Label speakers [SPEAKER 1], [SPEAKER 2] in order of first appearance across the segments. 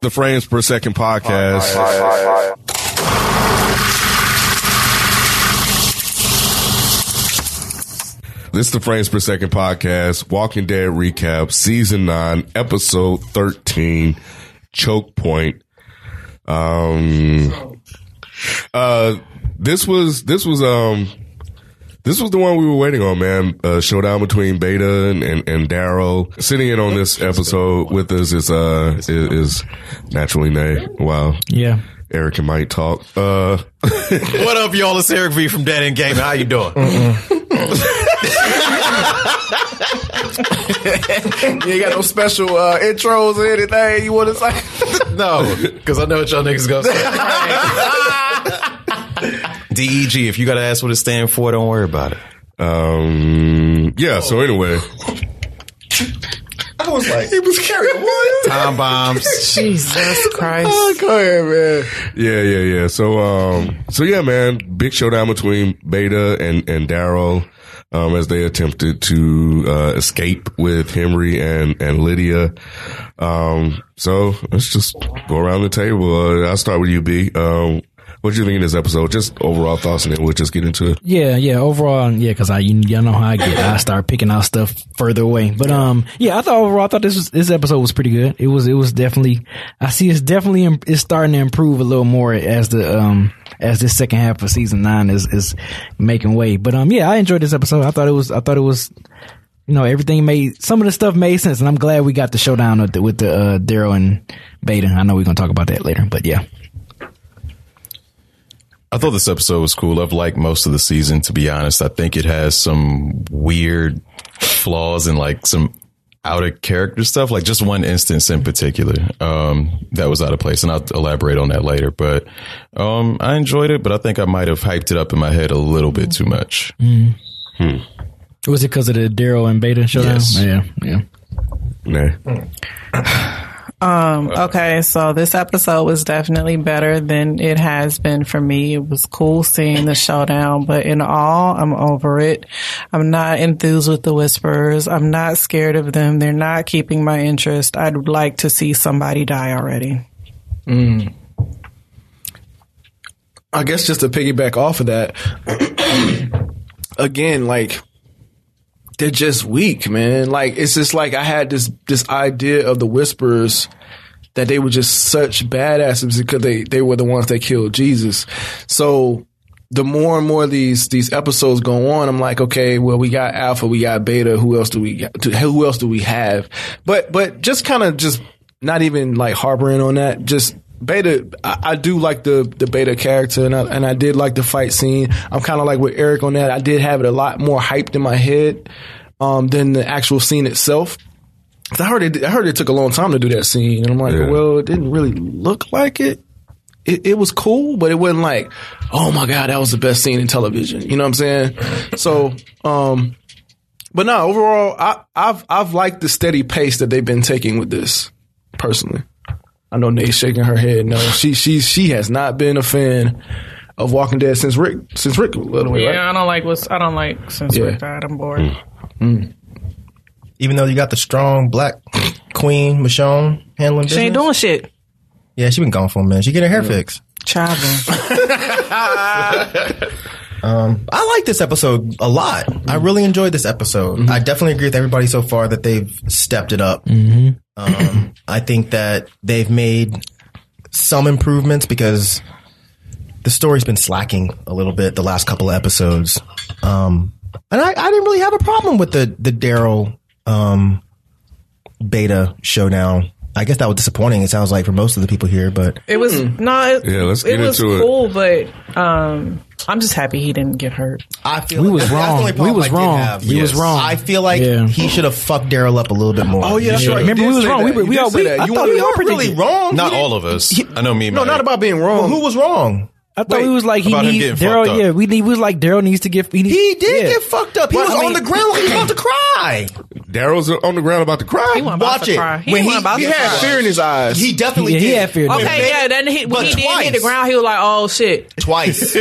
[SPEAKER 1] The Frames Per Second podcast. This is the Frames Per Second podcast, Walking Dead recap, season nine, episode thirteen, Choke Point. Um, uh, this was this was um, this was the one we were waiting on, man. Uh, showdown between Beta and and, and Darrow. Sitting in on this episode with us is uh is, is naturally Nay. Wow,
[SPEAKER 2] Yeah.
[SPEAKER 1] Eric and Mike talk. Uh,
[SPEAKER 3] What up, y'all? It's Eric V from Dead End Game. How you doing?
[SPEAKER 4] You ain't got no special uh, intros or anything you want to say?
[SPEAKER 3] no, because I know what y'all niggas gonna say. DEG. E If you gotta ask what it stand for, don't worry about it.
[SPEAKER 1] um, yeah. So anyway.
[SPEAKER 4] I was like, he was carrying one.
[SPEAKER 3] Time bombs.
[SPEAKER 2] Jesus Christ.
[SPEAKER 4] Oh, go ahead, man.
[SPEAKER 1] Yeah, yeah, yeah. So, um, so yeah, man, big showdown between Beta and, and Darrow, um, as they attempted to, uh, escape with Henry and, and Lydia. Um, so let's just go around the table. Uh, I'll start with you, B. Um, what do you think of this episode? Just overall thoughts and then we'll just get into it.
[SPEAKER 2] Yeah, yeah. Overall, yeah, because I you, y'all know how I get. I start picking out stuff further away. But um, yeah, I thought overall, I thought this was this episode was pretty good. It was it was definitely. I see it's definitely im- it's starting to improve a little more as the um as this second half of season nine is is making way. But um, yeah, I enjoyed this episode. I thought it was I thought it was. You know, everything made some of the stuff made sense, and I'm glad we got the showdown with the, with the uh, Daryl and Beta. I know we're gonna talk about that later, but yeah,
[SPEAKER 3] I thought this episode was cool. I've liked most of the season, to be honest. I think it has some weird flaws and like some out of character stuff, like just one instance in particular um, that was out of place. And I'll elaborate on that later. But um, I enjoyed it, but I think I might have hyped it up in my head a little bit too much.
[SPEAKER 5] Mm-hmm.
[SPEAKER 2] was it because of the Daryl and Beta showdown?
[SPEAKER 3] Yes.
[SPEAKER 2] Yeah, yeah.
[SPEAKER 1] Nah.
[SPEAKER 5] Um, okay, so this episode was definitely better than it has been for me. It was cool seeing the showdown, but in all, I'm over it. I'm not enthused with the whispers. I'm not scared of them. They're not keeping my interest. I'd like to see somebody die already.
[SPEAKER 4] I guess just to piggyback off of that, again, like they're just weak, man. Like it's just like I had this this idea of the whispers that they were just such badasses because they they were the ones that killed Jesus. So the more and more these these episodes go on, I'm like, okay, well, we got Alpha, we got Beta. Who else do we got? do- Who else do we have? But but just kind of just not even like harboring on that. Just Beta, I, I do like the the Beta character, and I, and I did like the fight scene. I'm kind of like with Eric on that. I did have it a lot more hyped in my head um, than the actual scene itself. 'Cause I heard it. I heard it took a long time to do that scene, and I'm like,
[SPEAKER 1] Yeah.
[SPEAKER 4] well, it didn't really look like it it, it was cool, but it wasn't like, oh my god, that was the best scene in television. You know what I'm saying? So, um, but no, overall, I, I've I've liked the steady pace that they've been taking with this. Personally, I know Nate's shaking her head. No, she she she has not been a fan of Walking Dead since Rick since Rick led away, right?
[SPEAKER 5] I don't like what's, I don't like since
[SPEAKER 4] Yeah. Rick
[SPEAKER 5] died. I'm bored.
[SPEAKER 6] even though you got the strong black queen Michonne handling business.
[SPEAKER 5] She ain't doing shit.
[SPEAKER 6] yeah, she been gone for a minute. She getting her hair fixed.
[SPEAKER 5] Traveling.
[SPEAKER 6] I like this episode a lot. I really enjoyed this episode. I definitely agree with everybody so far that they've stepped it up. Um, I think that they've made some improvements because the story's been slacking a little bit the last couple of episodes. Um, and I, I didn't really have a problem with the the Daryl um, beta showdown. I guess that was disappointing. It sounds like for most of the people here, but
[SPEAKER 5] It was, no, it,
[SPEAKER 1] Yeah, let's get
[SPEAKER 5] it was
[SPEAKER 1] into it.
[SPEAKER 5] cool, but, um, I'm just happy he didn't get hurt.
[SPEAKER 6] I feel
[SPEAKER 2] We
[SPEAKER 6] like-
[SPEAKER 2] was
[SPEAKER 6] that's the
[SPEAKER 2] wrong.
[SPEAKER 6] only
[SPEAKER 2] We
[SPEAKER 6] problem
[SPEAKER 2] was
[SPEAKER 6] I did
[SPEAKER 2] wrong.
[SPEAKER 6] have.
[SPEAKER 2] We was wrong.
[SPEAKER 6] I feel like
[SPEAKER 2] Oh, Yeah.
[SPEAKER 6] he should have fucked Daryl up a little bit more.
[SPEAKER 4] Oh yeah, that's right.
[SPEAKER 2] Remember, we was wrong. We- we all- we- I thought we all predicted
[SPEAKER 6] really wrong.
[SPEAKER 3] Not all of us. I know me. and
[SPEAKER 4] No,
[SPEAKER 3] Maddie.
[SPEAKER 4] not about being wrong.
[SPEAKER 6] Who was wrong?
[SPEAKER 2] I thought he was like he
[SPEAKER 3] about him
[SPEAKER 2] needs
[SPEAKER 3] getting fucked
[SPEAKER 2] Daryl.
[SPEAKER 3] up.
[SPEAKER 2] Yeah, we need. We was like Daryl needs to get. He, need-
[SPEAKER 6] He did
[SPEAKER 2] yeah.
[SPEAKER 6] get fucked up. He
[SPEAKER 2] Well,
[SPEAKER 6] was
[SPEAKER 2] I
[SPEAKER 6] on
[SPEAKER 2] mean-
[SPEAKER 6] the ground like he was about to cry.
[SPEAKER 1] Darrow's on the ground about to cry.
[SPEAKER 5] wasn't about
[SPEAKER 6] Watch
[SPEAKER 5] to
[SPEAKER 6] it.
[SPEAKER 5] cry. He
[SPEAKER 6] When
[SPEAKER 5] wasn't about
[SPEAKER 4] He
[SPEAKER 5] to
[SPEAKER 4] had
[SPEAKER 5] cry.
[SPEAKER 4] fear in his eyes.
[SPEAKER 6] He definitely
[SPEAKER 2] Yeah,
[SPEAKER 6] did.
[SPEAKER 2] he had fear.
[SPEAKER 6] When
[SPEAKER 5] Okay,
[SPEAKER 6] Beta-
[SPEAKER 5] yeah. Then he, when
[SPEAKER 6] but
[SPEAKER 5] he did hit the
[SPEAKER 6] twice.
[SPEAKER 5] ground, he was like, "Oh shit!"
[SPEAKER 6] twice.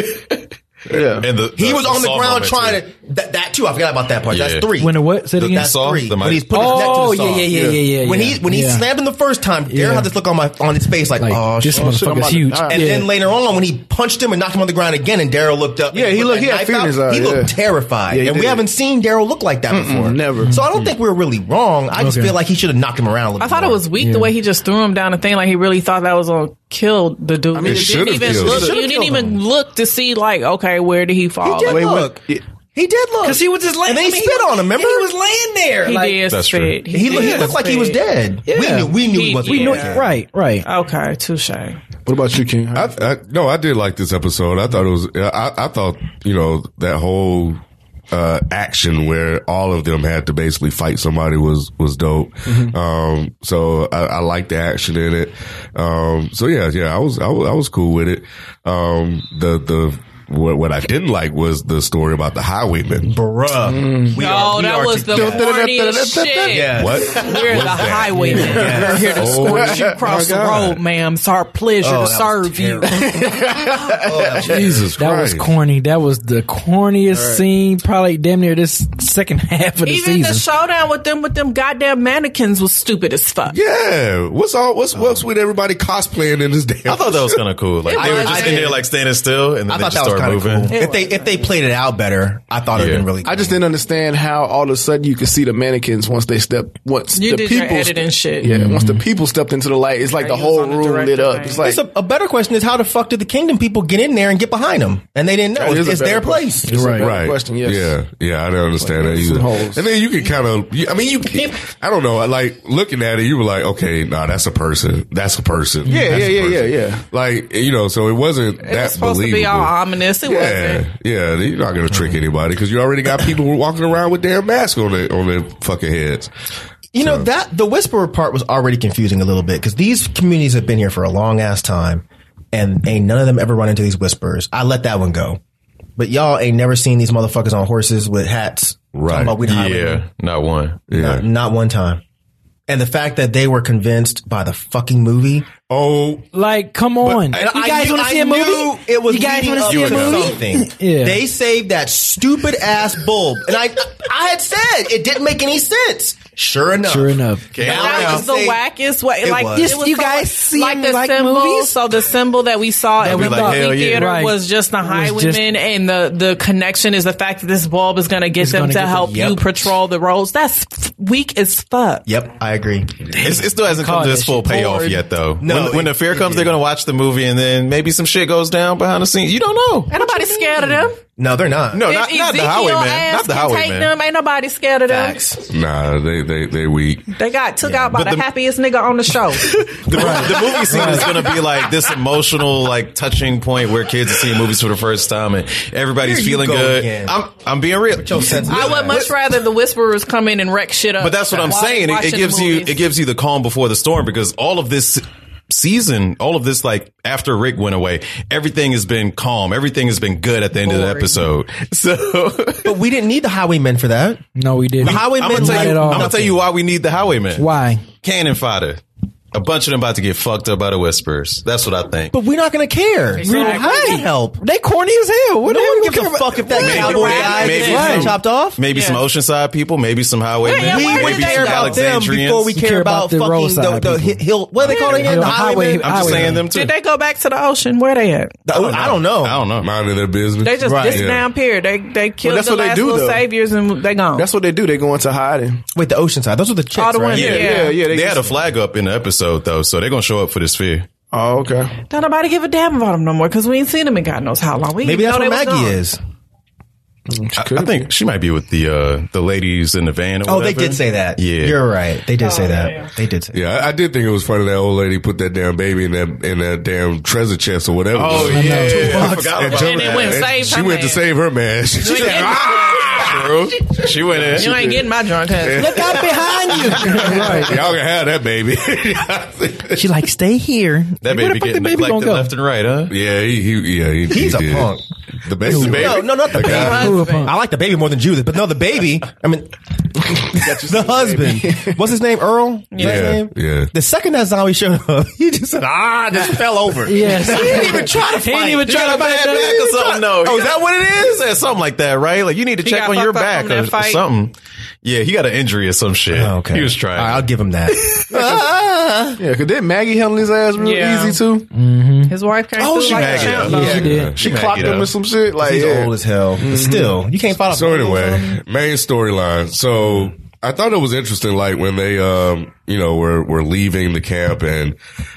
[SPEAKER 4] Yeah.
[SPEAKER 3] And the,
[SPEAKER 6] He was on the ground trying to that, that too. I forgot about that part.
[SPEAKER 3] Yeah.
[SPEAKER 6] That's three.
[SPEAKER 2] When the what? Say it
[SPEAKER 6] The-
[SPEAKER 2] again.
[SPEAKER 6] That's
[SPEAKER 3] Saw?
[SPEAKER 6] three.
[SPEAKER 3] The
[SPEAKER 6] when
[SPEAKER 3] mic?
[SPEAKER 6] he's putting his neck
[SPEAKER 2] Oh,
[SPEAKER 6] to the saw.
[SPEAKER 2] yeah, yeah, yeah, yeah, yeah,
[SPEAKER 6] When he when he
[SPEAKER 2] yeah.
[SPEAKER 6] slammed him the first time, Darren
[SPEAKER 2] Yeah.
[SPEAKER 6] had this look on my on his face like,
[SPEAKER 2] Like,
[SPEAKER 6] oh
[SPEAKER 2] this
[SPEAKER 6] shit.
[SPEAKER 4] shit, I'm
[SPEAKER 2] motherfucker's
[SPEAKER 4] about to
[SPEAKER 2] huge.
[SPEAKER 4] die.
[SPEAKER 6] And then later on, when he punched him and knocked him on the ground again, and Daryl looked up. and
[SPEAKER 4] Yeah, he
[SPEAKER 6] put
[SPEAKER 4] looked-
[SPEAKER 6] that
[SPEAKER 4] he had
[SPEAKER 6] knife
[SPEAKER 4] fear in
[SPEAKER 6] out,
[SPEAKER 4] his eye,
[SPEAKER 6] He looked
[SPEAKER 4] yeah.
[SPEAKER 6] terrified,
[SPEAKER 4] Yeah, he
[SPEAKER 6] and we
[SPEAKER 4] did.
[SPEAKER 6] haven't seen Daryl look like that before.
[SPEAKER 4] never.
[SPEAKER 6] So I don't think we were really wrong. I just
[SPEAKER 2] Okay.
[SPEAKER 6] feel like he should have knocked him around a little.
[SPEAKER 5] I thought it
[SPEAKER 6] more.
[SPEAKER 5] was weak the way he just threw him down the thing. Like he really thought that was gonna kill the dude. I
[SPEAKER 1] mean, it
[SPEAKER 5] didn't
[SPEAKER 1] should've
[SPEAKER 5] even
[SPEAKER 1] killed
[SPEAKER 5] look.
[SPEAKER 1] him.
[SPEAKER 5] You didn't
[SPEAKER 6] Should've
[SPEAKER 5] even
[SPEAKER 6] killed him.
[SPEAKER 5] look to see like okay, where did he fall?
[SPEAKER 6] He did
[SPEAKER 5] Like,
[SPEAKER 6] look. He did look.
[SPEAKER 2] Because he was just laying.
[SPEAKER 6] And then
[SPEAKER 2] I
[SPEAKER 6] he
[SPEAKER 2] mean,
[SPEAKER 6] spit
[SPEAKER 2] was-
[SPEAKER 6] on him. Remember,
[SPEAKER 2] He was laying there.
[SPEAKER 5] he
[SPEAKER 2] like,
[SPEAKER 5] did
[SPEAKER 3] That's true.
[SPEAKER 5] spit.
[SPEAKER 6] He, looked, he
[SPEAKER 5] did
[SPEAKER 6] looked like he was
[SPEAKER 5] spit.
[SPEAKER 6] dead. We
[SPEAKER 2] Yeah.
[SPEAKER 6] knew. We knew
[SPEAKER 5] He-
[SPEAKER 6] he wasn't.
[SPEAKER 5] we
[SPEAKER 2] You know,
[SPEAKER 6] dead.
[SPEAKER 2] Right, right.
[SPEAKER 5] Okay, touche. It
[SPEAKER 4] What about you, King?
[SPEAKER 1] I, I no, I did like this episode. I thought it was. I, I thought you know that whole uh, action where all of them had to basically fight somebody was was dope. Um, so I, I liked the action in it. Um, so yeah, yeah, I was I was, I was cool with it. Um, the the. What, what I didn't like was the story about the highwaymen.
[SPEAKER 6] bruh. We
[SPEAKER 5] No,
[SPEAKER 6] are- we
[SPEAKER 5] that
[SPEAKER 6] are
[SPEAKER 5] was the
[SPEAKER 6] together.
[SPEAKER 5] corniest shit.
[SPEAKER 6] Yeah.
[SPEAKER 1] What?
[SPEAKER 5] We're
[SPEAKER 1] What's
[SPEAKER 5] the
[SPEAKER 1] that?
[SPEAKER 5] highwaymen. We're here to escort you
[SPEAKER 1] Oh,
[SPEAKER 5] across the
[SPEAKER 1] God.
[SPEAKER 5] road, ma'am. It's our pleasure
[SPEAKER 6] Oh,
[SPEAKER 5] to
[SPEAKER 6] that was
[SPEAKER 5] serve you.
[SPEAKER 6] Oh, that was
[SPEAKER 1] Jesus
[SPEAKER 2] That
[SPEAKER 1] Christ!
[SPEAKER 2] was corny. That was the corniest scene, probably damn near this second half of the
[SPEAKER 5] Even the
[SPEAKER 2] season.
[SPEAKER 5] showdown with them with them goddamn mannequins was stupid as fuck.
[SPEAKER 1] Yeah, what's all? What's what's with everybody cosplaying in this damn?
[SPEAKER 3] I thought that was kind of cool. Like
[SPEAKER 5] It
[SPEAKER 3] they were
[SPEAKER 5] was.
[SPEAKER 3] just
[SPEAKER 5] I
[SPEAKER 3] in
[SPEAKER 5] did.
[SPEAKER 3] there like standing still, and then
[SPEAKER 6] I
[SPEAKER 3] they
[SPEAKER 6] thought
[SPEAKER 3] just
[SPEAKER 6] that
[SPEAKER 3] start
[SPEAKER 6] was kind of
[SPEAKER 3] moving.
[SPEAKER 6] cool. If they if they played it out better, I thought it'd
[SPEAKER 3] Yeah.
[SPEAKER 6] been really. Cool.
[SPEAKER 4] I just didn't understand how all of a sudden you could see the mannequins once they stepped. Once
[SPEAKER 5] You
[SPEAKER 4] the
[SPEAKER 5] did your
[SPEAKER 4] people
[SPEAKER 5] editing shit.
[SPEAKER 4] Yeah, once the people stepped into the light, it's like
[SPEAKER 5] Right,
[SPEAKER 4] the
[SPEAKER 5] you
[SPEAKER 4] whole
[SPEAKER 5] was on the
[SPEAKER 4] room lit
[SPEAKER 5] director
[SPEAKER 4] up.
[SPEAKER 5] thing.
[SPEAKER 4] It's like
[SPEAKER 6] It's a, a better question is how the fuck did the kingdom people get in there and get behind them? And they didn't know.
[SPEAKER 4] That is
[SPEAKER 6] It's,
[SPEAKER 4] a
[SPEAKER 6] it's
[SPEAKER 4] better
[SPEAKER 6] their
[SPEAKER 4] question.
[SPEAKER 6] place.
[SPEAKER 4] It's a better
[SPEAKER 1] right.
[SPEAKER 4] question. Yes.
[SPEAKER 1] Yeah. Yeah. I don't understand
[SPEAKER 4] Like,
[SPEAKER 1] that
[SPEAKER 4] some
[SPEAKER 1] either.
[SPEAKER 4] holes.
[SPEAKER 1] And then you can kind of, I mean, you, can- I don't know. Like looking at it, you were like, okay, nah, that's a person. That's a person.
[SPEAKER 4] Yeah,
[SPEAKER 1] That's a
[SPEAKER 4] yeah, yeah,
[SPEAKER 1] person.
[SPEAKER 4] yeah, yeah.
[SPEAKER 1] Like, you know, so it wasn't
[SPEAKER 5] It was
[SPEAKER 1] that
[SPEAKER 5] supposed to be all
[SPEAKER 1] believable.
[SPEAKER 5] ominous. It
[SPEAKER 1] yeah,
[SPEAKER 5] wasn't.
[SPEAKER 1] yeah, you're not gonna trick anybody because you already got people walking around with damn masks on their on their fucking heads.
[SPEAKER 6] You know that the whisperer part was already confusing a little bit because these communities have been here for a long ass time, and ain't none of them ever run into these whisperers. I let that one go, but y'all ain't never seen these motherfuckers on horses with hats. talking
[SPEAKER 1] Right.
[SPEAKER 6] about we the highwaymen.
[SPEAKER 3] Yeah, not one.
[SPEAKER 6] Not,
[SPEAKER 1] Yeah.
[SPEAKER 6] not one time. And the fact that they were convinced by the fucking movie.
[SPEAKER 1] Oh,
[SPEAKER 2] Like, come on.
[SPEAKER 6] And
[SPEAKER 2] you
[SPEAKER 6] I
[SPEAKER 2] guys
[SPEAKER 6] knew-
[SPEAKER 2] want to
[SPEAKER 6] I
[SPEAKER 2] see a
[SPEAKER 6] knew
[SPEAKER 2] movie?
[SPEAKER 6] It was
[SPEAKER 2] you guys
[SPEAKER 6] leading
[SPEAKER 2] wanna
[SPEAKER 6] up
[SPEAKER 2] see a
[SPEAKER 6] to
[SPEAKER 2] movie?
[SPEAKER 6] Something.
[SPEAKER 2] Yeah.
[SPEAKER 6] They saved that stupid ass bulb, and I, I had said it didn't make any sense. Sure enough.
[SPEAKER 2] Sure enough.
[SPEAKER 6] Now I
[SPEAKER 5] That was
[SPEAKER 6] can
[SPEAKER 5] the
[SPEAKER 6] say-
[SPEAKER 5] wackest way.
[SPEAKER 6] It
[SPEAKER 5] like
[SPEAKER 6] was.
[SPEAKER 2] Yes, you
[SPEAKER 5] so-
[SPEAKER 2] guys seem
[SPEAKER 5] like the
[SPEAKER 2] like
[SPEAKER 5] symbol.
[SPEAKER 2] movies.
[SPEAKER 5] So the symbol that we saw at
[SPEAKER 2] we
[SPEAKER 5] the
[SPEAKER 2] like, hell
[SPEAKER 5] movie
[SPEAKER 2] yeah.
[SPEAKER 5] theater
[SPEAKER 2] Right.
[SPEAKER 5] was just the
[SPEAKER 2] It was just-
[SPEAKER 5] highwaymen, and the the connection is the fact that this bulb is going to get
[SPEAKER 2] It's
[SPEAKER 5] them
[SPEAKER 2] gonna
[SPEAKER 5] to
[SPEAKER 2] get them-
[SPEAKER 5] help you
[SPEAKER 6] Yep.
[SPEAKER 5] patrol the roads. That's f- weak as fuck.
[SPEAKER 6] Yep, I agree.
[SPEAKER 3] It's, it still hasn't
[SPEAKER 2] Caught
[SPEAKER 3] come to
[SPEAKER 2] it.
[SPEAKER 3] its full
[SPEAKER 2] She
[SPEAKER 3] payoff
[SPEAKER 2] poured.
[SPEAKER 3] yet, though.
[SPEAKER 6] No,
[SPEAKER 3] when, when the
[SPEAKER 6] it-
[SPEAKER 3] fear
[SPEAKER 6] it
[SPEAKER 3] comes, they're
[SPEAKER 6] did.
[SPEAKER 3] going to watch the movie, and then maybe some shit goes down behind the scenes. You don't know.
[SPEAKER 5] Ain't nobody scared of them.
[SPEAKER 6] No, they're not.
[SPEAKER 3] No,
[SPEAKER 5] If
[SPEAKER 3] not, not the
[SPEAKER 5] Ezekiel
[SPEAKER 3] highway man.
[SPEAKER 5] ass
[SPEAKER 3] Not the
[SPEAKER 5] can
[SPEAKER 3] highway
[SPEAKER 5] take
[SPEAKER 3] man.
[SPEAKER 5] Them, ain't nobody scared of them.
[SPEAKER 6] facts.
[SPEAKER 1] nah, they they they weak.
[SPEAKER 5] They got took out by
[SPEAKER 3] But
[SPEAKER 5] the,
[SPEAKER 3] the-
[SPEAKER 5] happiest nigga on the show.
[SPEAKER 3] The, the movie scene is going to be like this emotional, like touching point where kids are seeing movies for the first time and everybody's
[SPEAKER 6] Here you
[SPEAKER 3] feeling
[SPEAKER 6] go
[SPEAKER 3] good.
[SPEAKER 6] again.
[SPEAKER 3] I'm I'm being real.
[SPEAKER 5] I would much rather the whisperers come in and wreck shit up.
[SPEAKER 3] But that's what I'm
[SPEAKER 5] While
[SPEAKER 3] saying. It,
[SPEAKER 5] watching
[SPEAKER 3] it
[SPEAKER 5] the
[SPEAKER 3] gives you
[SPEAKER 5] movies.
[SPEAKER 3] it gives you the calm before the storm because all of this season, all of this like after Rick went away, everything has been calm. Everything has been good at the end of the
[SPEAKER 5] Boring.
[SPEAKER 3] episode. So
[SPEAKER 6] But we didn't need the highwaymen for that.
[SPEAKER 2] No, we didn't.
[SPEAKER 6] The highwaymen.
[SPEAKER 3] I'm gonna
[SPEAKER 2] Not
[SPEAKER 3] tell
[SPEAKER 2] at
[SPEAKER 3] you.
[SPEAKER 2] all.
[SPEAKER 3] I'm gonna tell you why we need the highwaymen.
[SPEAKER 2] Why?
[SPEAKER 3] Cannon fodder. A bunch of them about to get fucked up by the whispers. That's what I think.
[SPEAKER 6] But we're not going to care. We don't have to help.
[SPEAKER 2] They corny as hell. What the
[SPEAKER 6] No
[SPEAKER 2] hell
[SPEAKER 6] one
[SPEAKER 2] you
[SPEAKER 6] gives
[SPEAKER 2] care
[SPEAKER 6] a
[SPEAKER 2] about?
[SPEAKER 6] fuck if that
[SPEAKER 5] Maybe-
[SPEAKER 6] cowboy
[SPEAKER 5] maybe-
[SPEAKER 6] guy
[SPEAKER 5] maybe
[SPEAKER 6] gets
[SPEAKER 3] some-
[SPEAKER 6] chopped off.
[SPEAKER 3] Maybe some Oceanside people. Maybe some highwaymen.
[SPEAKER 5] Yeah,
[SPEAKER 6] We
[SPEAKER 5] why
[SPEAKER 6] want
[SPEAKER 5] would
[SPEAKER 3] maybe
[SPEAKER 6] to
[SPEAKER 3] some
[SPEAKER 5] they
[SPEAKER 6] care about them
[SPEAKER 3] Alexandrians.
[SPEAKER 6] before we
[SPEAKER 2] You
[SPEAKER 6] care,
[SPEAKER 2] care
[SPEAKER 6] about,
[SPEAKER 2] about the
[SPEAKER 6] fucking the,
[SPEAKER 2] roadside people.
[SPEAKER 6] the hi- hill. What are they calling it?
[SPEAKER 2] Hill-
[SPEAKER 6] The
[SPEAKER 2] highway-
[SPEAKER 6] highwaymen?
[SPEAKER 3] I'm just
[SPEAKER 2] highwaymen.
[SPEAKER 3] saying them too.
[SPEAKER 5] Did they go back to the ocean? Where they at?
[SPEAKER 6] Oh, I don't know.
[SPEAKER 3] I don't know.
[SPEAKER 1] Minding their business.
[SPEAKER 5] They just
[SPEAKER 1] Right.
[SPEAKER 5] this
[SPEAKER 1] Yeah.
[SPEAKER 5] down period. They they killed
[SPEAKER 4] that's
[SPEAKER 5] the
[SPEAKER 4] what they
[SPEAKER 5] last
[SPEAKER 4] do,
[SPEAKER 5] little
[SPEAKER 4] though.
[SPEAKER 5] saviors and they gone.
[SPEAKER 4] That's what they do. They go into hiding.
[SPEAKER 6] Wait, the ocean side. Those are the chicks,
[SPEAKER 5] All the
[SPEAKER 6] right?
[SPEAKER 5] ones-
[SPEAKER 3] Yeah.
[SPEAKER 5] Yeah.
[SPEAKER 4] yeah. yeah
[SPEAKER 3] They
[SPEAKER 4] just-
[SPEAKER 3] had a flag up in the episode though, so they're gonna show up for this fear.
[SPEAKER 4] Oh, okay.
[SPEAKER 5] Don't nobody give a damn about them no more because we ain't seen them in God knows how long. We
[SPEAKER 6] Maybe that's
[SPEAKER 5] know
[SPEAKER 6] where
[SPEAKER 5] they was
[SPEAKER 6] Maggie
[SPEAKER 5] gone.
[SPEAKER 6] is.
[SPEAKER 3] I, I think she might be with the uh, the ladies in the van. Or
[SPEAKER 6] Oh, they
[SPEAKER 3] whatever.
[SPEAKER 6] did say that.
[SPEAKER 3] Yeah,
[SPEAKER 6] You're right. They did say that. They did say that.
[SPEAKER 1] Yeah, I, I did think it was funny that old lady put that damn baby in that in that damn treasure chest or whatever.
[SPEAKER 3] Oh
[SPEAKER 1] And
[SPEAKER 3] yeah, I forgot about
[SPEAKER 1] jumped-
[SPEAKER 5] it went
[SPEAKER 3] that.
[SPEAKER 5] and saved
[SPEAKER 1] she
[SPEAKER 5] her
[SPEAKER 1] went to
[SPEAKER 5] man.
[SPEAKER 1] save her man. She
[SPEAKER 5] You
[SPEAKER 1] said, "Ah,
[SPEAKER 5] ain't getting-
[SPEAKER 3] True. She went in.
[SPEAKER 5] You ain't getting my drunk ass.
[SPEAKER 6] Look out behind you.
[SPEAKER 1] "Ah, y'all can have that baby.
[SPEAKER 2] She like stay here. Where
[SPEAKER 3] that baby
[SPEAKER 2] the fuck the
[SPEAKER 3] getting
[SPEAKER 2] baby gonna
[SPEAKER 3] neglected
[SPEAKER 2] go?
[SPEAKER 3] left and right, huh?
[SPEAKER 1] yeah, he, he yeah he,
[SPEAKER 6] He's
[SPEAKER 1] he
[SPEAKER 6] a
[SPEAKER 1] did.
[SPEAKER 6] punk.
[SPEAKER 1] The baby, the baby.
[SPEAKER 6] No, no, not the
[SPEAKER 1] guy.
[SPEAKER 6] baby.
[SPEAKER 2] Who a punk?
[SPEAKER 6] I like the baby more than Judith, but no, the baby. I mean, the husband. What's his name? Earl? Is that his
[SPEAKER 1] Yeah,
[SPEAKER 6] name?
[SPEAKER 1] yeah.
[SPEAKER 6] The second that zombie showed up, he just said, ah, just fell over.
[SPEAKER 2] Yes.
[SPEAKER 6] He didn't even try to fight.
[SPEAKER 2] He didn't even try
[SPEAKER 6] got
[SPEAKER 2] to
[SPEAKER 6] a
[SPEAKER 2] fight that.
[SPEAKER 6] bad back or something.
[SPEAKER 3] No.
[SPEAKER 6] Oh, is that what it is?
[SPEAKER 3] said something like that, right? Like you need to check
[SPEAKER 5] got
[SPEAKER 3] on your
[SPEAKER 5] fucked up
[SPEAKER 3] back
[SPEAKER 5] from that
[SPEAKER 3] or, or
[SPEAKER 5] fight.
[SPEAKER 3] something. Yeah, he got an injury or some shit.
[SPEAKER 6] Oh,
[SPEAKER 3] He was trying.
[SPEAKER 6] All right, I'll give him that.
[SPEAKER 4] Yeah, because did Maggie handle his ass real
[SPEAKER 5] Yeah.
[SPEAKER 4] easy too?
[SPEAKER 5] His wife came through
[SPEAKER 3] she
[SPEAKER 5] like a
[SPEAKER 3] bagged it up.
[SPEAKER 5] champ.
[SPEAKER 3] Yeah,
[SPEAKER 5] though.
[SPEAKER 2] she did.
[SPEAKER 4] She
[SPEAKER 3] Maggie
[SPEAKER 4] clocked
[SPEAKER 3] though.
[SPEAKER 4] him with some shit. Like,
[SPEAKER 6] He's
[SPEAKER 4] yeah.
[SPEAKER 6] old as hell. But still, you can't fight off.
[SPEAKER 1] So anyway, main storyline. So I thought it was interesting, like when they, um, you know, were were leaving the camp, and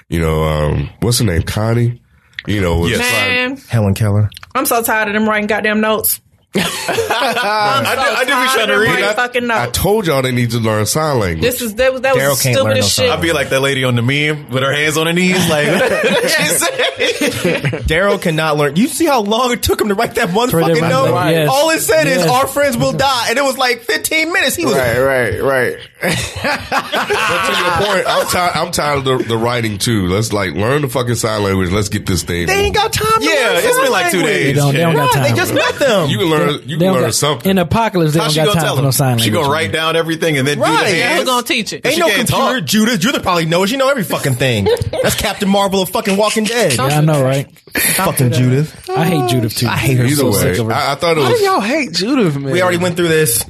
[SPEAKER 1] you know, um, what's her name, Connie. You know, was like,
[SPEAKER 5] Man,
[SPEAKER 6] Helen Keller.
[SPEAKER 5] I'm so tired of them writing goddamn notes. I'm so
[SPEAKER 3] I do be trying
[SPEAKER 5] tired
[SPEAKER 3] to
[SPEAKER 5] of them
[SPEAKER 3] read
[SPEAKER 5] writing
[SPEAKER 3] that.
[SPEAKER 5] fucking
[SPEAKER 1] I
[SPEAKER 5] notes.
[SPEAKER 1] told y'all they need to learn sign language.
[SPEAKER 5] This is that was that was
[SPEAKER 6] Daryl can't learn
[SPEAKER 5] stupidest
[SPEAKER 6] no
[SPEAKER 5] shit.
[SPEAKER 3] I'd be like that lady on the meme with her hands on her knees, like
[SPEAKER 6] Daryl cannot learn. You see how long it took him to write that one
[SPEAKER 2] For that
[SPEAKER 6] fucking
[SPEAKER 2] one
[SPEAKER 6] note?
[SPEAKER 2] note, yes.
[SPEAKER 6] All it said is,
[SPEAKER 2] Yes.
[SPEAKER 6] our friends will die. And it was like 15 minutes. He was
[SPEAKER 4] Right, right, right.
[SPEAKER 1] But to your point, I'm tired. I'm tired of the, the writing too. Let's like learn the fucking sign language. Let's get this thing.
[SPEAKER 6] They ain't got time. To
[SPEAKER 3] Yeah,
[SPEAKER 6] learn
[SPEAKER 3] it's
[SPEAKER 6] sign
[SPEAKER 3] been like two
[SPEAKER 6] language.
[SPEAKER 3] days.
[SPEAKER 2] They don't, they don't got
[SPEAKER 6] Right,
[SPEAKER 2] time.
[SPEAKER 6] they just met them.
[SPEAKER 1] you can learn. You
[SPEAKER 2] They
[SPEAKER 1] can
[SPEAKER 2] don't
[SPEAKER 1] learn
[SPEAKER 2] got-
[SPEAKER 1] something.
[SPEAKER 2] In apocalypse, they
[SPEAKER 3] How
[SPEAKER 2] don't
[SPEAKER 3] she
[SPEAKER 2] got
[SPEAKER 3] gonna
[SPEAKER 2] time
[SPEAKER 3] tell
[SPEAKER 2] for no
[SPEAKER 3] him?
[SPEAKER 2] sign language.
[SPEAKER 3] she gonna write down everything and then do
[SPEAKER 6] Right.
[SPEAKER 3] the
[SPEAKER 5] Who's
[SPEAKER 3] hands.
[SPEAKER 5] gonna teach it?
[SPEAKER 6] Ain't
[SPEAKER 3] She
[SPEAKER 6] no
[SPEAKER 3] can't
[SPEAKER 6] computer,
[SPEAKER 3] talk.
[SPEAKER 6] Judith. Judith probably knows. She know every fucking thing. That's Captain Marvel of fucking Walking Dead.
[SPEAKER 2] Yeah, I know, right?
[SPEAKER 6] fucking Judith.
[SPEAKER 2] I hate Judith too. I
[SPEAKER 6] hate her
[SPEAKER 1] Either
[SPEAKER 6] so
[SPEAKER 1] way,
[SPEAKER 2] sick of her.
[SPEAKER 1] I, I thought it
[SPEAKER 4] Why do
[SPEAKER 1] was.
[SPEAKER 4] y'all hate Judith, man?
[SPEAKER 6] We already went through this.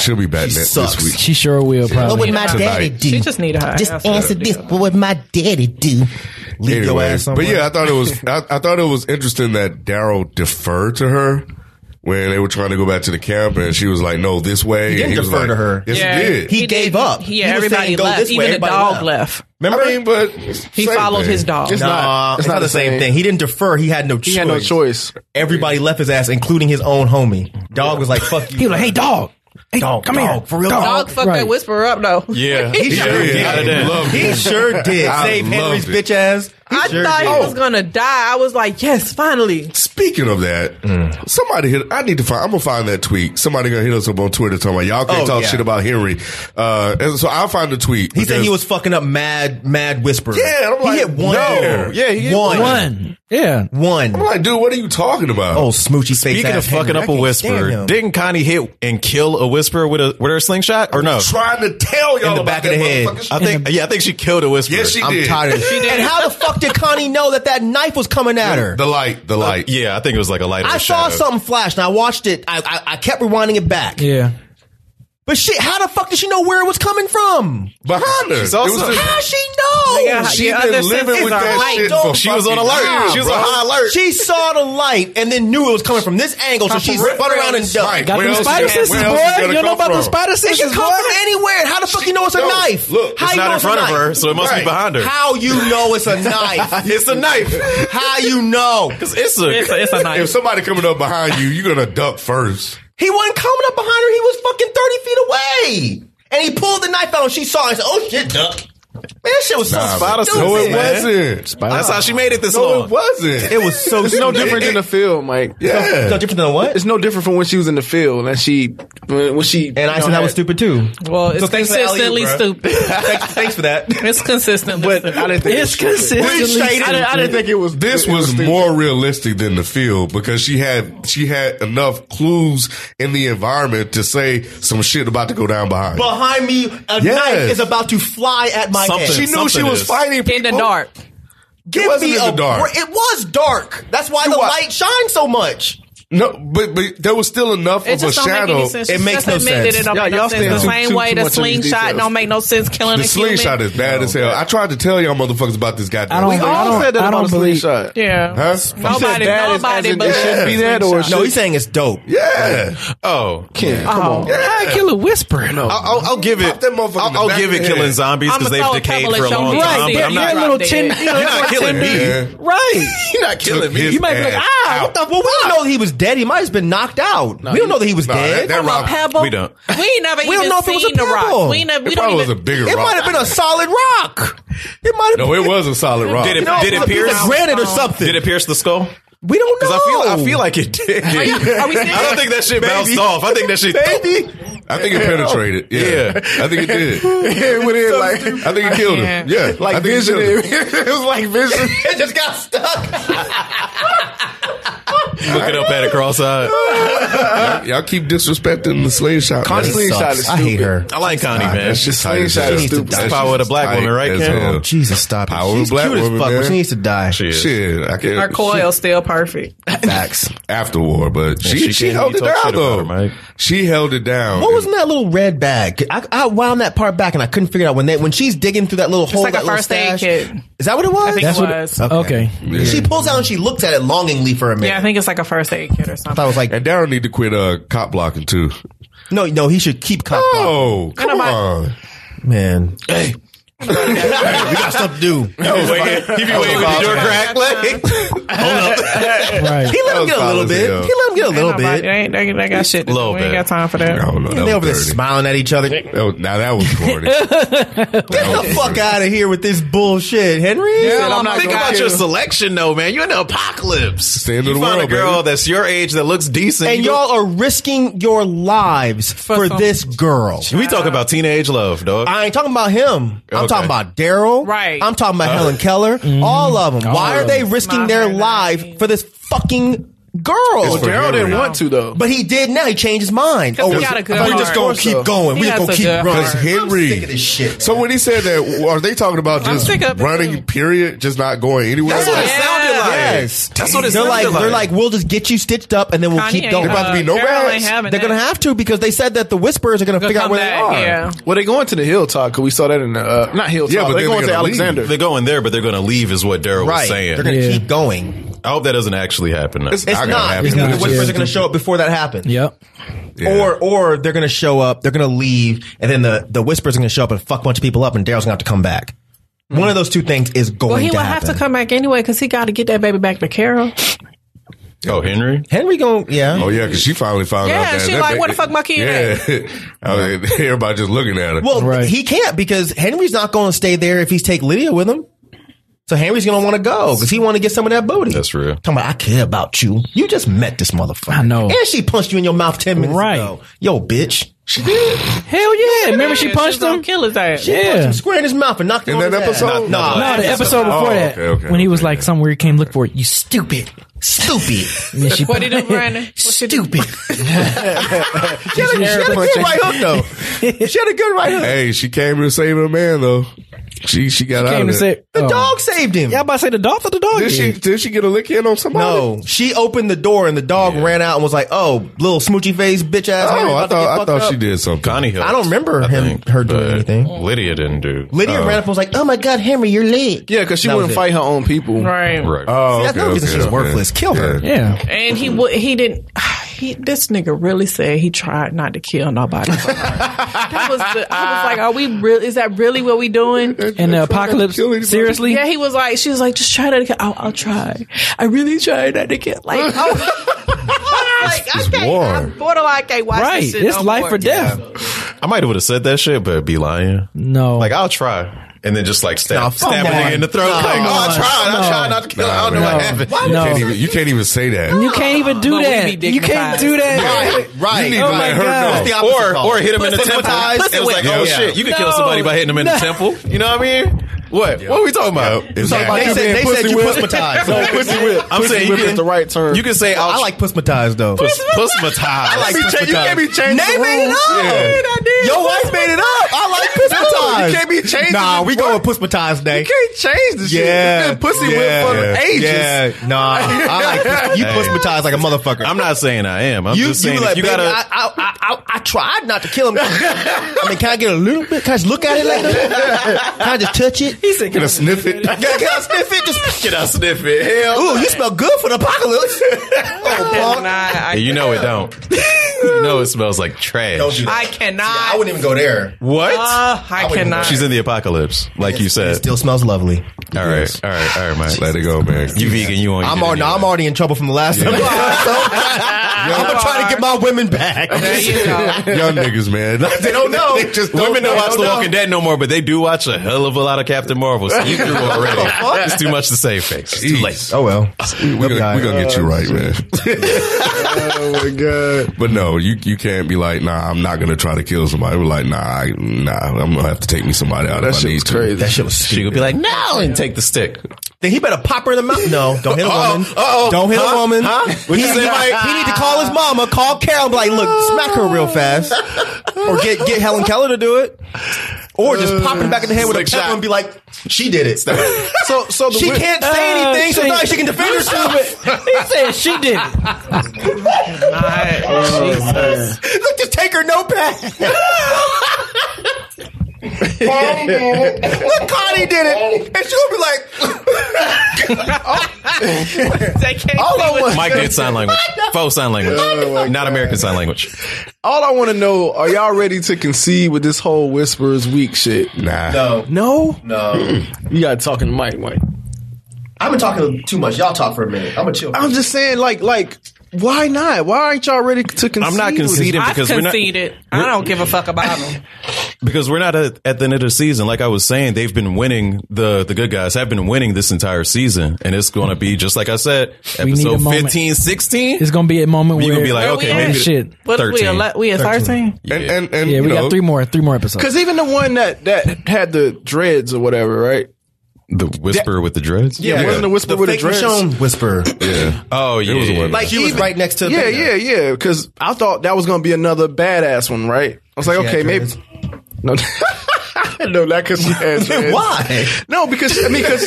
[SPEAKER 1] She'll be back next
[SPEAKER 6] sucks.
[SPEAKER 1] this week.
[SPEAKER 2] She sure will probably.
[SPEAKER 1] my daddy do?
[SPEAKER 5] She Mm. just need a high ass.
[SPEAKER 6] What would my daddy do? Leave your
[SPEAKER 1] Anyway,
[SPEAKER 6] ass somewhere.
[SPEAKER 1] but yeah, I thought it was. I, I thought it was interesting that Daryl deferred to her when they were trying to go back to the camp, and she was like, "No, this way."
[SPEAKER 6] didn't
[SPEAKER 1] and was
[SPEAKER 6] defer
[SPEAKER 1] like,
[SPEAKER 6] to her.
[SPEAKER 1] Yes,
[SPEAKER 5] Yeah.
[SPEAKER 1] he did.
[SPEAKER 6] he gave up.
[SPEAKER 5] Yeah,
[SPEAKER 6] He was
[SPEAKER 5] everybody
[SPEAKER 6] saying, "Go
[SPEAKER 5] left.
[SPEAKER 6] this way."
[SPEAKER 5] Even the
[SPEAKER 6] Everybody
[SPEAKER 5] dog
[SPEAKER 6] left.
[SPEAKER 5] left.
[SPEAKER 1] I mean, but
[SPEAKER 5] He followed his dog.
[SPEAKER 4] It's
[SPEAKER 6] no,
[SPEAKER 4] not-
[SPEAKER 6] it's, not, the same thing. He didn't defer. He had no choice.
[SPEAKER 4] He had no choice.
[SPEAKER 6] Everybody left his ass, including his own homie. Dog was like, "Fuck you."
[SPEAKER 2] He was like, "Hey, dog, hey,
[SPEAKER 6] Dog,
[SPEAKER 2] come
[SPEAKER 6] dog,
[SPEAKER 2] here,
[SPEAKER 6] for real,
[SPEAKER 5] Dog fucked
[SPEAKER 2] Oh, Right.
[SPEAKER 5] that whisperer up though.
[SPEAKER 3] Yeah,
[SPEAKER 6] He
[SPEAKER 3] yeah,
[SPEAKER 6] sure
[SPEAKER 3] yeah,
[SPEAKER 6] did.
[SPEAKER 3] yeah.
[SPEAKER 1] Love
[SPEAKER 6] He
[SPEAKER 1] it.
[SPEAKER 6] sure did.
[SPEAKER 1] I
[SPEAKER 6] Save Henry's
[SPEAKER 1] loved it.
[SPEAKER 6] bitch ass. He
[SPEAKER 5] I
[SPEAKER 6] sure
[SPEAKER 5] thought
[SPEAKER 6] did. Oh.
[SPEAKER 5] he was gonna die. I was like, yes, finally.
[SPEAKER 1] Speaking of that, somebody hit. I need to find. I'm gonna find that tweet. Somebody gonna hit us up on Twitter talking about y'all can't
[SPEAKER 6] Oh,
[SPEAKER 1] talk
[SPEAKER 6] yeah.
[SPEAKER 1] shit about Henry. Uh, and so I'll find the tweet.
[SPEAKER 6] He said
[SPEAKER 1] because-
[SPEAKER 6] he was fucking up mad, mad whisper.
[SPEAKER 1] Yeah, I'm
[SPEAKER 6] he
[SPEAKER 1] like,
[SPEAKER 6] hit one.
[SPEAKER 1] no.
[SPEAKER 6] dude.
[SPEAKER 1] Yeah, he hit
[SPEAKER 6] one.
[SPEAKER 2] One, yeah,
[SPEAKER 6] One.
[SPEAKER 1] I'm like, dude, what are you talking about?
[SPEAKER 6] Oh, smoochy face.
[SPEAKER 3] Speaking of
[SPEAKER 6] ass
[SPEAKER 3] fucking
[SPEAKER 6] Henry. I
[SPEAKER 3] up a
[SPEAKER 6] can't stand
[SPEAKER 3] whisperer,
[SPEAKER 6] him.
[SPEAKER 3] didn't Connie hit and kill a whisperer with a with her slingshot or no?
[SPEAKER 1] trying to tell y'all
[SPEAKER 6] In the
[SPEAKER 1] about
[SPEAKER 6] back of
[SPEAKER 1] that
[SPEAKER 6] the head.
[SPEAKER 1] motherfucking
[SPEAKER 3] I think yeah, I think she killed a whisperer.
[SPEAKER 1] Yes, she
[SPEAKER 3] I'm
[SPEAKER 1] did.
[SPEAKER 3] tired.
[SPEAKER 6] Tired. And how the fuck did Connie know that that knife was coming at her?
[SPEAKER 1] The light, the light.
[SPEAKER 3] Uh, Yeah, I think it was like a light.
[SPEAKER 6] I saw something flash and I watched it. I, I, I kept rewinding it back.
[SPEAKER 2] yeah.
[SPEAKER 6] But shit, how the fuck did she know where it was coming from?
[SPEAKER 1] Behind her.
[SPEAKER 3] She's also-
[SPEAKER 1] It was just-
[SPEAKER 6] How she know?
[SPEAKER 5] Nigga,
[SPEAKER 1] she
[SPEAKER 5] Your
[SPEAKER 1] been
[SPEAKER 5] other
[SPEAKER 1] living
[SPEAKER 5] senses
[SPEAKER 1] with
[SPEAKER 5] are
[SPEAKER 1] that
[SPEAKER 5] light,
[SPEAKER 1] shit.
[SPEAKER 6] dog.
[SPEAKER 1] for
[SPEAKER 3] She was on
[SPEAKER 1] fucking
[SPEAKER 3] alert.
[SPEAKER 1] years,
[SPEAKER 3] she was
[SPEAKER 1] bro.
[SPEAKER 3] on high alert.
[SPEAKER 6] She saw the light and then knew it was coming from this angle, so she spun around and ducked.
[SPEAKER 1] Right.
[SPEAKER 2] Got
[SPEAKER 1] Where
[SPEAKER 2] them
[SPEAKER 1] else
[SPEAKER 2] spider
[SPEAKER 1] is it-
[SPEAKER 2] senses, boy.
[SPEAKER 1] where
[SPEAKER 2] You
[SPEAKER 1] else is it gonna
[SPEAKER 2] don't know
[SPEAKER 1] come
[SPEAKER 2] about the
[SPEAKER 1] from?
[SPEAKER 2] spider
[SPEAKER 6] It
[SPEAKER 2] senses,
[SPEAKER 6] can
[SPEAKER 2] boy.
[SPEAKER 6] come from anywhere. and How the fuck you know it's a
[SPEAKER 1] No,
[SPEAKER 6] knife?
[SPEAKER 1] look, it's
[SPEAKER 6] how
[SPEAKER 3] It's
[SPEAKER 6] you
[SPEAKER 3] not
[SPEAKER 6] know
[SPEAKER 3] in
[SPEAKER 6] it's a
[SPEAKER 3] front of
[SPEAKER 6] knife?
[SPEAKER 3] her, so it must
[SPEAKER 1] Right.
[SPEAKER 3] be behind her.
[SPEAKER 6] How you know it's a knife?
[SPEAKER 3] It's a knife.
[SPEAKER 6] how you know?
[SPEAKER 3] It's a.
[SPEAKER 5] It's a, it's a
[SPEAKER 1] If
[SPEAKER 5] knife.
[SPEAKER 1] somebody coming up behind you, you're gonna duck first.
[SPEAKER 6] He wasn't coming up behind her. He was fucking 30 feet away. And he pulled the knife out and she saw it and said, oh shit, duck. Man, that shit was so
[SPEAKER 1] Nah,
[SPEAKER 3] Spider
[SPEAKER 6] stupid.
[SPEAKER 1] no, it
[SPEAKER 3] senses, man.
[SPEAKER 1] wasn't.
[SPEAKER 3] That's how she made it this
[SPEAKER 1] Oh. No,
[SPEAKER 3] long.
[SPEAKER 1] it wasn't.
[SPEAKER 6] It was so
[SPEAKER 4] It's no different than the field, Mike.
[SPEAKER 1] Yeah.
[SPEAKER 6] No different than what?
[SPEAKER 4] It's no different from when she was in the field and she when when she
[SPEAKER 6] And I said that was stupid too.
[SPEAKER 5] Well, it's
[SPEAKER 6] So thanks for the
[SPEAKER 5] consistently
[SPEAKER 6] alley-oop, bruh.
[SPEAKER 5] stupid.
[SPEAKER 6] thanks, thanks for that.
[SPEAKER 5] It's consistently
[SPEAKER 4] But
[SPEAKER 5] stupid.
[SPEAKER 4] I didn't think
[SPEAKER 2] It's
[SPEAKER 4] it was stupid.
[SPEAKER 2] consistently
[SPEAKER 6] shaded.
[SPEAKER 4] I didn't, I didn't think it was.
[SPEAKER 1] This
[SPEAKER 4] it was,
[SPEAKER 1] was
[SPEAKER 4] stupid.
[SPEAKER 1] more realistic than the field because she had she had enough clues in the environment to say some shit about to go down behind. her.
[SPEAKER 6] Behind me, a
[SPEAKER 1] Yes.
[SPEAKER 6] knife is about to fly at my
[SPEAKER 3] Something.
[SPEAKER 6] head.
[SPEAKER 1] she knew she
[SPEAKER 3] something
[SPEAKER 1] was
[SPEAKER 3] is-
[SPEAKER 1] fighting
[SPEAKER 5] in the
[SPEAKER 1] people.
[SPEAKER 5] dark.
[SPEAKER 1] It wasn't in the
[SPEAKER 6] a
[SPEAKER 1] dark.
[SPEAKER 6] br- It was dark. That's why the
[SPEAKER 1] wa-
[SPEAKER 6] light shines so much.
[SPEAKER 1] No, but but there was still enough of
[SPEAKER 5] It
[SPEAKER 1] a
[SPEAKER 5] just don't make any
[SPEAKER 1] shadow.
[SPEAKER 5] sense.
[SPEAKER 6] It
[SPEAKER 5] Just
[SPEAKER 6] makes no
[SPEAKER 5] admit
[SPEAKER 6] sense.
[SPEAKER 5] That it don't
[SPEAKER 4] Y'all-
[SPEAKER 5] make
[SPEAKER 4] y'all
[SPEAKER 5] no
[SPEAKER 4] staying
[SPEAKER 5] sense. The
[SPEAKER 4] too-
[SPEAKER 5] same
[SPEAKER 4] too-
[SPEAKER 5] way
[SPEAKER 4] too
[SPEAKER 5] the
[SPEAKER 4] much into these
[SPEAKER 5] slingshot
[SPEAKER 4] details.
[SPEAKER 5] don't make no sense killing
[SPEAKER 1] The
[SPEAKER 5] a human.
[SPEAKER 1] slingshot is bad as hell. I tried to tell y'all motherfuckers about this goddamn.
[SPEAKER 2] I don't-
[SPEAKER 1] thing.
[SPEAKER 4] We all
[SPEAKER 2] don't-
[SPEAKER 4] said that
[SPEAKER 2] I
[SPEAKER 4] about
[SPEAKER 2] don't
[SPEAKER 4] a
[SPEAKER 2] believe-
[SPEAKER 4] slingshot.
[SPEAKER 5] Yeah.
[SPEAKER 1] Huh?
[SPEAKER 5] Nobody,
[SPEAKER 4] Bad as- as
[SPEAKER 5] nobody
[SPEAKER 4] in
[SPEAKER 5] but
[SPEAKER 4] it should be that or it
[SPEAKER 6] No,
[SPEAKER 4] should-
[SPEAKER 6] he's saying it's dope.
[SPEAKER 1] Yeah.
[SPEAKER 3] Oh,
[SPEAKER 2] Oh, I kill a whisper. No,
[SPEAKER 3] I'll, I'll, I'll give it.
[SPEAKER 1] Pop that motherfucker in
[SPEAKER 3] I'll,
[SPEAKER 1] the
[SPEAKER 3] I'll
[SPEAKER 1] back
[SPEAKER 3] give
[SPEAKER 1] of
[SPEAKER 3] it
[SPEAKER 1] the head.
[SPEAKER 3] killing zombies
[SPEAKER 5] I'ma
[SPEAKER 3] because
[SPEAKER 5] throw
[SPEAKER 3] they've
[SPEAKER 5] a
[SPEAKER 3] decayed
[SPEAKER 5] couple
[SPEAKER 3] for a
[SPEAKER 5] at your
[SPEAKER 3] long
[SPEAKER 5] head.
[SPEAKER 3] time.
[SPEAKER 2] right?
[SPEAKER 3] But
[SPEAKER 2] You're,
[SPEAKER 3] I'm
[SPEAKER 2] you're
[SPEAKER 3] not.
[SPEAKER 2] a little
[SPEAKER 5] dropped
[SPEAKER 2] tin.
[SPEAKER 5] dead.
[SPEAKER 2] You know,
[SPEAKER 3] You're not
[SPEAKER 2] little
[SPEAKER 3] killing
[SPEAKER 2] tin-
[SPEAKER 3] me.
[SPEAKER 2] right?
[SPEAKER 3] You're not killing me.
[SPEAKER 1] his
[SPEAKER 2] You might be like,
[SPEAKER 1] ass
[SPEAKER 2] ah,
[SPEAKER 1] out.
[SPEAKER 2] what the?
[SPEAKER 6] Well, we don't know that he was dead. He might have been knocked out. we don't know that he was
[SPEAKER 1] Nah, that-
[SPEAKER 6] dead.
[SPEAKER 1] that rock-
[SPEAKER 5] A pebble.
[SPEAKER 3] We don't.
[SPEAKER 5] We ain't never
[SPEAKER 6] We don't
[SPEAKER 5] even
[SPEAKER 6] know if it was a
[SPEAKER 5] seen the
[SPEAKER 6] pebble.
[SPEAKER 5] rock. We ain't never. We
[SPEAKER 1] it
[SPEAKER 5] don't
[SPEAKER 1] probably was a
[SPEAKER 5] even.
[SPEAKER 1] bigger
[SPEAKER 6] it
[SPEAKER 1] rock.
[SPEAKER 6] might have been a solid rock. It might have.
[SPEAKER 1] no, it was a solid rock.
[SPEAKER 3] Did it?
[SPEAKER 6] No,
[SPEAKER 3] did it
[SPEAKER 6] look, it's
[SPEAKER 3] pierce?
[SPEAKER 6] a granite or something.
[SPEAKER 3] Did it pierce the skull?
[SPEAKER 6] We don't know.
[SPEAKER 3] Because I feel. I feel like it did.
[SPEAKER 5] Are we serious?
[SPEAKER 3] I don't think that shit bounced off. I think that shit.
[SPEAKER 6] Maybe.
[SPEAKER 1] I think it penetrated. Yeah.
[SPEAKER 3] Yeah.
[SPEAKER 1] I think it did.
[SPEAKER 4] it went in like
[SPEAKER 1] I think it killed him. Yeah.
[SPEAKER 4] like
[SPEAKER 1] I think
[SPEAKER 4] vision.
[SPEAKER 1] It killed him.
[SPEAKER 4] It was like vision.
[SPEAKER 6] It just got stuck.
[SPEAKER 3] Looking up at it cross-eyed.
[SPEAKER 1] Y'all keep disrespecting the slave shop.
[SPEAKER 4] Connie
[SPEAKER 1] man.
[SPEAKER 4] Slingshot
[SPEAKER 6] sucks.
[SPEAKER 4] is
[SPEAKER 6] I
[SPEAKER 4] stupid.
[SPEAKER 6] hate her.
[SPEAKER 3] I like Connie,
[SPEAKER 1] Nah,
[SPEAKER 3] man.
[SPEAKER 1] that's just
[SPEAKER 3] tight as
[SPEAKER 1] slingshot
[SPEAKER 3] hell.
[SPEAKER 1] is
[SPEAKER 6] She needs to
[SPEAKER 1] stupid.
[SPEAKER 6] die.
[SPEAKER 1] That's
[SPEAKER 3] Power
[SPEAKER 1] just
[SPEAKER 3] of the black
[SPEAKER 1] tight
[SPEAKER 3] woman, right,
[SPEAKER 1] as
[SPEAKER 3] Kim?
[SPEAKER 1] hell.
[SPEAKER 6] Oh, Jesus, stop it.
[SPEAKER 1] Power of
[SPEAKER 6] She's
[SPEAKER 1] black
[SPEAKER 6] cute as
[SPEAKER 1] woman,
[SPEAKER 6] fuck,
[SPEAKER 1] man.
[SPEAKER 6] but she needs to die.
[SPEAKER 3] She is.
[SPEAKER 1] Shit, I
[SPEAKER 5] Her
[SPEAKER 1] can't.
[SPEAKER 5] coil still perfect.
[SPEAKER 6] Facts.
[SPEAKER 1] After war, but she
[SPEAKER 3] she
[SPEAKER 1] she,
[SPEAKER 3] can't
[SPEAKER 1] held it
[SPEAKER 3] even talk
[SPEAKER 1] down
[SPEAKER 3] shit about
[SPEAKER 1] though.
[SPEAKER 3] her, Mike.
[SPEAKER 1] She held it down.
[SPEAKER 6] What was in that little red bag? I, I wound that part back and I couldn't figure it out when they when she's digging through that little hole.
[SPEAKER 5] like
[SPEAKER 6] that
[SPEAKER 5] a
[SPEAKER 6] little
[SPEAKER 5] first aid
[SPEAKER 6] stash-
[SPEAKER 5] kit.
[SPEAKER 6] Is that what it was?
[SPEAKER 5] I think
[SPEAKER 2] That's
[SPEAKER 5] it
[SPEAKER 2] what-
[SPEAKER 5] was.
[SPEAKER 2] Okay.
[SPEAKER 1] Yeah.
[SPEAKER 6] She pulls out and she looks at it longingly for a minute.
[SPEAKER 5] yeah, I think it's like a first aid kit or
[SPEAKER 6] I thought
[SPEAKER 5] something.
[SPEAKER 6] it was like,
[SPEAKER 1] and Daryl need to quit uh cop blocking too.
[SPEAKER 6] no, no, he should keep cop blocking.
[SPEAKER 1] Oh, come
[SPEAKER 5] nobody-
[SPEAKER 1] on.
[SPEAKER 6] man. Hey, we got stuff to do.
[SPEAKER 3] Wait, he be waiting with the door crack.
[SPEAKER 6] Like,
[SPEAKER 2] Right.
[SPEAKER 6] he let him get a
[SPEAKER 1] That
[SPEAKER 6] little
[SPEAKER 1] was
[SPEAKER 6] bit. He
[SPEAKER 1] awesome, yo.
[SPEAKER 6] let him get a little
[SPEAKER 5] Ain't nobody-
[SPEAKER 6] bit.
[SPEAKER 5] They, ain't, they, they got shit. To do.
[SPEAKER 3] Little
[SPEAKER 5] We ain't
[SPEAKER 3] bit.
[SPEAKER 5] got time for that.
[SPEAKER 1] I don't know.
[SPEAKER 6] They
[SPEAKER 1] That
[SPEAKER 6] over there
[SPEAKER 1] was dirty.
[SPEAKER 6] smiling at each other. Get
[SPEAKER 1] That was- now that was corny. That was
[SPEAKER 6] the fuck
[SPEAKER 1] dirty.
[SPEAKER 6] out of here with this bullshit, Henry.
[SPEAKER 4] I'm not
[SPEAKER 3] Think
[SPEAKER 4] gonna
[SPEAKER 3] about
[SPEAKER 4] kill
[SPEAKER 3] your
[SPEAKER 4] you.
[SPEAKER 3] selection, though, man. You're in the apocalypse.
[SPEAKER 1] the end of
[SPEAKER 3] you
[SPEAKER 1] the
[SPEAKER 3] find
[SPEAKER 1] world,
[SPEAKER 3] a girl
[SPEAKER 1] baby.
[SPEAKER 3] that's your age that looks decent.
[SPEAKER 6] and
[SPEAKER 3] you go-
[SPEAKER 6] y'all are risking your lives for,
[SPEAKER 5] some-
[SPEAKER 6] this girl.
[SPEAKER 3] we talk about teenage love, dog.
[SPEAKER 6] I ain't talking about him. I'm
[SPEAKER 3] Okay.
[SPEAKER 6] talking about Daryl.
[SPEAKER 5] Right.
[SPEAKER 6] I'm talking about
[SPEAKER 1] Uh-huh.
[SPEAKER 6] Helen Keller. Mm-hmm. All of them. Why are they risking
[SPEAKER 5] My
[SPEAKER 6] their
[SPEAKER 5] friend,
[SPEAKER 6] life for this fucking girl?
[SPEAKER 1] for
[SPEAKER 4] Daryl didn't
[SPEAKER 1] Henry.
[SPEAKER 4] want to though.
[SPEAKER 6] But he did now. He changed his mind.
[SPEAKER 5] 'Cause he got a good
[SPEAKER 6] we're just
[SPEAKER 5] heart.
[SPEAKER 6] gonna keep going.
[SPEAKER 5] He
[SPEAKER 6] We're
[SPEAKER 5] has
[SPEAKER 6] just gonna
[SPEAKER 5] a
[SPEAKER 6] keep
[SPEAKER 5] good
[SPEAKER 6] running.
[SPEAKER 1] Because
[SPEAKER 5] heart.
[SPEAKER 1] Henry.
[SPEAKER 6] sick of this shit.
[SPEAKER 1] So when he said that, are they talking about just
[SPEAKER 5] sick of it,
[SPEAKER 1] running?
[SPEAKER 5] too.
[SPEAKER 1] Period, just not going anywhere.
[SPEAKER 3] that's what it
[SPEAKER 5] Yeah.
[SPEAKER 3] sounded like.
[SPEAKER 6] Yes,
[SPEAKER 3] That's what it
[SPEAKER 6] they're
[SPEAKER 3] sounded
[SPEAKER 6] like.
[SPEAKER 3] like.
[SPEAKER 6] They're like, we'll just get you stitched up, and then we'll
[SPEAKER 5] Connie
[SPEAKER 6] keep going.
[SPEAKER 5] ain't,
[SPEAKER 1] about to be
[SPEAKER 5] uh,
[SPEAKER 1] no
[SPEAKER 5] Carol
[SPEAKER 1] rags.
[SPEAKER 5] ain't having
[SPEAKER 6] they're gonna
[SPEAKER 5] that.
[SPEAKER 6] have to because they said that the whispers are gonna figure out
[SPEAKER 5] Come
[SPEAKER 6] where
[SPEAKER 5] back,
[SPEAKER 6] they are.
[SPEAKER 5] Yeah.
[SPEAKER 4] well, they going to the hilltop because we saw that in the uh, not hilltop.
[SPEAKER 1] Yeah, but
[SPEAKER 4] they
[SPEAKER 1] then
[SPEAKER 4] going
[SPEAKER 1] they're
[SPEAKER 4] to
[SPEAKER 1] gonna
[SPEAKER 4] Alexander.
[SPEAKER 3] They're going there, but they're going to leave, is what Daryl
[SPEAKER 6] Right.
[SPEAKER 3] was saying.
[SPEAKER 6] They're gonna
[SPEAKER 2] Yeah.
[SPEAKER 6] keep going.
[SPEAKER 3] I hope that doesn't actually happen. though.
[SPEAKER 1] It's,
[SPEAKER 6] It's
[SPEAKER 1] I gotta
[SPEAKER 6] not.
[SPEAKER 1] have
[SPEAKER 6] It's
[SPEAKER 1] it.
[SPEAKER 6] not. The
[SPEAKER 2] It's
[SPEAKER 6] whispers
[SPEAKER 2] just-
[SPEAKER 6] are gonna show up before that happens.
[SPEAKER 2] Yep.
[SPEAKER 1] Yeah.
[SPEAKER 6] Or or they're gonna show up, they're gonna leave, and then the, the whispers are gonna show up and fuck a bunch of people up and Daryl's gonna have to come back. One of those two things is going
[SPEAKER 5] Well, he
[SPEAKER 6] to
[SPEAKER 5] will have
[SPEAKER 6] happen.
[SPEAKER 5] to come back anyway because he got to get that baby back to Carol.
[SPEAKER 3] oh, Henry?
[SPEAKER 6] Henry going yeah.
[SPEAKER 1] Oh yeah, because she finally found
[SPEAKER 5] Yeah,
[SPEAKER 1] out. that-
[SPEAKER 5] she
[SPEAKER 1] that
[SPEAKER 5] like,
[SPEAKER 1] ba-
[SPEAKER 5] "Where the fuck my kid
[SPEAKER 1] Yeah, I mean, everybody just looking at her.
[SPEAKER 6] Well
[SPEAKER 2] Right.
[SPEAKER 6] he can't because Henry's not gonna stay there if he's take Lydia with him. So Henry's gonna wanna go because he wanna get some of that booty.
[SPEAKER 3] That's real.
[SPEAKER 6] Talking about I care about you. You just met this motherfucker.
[SPEAKER 2] I know.
[SPEAKER 6] And she punched you in your mouth ten minutes
[SPEAKER 2] Right.
[SPEAKER 6] ago. Yo, bitch.
[SPEAKER 5] Oh,
[SPEAKER 2] Hell yeah. Remember she punched him?
[SPEAKER 5] Kill his ass.
[SPEAKER 2] Yeah.
[SPEAKER 6] Square in his mouth and knocked him
[SPEAKER 1] In
[SPEAKER 6] on
[SPEAKER 1] that
[SPEAKER 6] his ass.
[SPEAKER 1] episode?
[SPEAKER 6] Nah,
[SPEAKER 1] No,
[SPEAKER 2] No, the episode
[SPEAKER 1] Oh,
[SPEAKER 2] before that,
[SPEAKER 1] okay, okay,
[SPEAKER 2] when he was
[SPEAKER 1] okay.
[SPEAKER 2] like somewhere he came look for it, you stupid.
[SPEAKER 6] Stupid.
[SPEAKER 2] And then she
[SPEAKER 5] What did him, Brandon?
[SPEAKER 6] Stupid. she, had a, she had a good right hook though. She had a good right hook.
[SPEAKER 1] hey, she came to save her man though. She she got out
[SPEAKER 2] came
[SPEAKER 1] of
[SPEAKER 2] and
[SPEAKER 1] it.
[SPEAKER 2] said,
[SPEAKER 6] The
[SPEAKER 2] oh.
[SPEAKER 6] dog saved him.
[SPEAKER 2] Y'all about to say the dog or the dog?
[SPEAKER 1] Did she
[SPEAKER 2] did.
[SPEAKER 1] did she get a lick in on somebody?
[SPEAKER 6] no, she opened the door and the dog ran out and was like, "Oh, little smoochy face, bitch ass." Henry
[SPEAKER 1] Oh,
[SPEAKER 6] about
[SPEAKER 1] I thought
[SPEAKER 6] to get
[SPEAKER 1] I
[SPEAKER 6] fucked
[SPEAKER 1] thought
[SPEAKER 6] up."
[SPEAKER 1] she did something.
[SPEAKER 3] Connie helped,
[SPEAKER 6] I uh, don't remember him- her doing
[SPEAKER 3] but
[SPEAKER 6] anything.
[SPEAKER 3] Lydia didn't do.
[SPEAKER 6] Lydia ran up and was like, "Oh my god, Henry, your leg."
[SPEAKER 4] yeah, because she
[SPEAKER 6] That was
[SPEAKER 4] wouldn't
[SPEAKER 6] it.
[SPEAKER 4] fight her own people.
[SPEAKER 5] Right.
[SPEAKER 3] Right.
[SPEAKER 1] Oh,
[SPEAKER 6] That's
[SPEAKER 1] okay,
[SPEAKER 6] no reason
[SPEAKER 1] okay,
[SPEAKER 6] she's
[SPEAKER 1] okay.
[SPEAKER 6] worthless. Kill her.
[SPEAKER 1] Yeah.
[SPEAKER 2] Yeah.
[SPEAKER 5] And he would. He didn't. He, this nigga really said he tried not to kill nobody. that was. The, I was like, are we really? Is that really what we
[SPEAKER 2] And
[SPEAKER 5] doing?
[SPEAKER 2] the
[SPEAKER 1] Trying to
[SPEAKER 2] apocalypse,
[SPEAKER 1] kill anybody.
[SPEAKER 2] seriously?
[SPEAKER 5] Yeah, he was like, she was like, just try not to kill. I'll, I'll try. I really tried not to kill. Like, oh. like I can't.
[SPEAKER 1] war.
[SPEAKER 5] I'm borderline can't watch
[SPEAKER 2] Right.
[SPEAKER 5] this shit.
[SPEAKER 2] It's
[SPEAKER 5] no
[SPEAKER 2] life
[SPEAKER 5] more.
[SPEAKER 2] or death.
[SPEAKER 3] I might would have said that shit, but be lying.
[SPEAKER 2] No.
[SPEAKER 3] Like I'll try, and then just like stab,
[SPEAKER 6] Nah, come
[SPEAKER 3] stab a
[SPEAKER 6] on.
[SPEAKER 3] nigga in the throat.
[SPEAKER 6] Nah,
[SPEAKER 3] like, oh, I
[SPEAKER 2] come
[SPEAKER 3] tried.
[SPEAKER 2] on.
[SPEAKER 3] I tried not to kill. her. I don't know
[SPEAKER 1] Nah,
[SPEAKER 3] what
[SPEAKER 1] man.
[SPEAKER 3] happened.
[SPEAKER 1] You
[SPEAKER 2] No.
[SPEAKER 1] can't even you can't even say that.
[SPEAKER 2] you can't even do
[SPEAKER 5] But we be
[SPEAKER 2] that. You
[SPEAKER 5] dignified.
[SPEAKER 2] can't do that.
[SPEAKER 6] Right, right.
[SPEAKER 1] You need
[SPEAKER 6] Oh
[SPEAKER 1] to
[SPEAKER 6] my
[SPEAKER 1] let her
[SPEAKER 2] God.
[SPEAKER 1] know.
[SPEAKER 6] That's the opposite
[SPEAKER 3] Or
[SPEAKER 6] call.
[SPEAKER 3] or hit him in the
[SPEAKER 6] Pussy
[SPEAKER 3] temple.
[SPEAKER 6] whipped.
[SPEAKER 3] It was like,
[SPEAKER 1] whipped.
[SPEAKER 3] oh
[SPEAKER 1] Yeah.
[SPEAKER 3] shit, you could
[SPEAKER 5] No.
[SPEAKER 3] kill somebody by hitting them in the temple. You know what I mean? What? What are we talking about?
[SPEAKER 1] Yep,
[SPEAKER 3] We
[SPEAKER 1] exactly.
[SPEAKER 3] talking
[SPEAKER 1] They
[SPEAKER 3] about you
[SPEAKER 6] They said, they
[SPEAKER 3] being
[SPEAKER 6] said you
[SPEAKER 3] pussy whipped?
[SPEAKER 6] pusmatized.
[SPEAKER 4] No, pussy whip.
[SPEAKER 3] I'm
[SPEAKER 4] pussy
[SPEAKER 3] saying you
[SPEAKER 4] whip
[SPEAKER 3] can-
[SPEAKER 4] is the right term.
[SPEAKER 3] You can say I'll
[SPEAKER 6] I like pusmatized though.
[SPEAKER 3] pussmatized. I
[SPEAKER 6] like
[SPEAKER 1] You can't- you can't be changing.
[SPEAKER 6] They
[SPEAKER 1] the
[SPEAKER 6] made it
[SPEAKER 1] rules.
[SPEAKER 6] up.
[SPEAKER 1] Yeah.
[SPEAKER 6] Your wife made it up. I like
[SPEAKER 4] No,
[SPEAKER 6] pusmatized.
[SPEAKER 4] you can't be changing
[SPEAKER 6] Nah,
[SPEAKER 4] the
[SPEAKER 6] we going pusmatized day.
[SPEAKER 4] can't change the shit. It's been pussy whip for
[SPEAKER 1] Yeah.
[SPEAKER 4] ages.
[SPEAKER 6] Yeah, nah. I like pus- you pusmatized like a motherfucker.
[SPEAKER 3] I'm not saying I am. I'm
[SPEAKER 6] You,
[SPEAKER 3] just saying
[SPEAKER 6] you
[SPEAKER 3] if
[SPEAKER 6] like,
[SPEAKER 3] you
[SPEAKER 6] baby,
[SPEAKER 3] gotta.
[SPEAKER 6] I, I, I, I, I tried not to kill him. I mean, can I get a little bit? Can I just look at it like that? Can I just touch it? Can,
[SPEAKER 1] Gonna sniff it.
[SPEAKER 6] can I sniff it? Just,
[SPEAKER 3] Can I sniff it? Hell.
[SPEAKER 6] ooh, you smell good for the apocalypse.
[SPEAKER 5] I
[SPEAKER 6] oh, punk.
[SPEAKER 5] cannot. I,
[SPEAKER 3] Hey, you know it don't. you know it smells like trash.
[SPEAKER 5] I cannot.
[SPEAKER 6] I wouldn't even go there.
[SPEAKER 3] What?
[SPEAKER 5] Uh, I, cannot.
[SPEAKER 3] She's in the apocalypse, like you
[SPEAKER 6] It
[SPEAKER 3] said.
[SPEAKER 6] still smells lovely.
[SPEAKER 3] all right, all right, all right, Mike.
[SPEAKER 1] Let it go, man.
[SPEAKER 3] You vegan, you want?
[SPEAKER 6] I'm already, I'm already in trouble from the last time. I'm gonna try to get my women back.
[SPEAKER 5] there you go.
[SPEAKER 1] Young niggas, man.
[SPEAKER 6] They don't know.
[SPEAKER 1] They just don't
[SPEAKER 3] Women don't
[SPEAKER 1] know.
[SPEAKER 3] watch The Walking Dead no more, but they do watch a hell of a lot of Captain Marvel. So you through already. it's too much to say, face. It's too
[SPEAKER 1] Jeez.
[SPEAKER 3] late.
[SPEAKER 6] Oh well.
[SPEAKER 1] We're gonna, we gonna get
[SPEAKER 4] Uh,
[SPEAKER 1] you right, man.
[SPEAKER 4] Oh my god.
[SPEAKER 1] But no, you you can't be like, nah, I'm not gonna try to kill somebody. We're like, nah, I, nah, I'm gonna have to take me somebody out
[SPEAKER 4] That
[SPEAKER 1] if I
[SPEAKER 4] shit
[SPEAKER 1] need
[SPEAKER 4] was
[SPEAKER 1] to.
[SPEAKER 4] crazy.
[SPEAKER 6] That shit was
[SPEAKER 3] She
[SPEAKER 6] stupid.
[SPEAKER 3] could be like, no, and take the stick.
[SPEAKER 6] Then he better pop her in the mouth. No, don't hit a woman. Don't hit a woman. He, he might- he need to call his mama. Call Carol. And be like, look, smack her real fast, or get get Helen Keller to do it, or just pop her in the back of the head with a pepper and be like, she did it. so so she can't say
[SPEAKER 2] Uh,
[SPEAKER 6] anything. so
[SPEAKER 2] she-
[SPEAKER 6] now she can defend herself.
[SPEAKER 2] he said she did it.
[SPEAKER 6] look, just take her notepad. Look, Connie did it, and she'll be like,
[SPEAKER 4] All I want,
[SPEAKER 3] Mike did sign language. Faux sign language. Not American sign language.
[SPEAKER 4] all I want to know: Are y'all ready to concede with this whole whispers week shit?
[SPEAKER 1] Nah.
[SPEAKER 6] Oh.
[SPEAKER 2] No,
[SPEAKER 6] no.
[SPEAKER 4] You got to talking to Mike, Mike.
[SPEAKER 6] Um, I've been talking too much. Y'all talk for a minute. I'm gonna chill.
[SPEAKER 4] I'm just saying, like, like, why not? Why aren't y'all ready to concede?
[SPEAKER 3] I'm not
[SPEAKER 4] with this
[SPEAKER 3] conceding
[SPEAKER 5] I
[SPEAKER 3] because we're not
[SPEAKER 5] conceded. I don't give a fuck about him.
[SPEAKER 3] because we're not at, at the end of the season. Like I was saying, they've been winning. The the good guys have been winning this entire season, and it's going to be just like I said,
[SPEAKER 2] need a
[SPEAKER 3] episode
[SPEAKER 2] moment.
[SPEAKER 3] 15, 16.
[SPEAKER 2] it's gonna be a moment
[SPEAKER 3] You
[SPEAKER 2] where
[SPEAKER 3] gonna be like,
[SPEAKER 5] Where
[SPEAKER 3] okay,
[SPEAKER 5] we
[SPEAKER 3] maybe
[SPEAKER 5] at?
[SPEAKER 3] the-
[SPEAKER 2] Shit.
[SPEAKER 5] What if we
[SPEAKER 3] 13.
[SPEAKER 5] ele- we at thirteen?
[SPEAKER 1] And, and, and,
[SPEAKER 2] yeah, we
[SPEAKER 1] you know,
[SPEAKER 2] got three more three more episodes.
[SPEAKER 4] Because even the one that that had the dreads or whatever, right?
[SPEAKER 3] The whisper with the dreads.
[SPEAKER 4] Yeah, wasn't the whisper with the
[SPEAKER 6] fake
[SPEAKER 4] dreads?
[SPEAKER 6] Michonne whisper.
[SPEAKER 3] Oh yeah.
[SPEAKER 1] was a win.
[SPEAKER 6] Like she was right next to.
[SPEAKER 4] Yeah,
[SPEAKER 6] Beta.
[SPEAKER 4] yeah, yeah. Because I thought that was gonna be another badass one, right? I was like,
[SPEAKER 6] She had
[SPEAKER 4] okay, maybe.
[SPEAKER 6] dreads.
[SPEAKER 4] No, no, not because she had dreads.
[SPEAKER 6] Why?
[SPEAKER 4] No, because I mean, because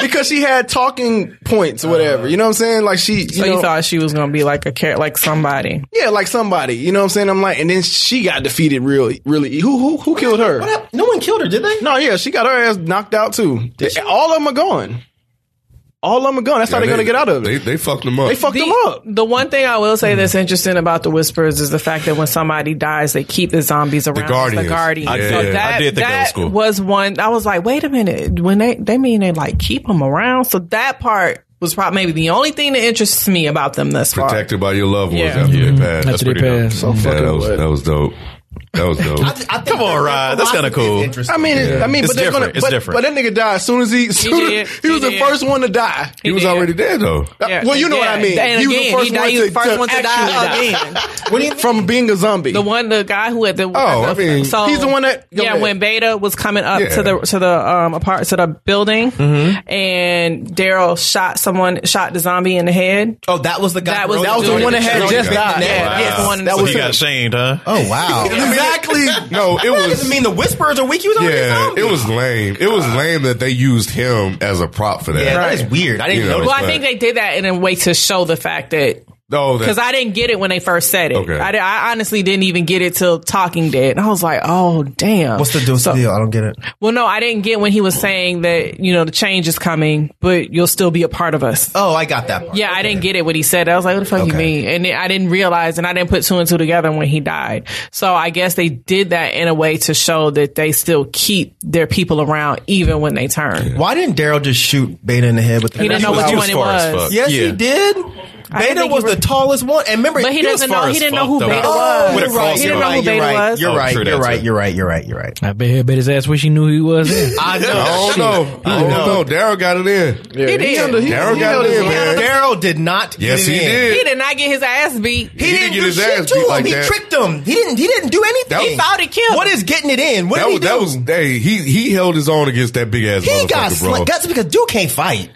[SPEAKER 4] because she had talking points or whatever. You know what I'm saying? Like she, you
[SPEAKER 5] So
[SPEAKER 4] know,
[SPEAKER 5] Oh, you thought she was gonna be like a car- like somebody.
[SPEAKER 4] yeah, like somebody. You know what I'm saying? I'm like, and then she got defeated. Really, really. e- Who who who killed her?
[SPEAKER 6] What happened? No one killed her, did they?
[SPEAKER 4] No, yeah, she got her ass knocked out too. All of them are gone. All of them are gone. That's how they're gonna get out of it.
[SPEAKER 1] They, they fucked them up.
[SPEAKER 4] They fucked
[SPEAKER 5] The,
[SPEAKER 4] them up.
[SPEAKER 5] the one thing I will say that's interesting about the whispers is the fact that when somebody dies, they keep the zombies around. It's
[SPEAKER 1] Guardians.
[SPEAKER 5] The guardians.
[SPEAKER 1] I
[SPEAKER 5] So
[SPEAKER 1] did- I
[SPEAKER 5] that,
[SPEAKER 3] did think that was cool.
[SPEAKER 5] was one. I was like, wait a minute. When they they mean they like keep them around. So that part was probably maybe the only thing that interests me about them thus far.
[SPEAKER 1] Protected by your loved ones
[SPEAKER 5] Yeah.
[SPEAKER 1] after they passed.
[SPEAKER 2] After they
[SPEAKER 1] pretty dope.
[SPEAKER 2] passed. So
[SPEAKER 1] yeah, that was
[SPEAKER 4] wet.
[SPEAKER 1] that was dope. That was dope.
[SPEAKER 6] Come
[SPEAKER 3] on, Rod. That's kinda cool.
[SPEAKER 4] I mean, I mean,
[SPEAKER 3] It's
[SPEAKER 4] but they're
[SPEAKER 3] different.
[SPEAKER 4] gonna.
[SPEAKER 3] It's
[SPEAKER 4] but,
[SPEAKER 3] different.
[SPEAKER 4] but that nigga died as soon as he. Soon
[SPEAKER 5] did.
[SPEAKER 4] as, he
[SPEAKER 5] He
[SPEAKER 4] was the
[SPEAKER 5] did.
[SPEAKER 4] first one to die. Uh,
[SPEAKER 1] he was
[SPEAKER 5] did.
[SPEAKER 1] already dead though.
[SPEAKER 5] Yeah.
[SPEAKER 4] Well, you know what I mean.
[SPEAKER 5] And
[SPEAKER 4] He was the
[SPEAKER 5] again,
[SPEAKER 4] first
[SPEAKER 5] he, died-
[SPEAKER 4] one
[SPEAKER 5] he was
[SPEAKER 4] to-
[SPEAKER 5] the first
[SPEAKER 4] to
[SPEAKER 5] one to die
[SPEAKER 4] actually
[SPEAKER 5] again.
[SPEAKER 4] from being a zombie.
[SPEAKER 5] The one, the guy who had the
[SPEAKER 1] Oh, I mean,
[SPEAKER 4] he's the one that- go
[SPEAKER 5] yeah,
[SPEAKER 4] ahead.
[SPEAKER 5] when Beta was coming up
[SPEAKER 1] Yeah.
[SPEAKER 5] to the to the um apart to the building, and Daryl shot someone, shot the zombie in the head.
[SPEAKER 6] Oh, that was the guy.
[SPEAKER 5] That was-
[SPEAKER 6] who
[SPEAKER 5] that was the
[SPEAKER 6] wrote
[SPEAKER 5] one that had
[SPEAKER 6] Wrote
[SPEAKER 5] just
[SPEAKER 6] the
[SPEAKER 4] died.
[SPEAKER 6] name.
[SPEAKER 5] Yeah,
[SPEAKER 6] Yes.
[SPEAKER 5] that's the one-
[SPEAKER 4] that
[SPEAKER 3] So
[SPEAKER 4] was
[SPEAKER 3] he got shamed, huh?
[SPEAKER 6] Oh wow.
[SPEAKER 1] exactly. no, it
[SPEAKER 6] That doesn't
[SPEAKER 1] was.
[SPEAKER 6] mean the whisperers are weak. He was already a
[SPEAKER 1] Yeah,
[SPEAKER 6] zombie.
[SPEAKER 1] it was lame. It was lame that they used him as a prop for that.
[SPEAKER 6] Yeah, that is weird. I didn't
[SPEAKER 1] You know,
[SPEAKER 6] notice.
[SPEAKER 5] Well, I
[SPEAKER 1] But-
[SPEAKER 5] think they did that in a way to show the fact that
[SPEAKER 1] No,
[SPEAKER 5] because I didn't get it when they first said it.
[SPEAKER 1] Okay.
[SPEAKER 5] I, di- I honestly didn't even get it till Talking Dead, and I was like, "Oh damn!"
[SPEAKER 6] What's the deal?
[SPEAKER 5] So-
[SPEAKER 6] I don't get it.
[SPEAKER 5] Well, no, I didn't get when he was saying that you know the change is coming, but you'll still be a part of us.
[SPEAKER 6] Oh, I got that. Part.
[SPEAKER 5] Yeah, I didn't get it what he said. I was like, "What the fuck you
[SPEAKER 6] Okay.
[SPEAKER 5] mean?" And I didn't realize, and I didn't put two and two together when he died. So I guess they did that in a way to show that they still keep their people around even when they turn.
[SPEAKER 6] Why didn't Daryl just shoot Beta in the head with the?
[SPEAKER 5] He didn't know
[SPEAKER 3] was-
[SPEAKER 5] which
[SPEAKER 3] he was
[SPEAKER 5] one it
[SPEAKER 3] far as
[SPEAKER 5] was.
[SPEAKER 3] fuck.
[SPEAKER 6] Yes,
[SPEAKER 3] Yeah.
[SPEAKER 6] he did. Beta
[SPEAKER 5] think
[SPEAKER 6] was
[SPEAKER 5] he re-
[SPEAKER 6] the tallest one, and remember,
[SPEAKER 5] But he
[SPEAKER 6] was
[SPEAKER 5] doesn't
[SPEAKER 3] far
[SPEAKER 5] know.
[SPEAKER 3] as
[SPEAKER 5] He didn't know
[SPEAKER 3] fuck,
[SPEAKER 5] who
[SPEAKER 3] though.
[SPEAKER 5] Beta
[SPEAKER 3] Oh,
[SPEAKER 5] was.
[SPEAKER 3] with a
[SPEAKER 5] He
[SPEAKER 3] crossbow.
[SPEAKER 5] didn't know who
[SPEAKER 6] right, you're
[SPEAKER 5] Beta
[SPEAKER 6] right,
[SPEAKER 5] was.
[SPEAKER 6] You're
[SPEAKER 3] Oh,
[SPEAKER 6] right.
[SPEAKER 3] true that,
[SPEAKER 6] You're
[SPEAKER 3] too.
[SPEAKER 6] right. You're right. You're right. You're right.
[SPEAKER 2] I bet, I bet his ass wish he knew who he was. then.
[SPEAKER 6] I
[SPEAKER 1] I don't know. I don't know. Daryl got it in.
[SPEAKER 4] Yeah,
[SPEAKER 5] He did.
[SPEAKER 4] under- he-
[SPEAKER 1] Daryl
[SPEAKER 4] he
[SPEAKER 1] got
[SPEAKER 4] under-
[SPEAKER 1] it in, man.
[SPEAKER 6] Daryl did not. get
[SPEAKER 1] Yes,
[SPEAKER 6] it
[SPEAKER 1] he
[SPEAKER 6] in.
[SPEAKER 1] did.
[SPEAKER 5] He did not get his ass beat.
[SPEAKER 6] He, didn't,
[SPEAKER 1] get
[SPEAKER 6] do
[SPEAKER 1] his
[SPEAKER 6] shit
[SPEAKER 1] ass
[SPEAKER 6] to
[SPEAKER 1] beat
[SPEAKER 6] him.
[SPEAKER 1] like
[SPEAKER 6] he
[SPEAKER 1] that.
[SPEAKER 6] tricked him. He didn't. He didn't do anything.
[SPEAKER 1] That was-
[SPEAKER 5] He thought he killed
[SPEAKER 6] What
[SPEAKER 5] him.
[SPEAKER 6] is getting it in? What
[SPEAKER 1] That
[SPEAKER 6] did he
[SPEAKER 1] was
[SPEAKER 6] do?
[SPEAKER 1] that was hey he he held his own against that big ass
[SPEAKER 6] he
[SPEAKER 1] motherfucker,
[SPEAKER 6] got
[SPEAKER 1] bro.
[SPEAKER 6] slapped. That's because dude can't fight.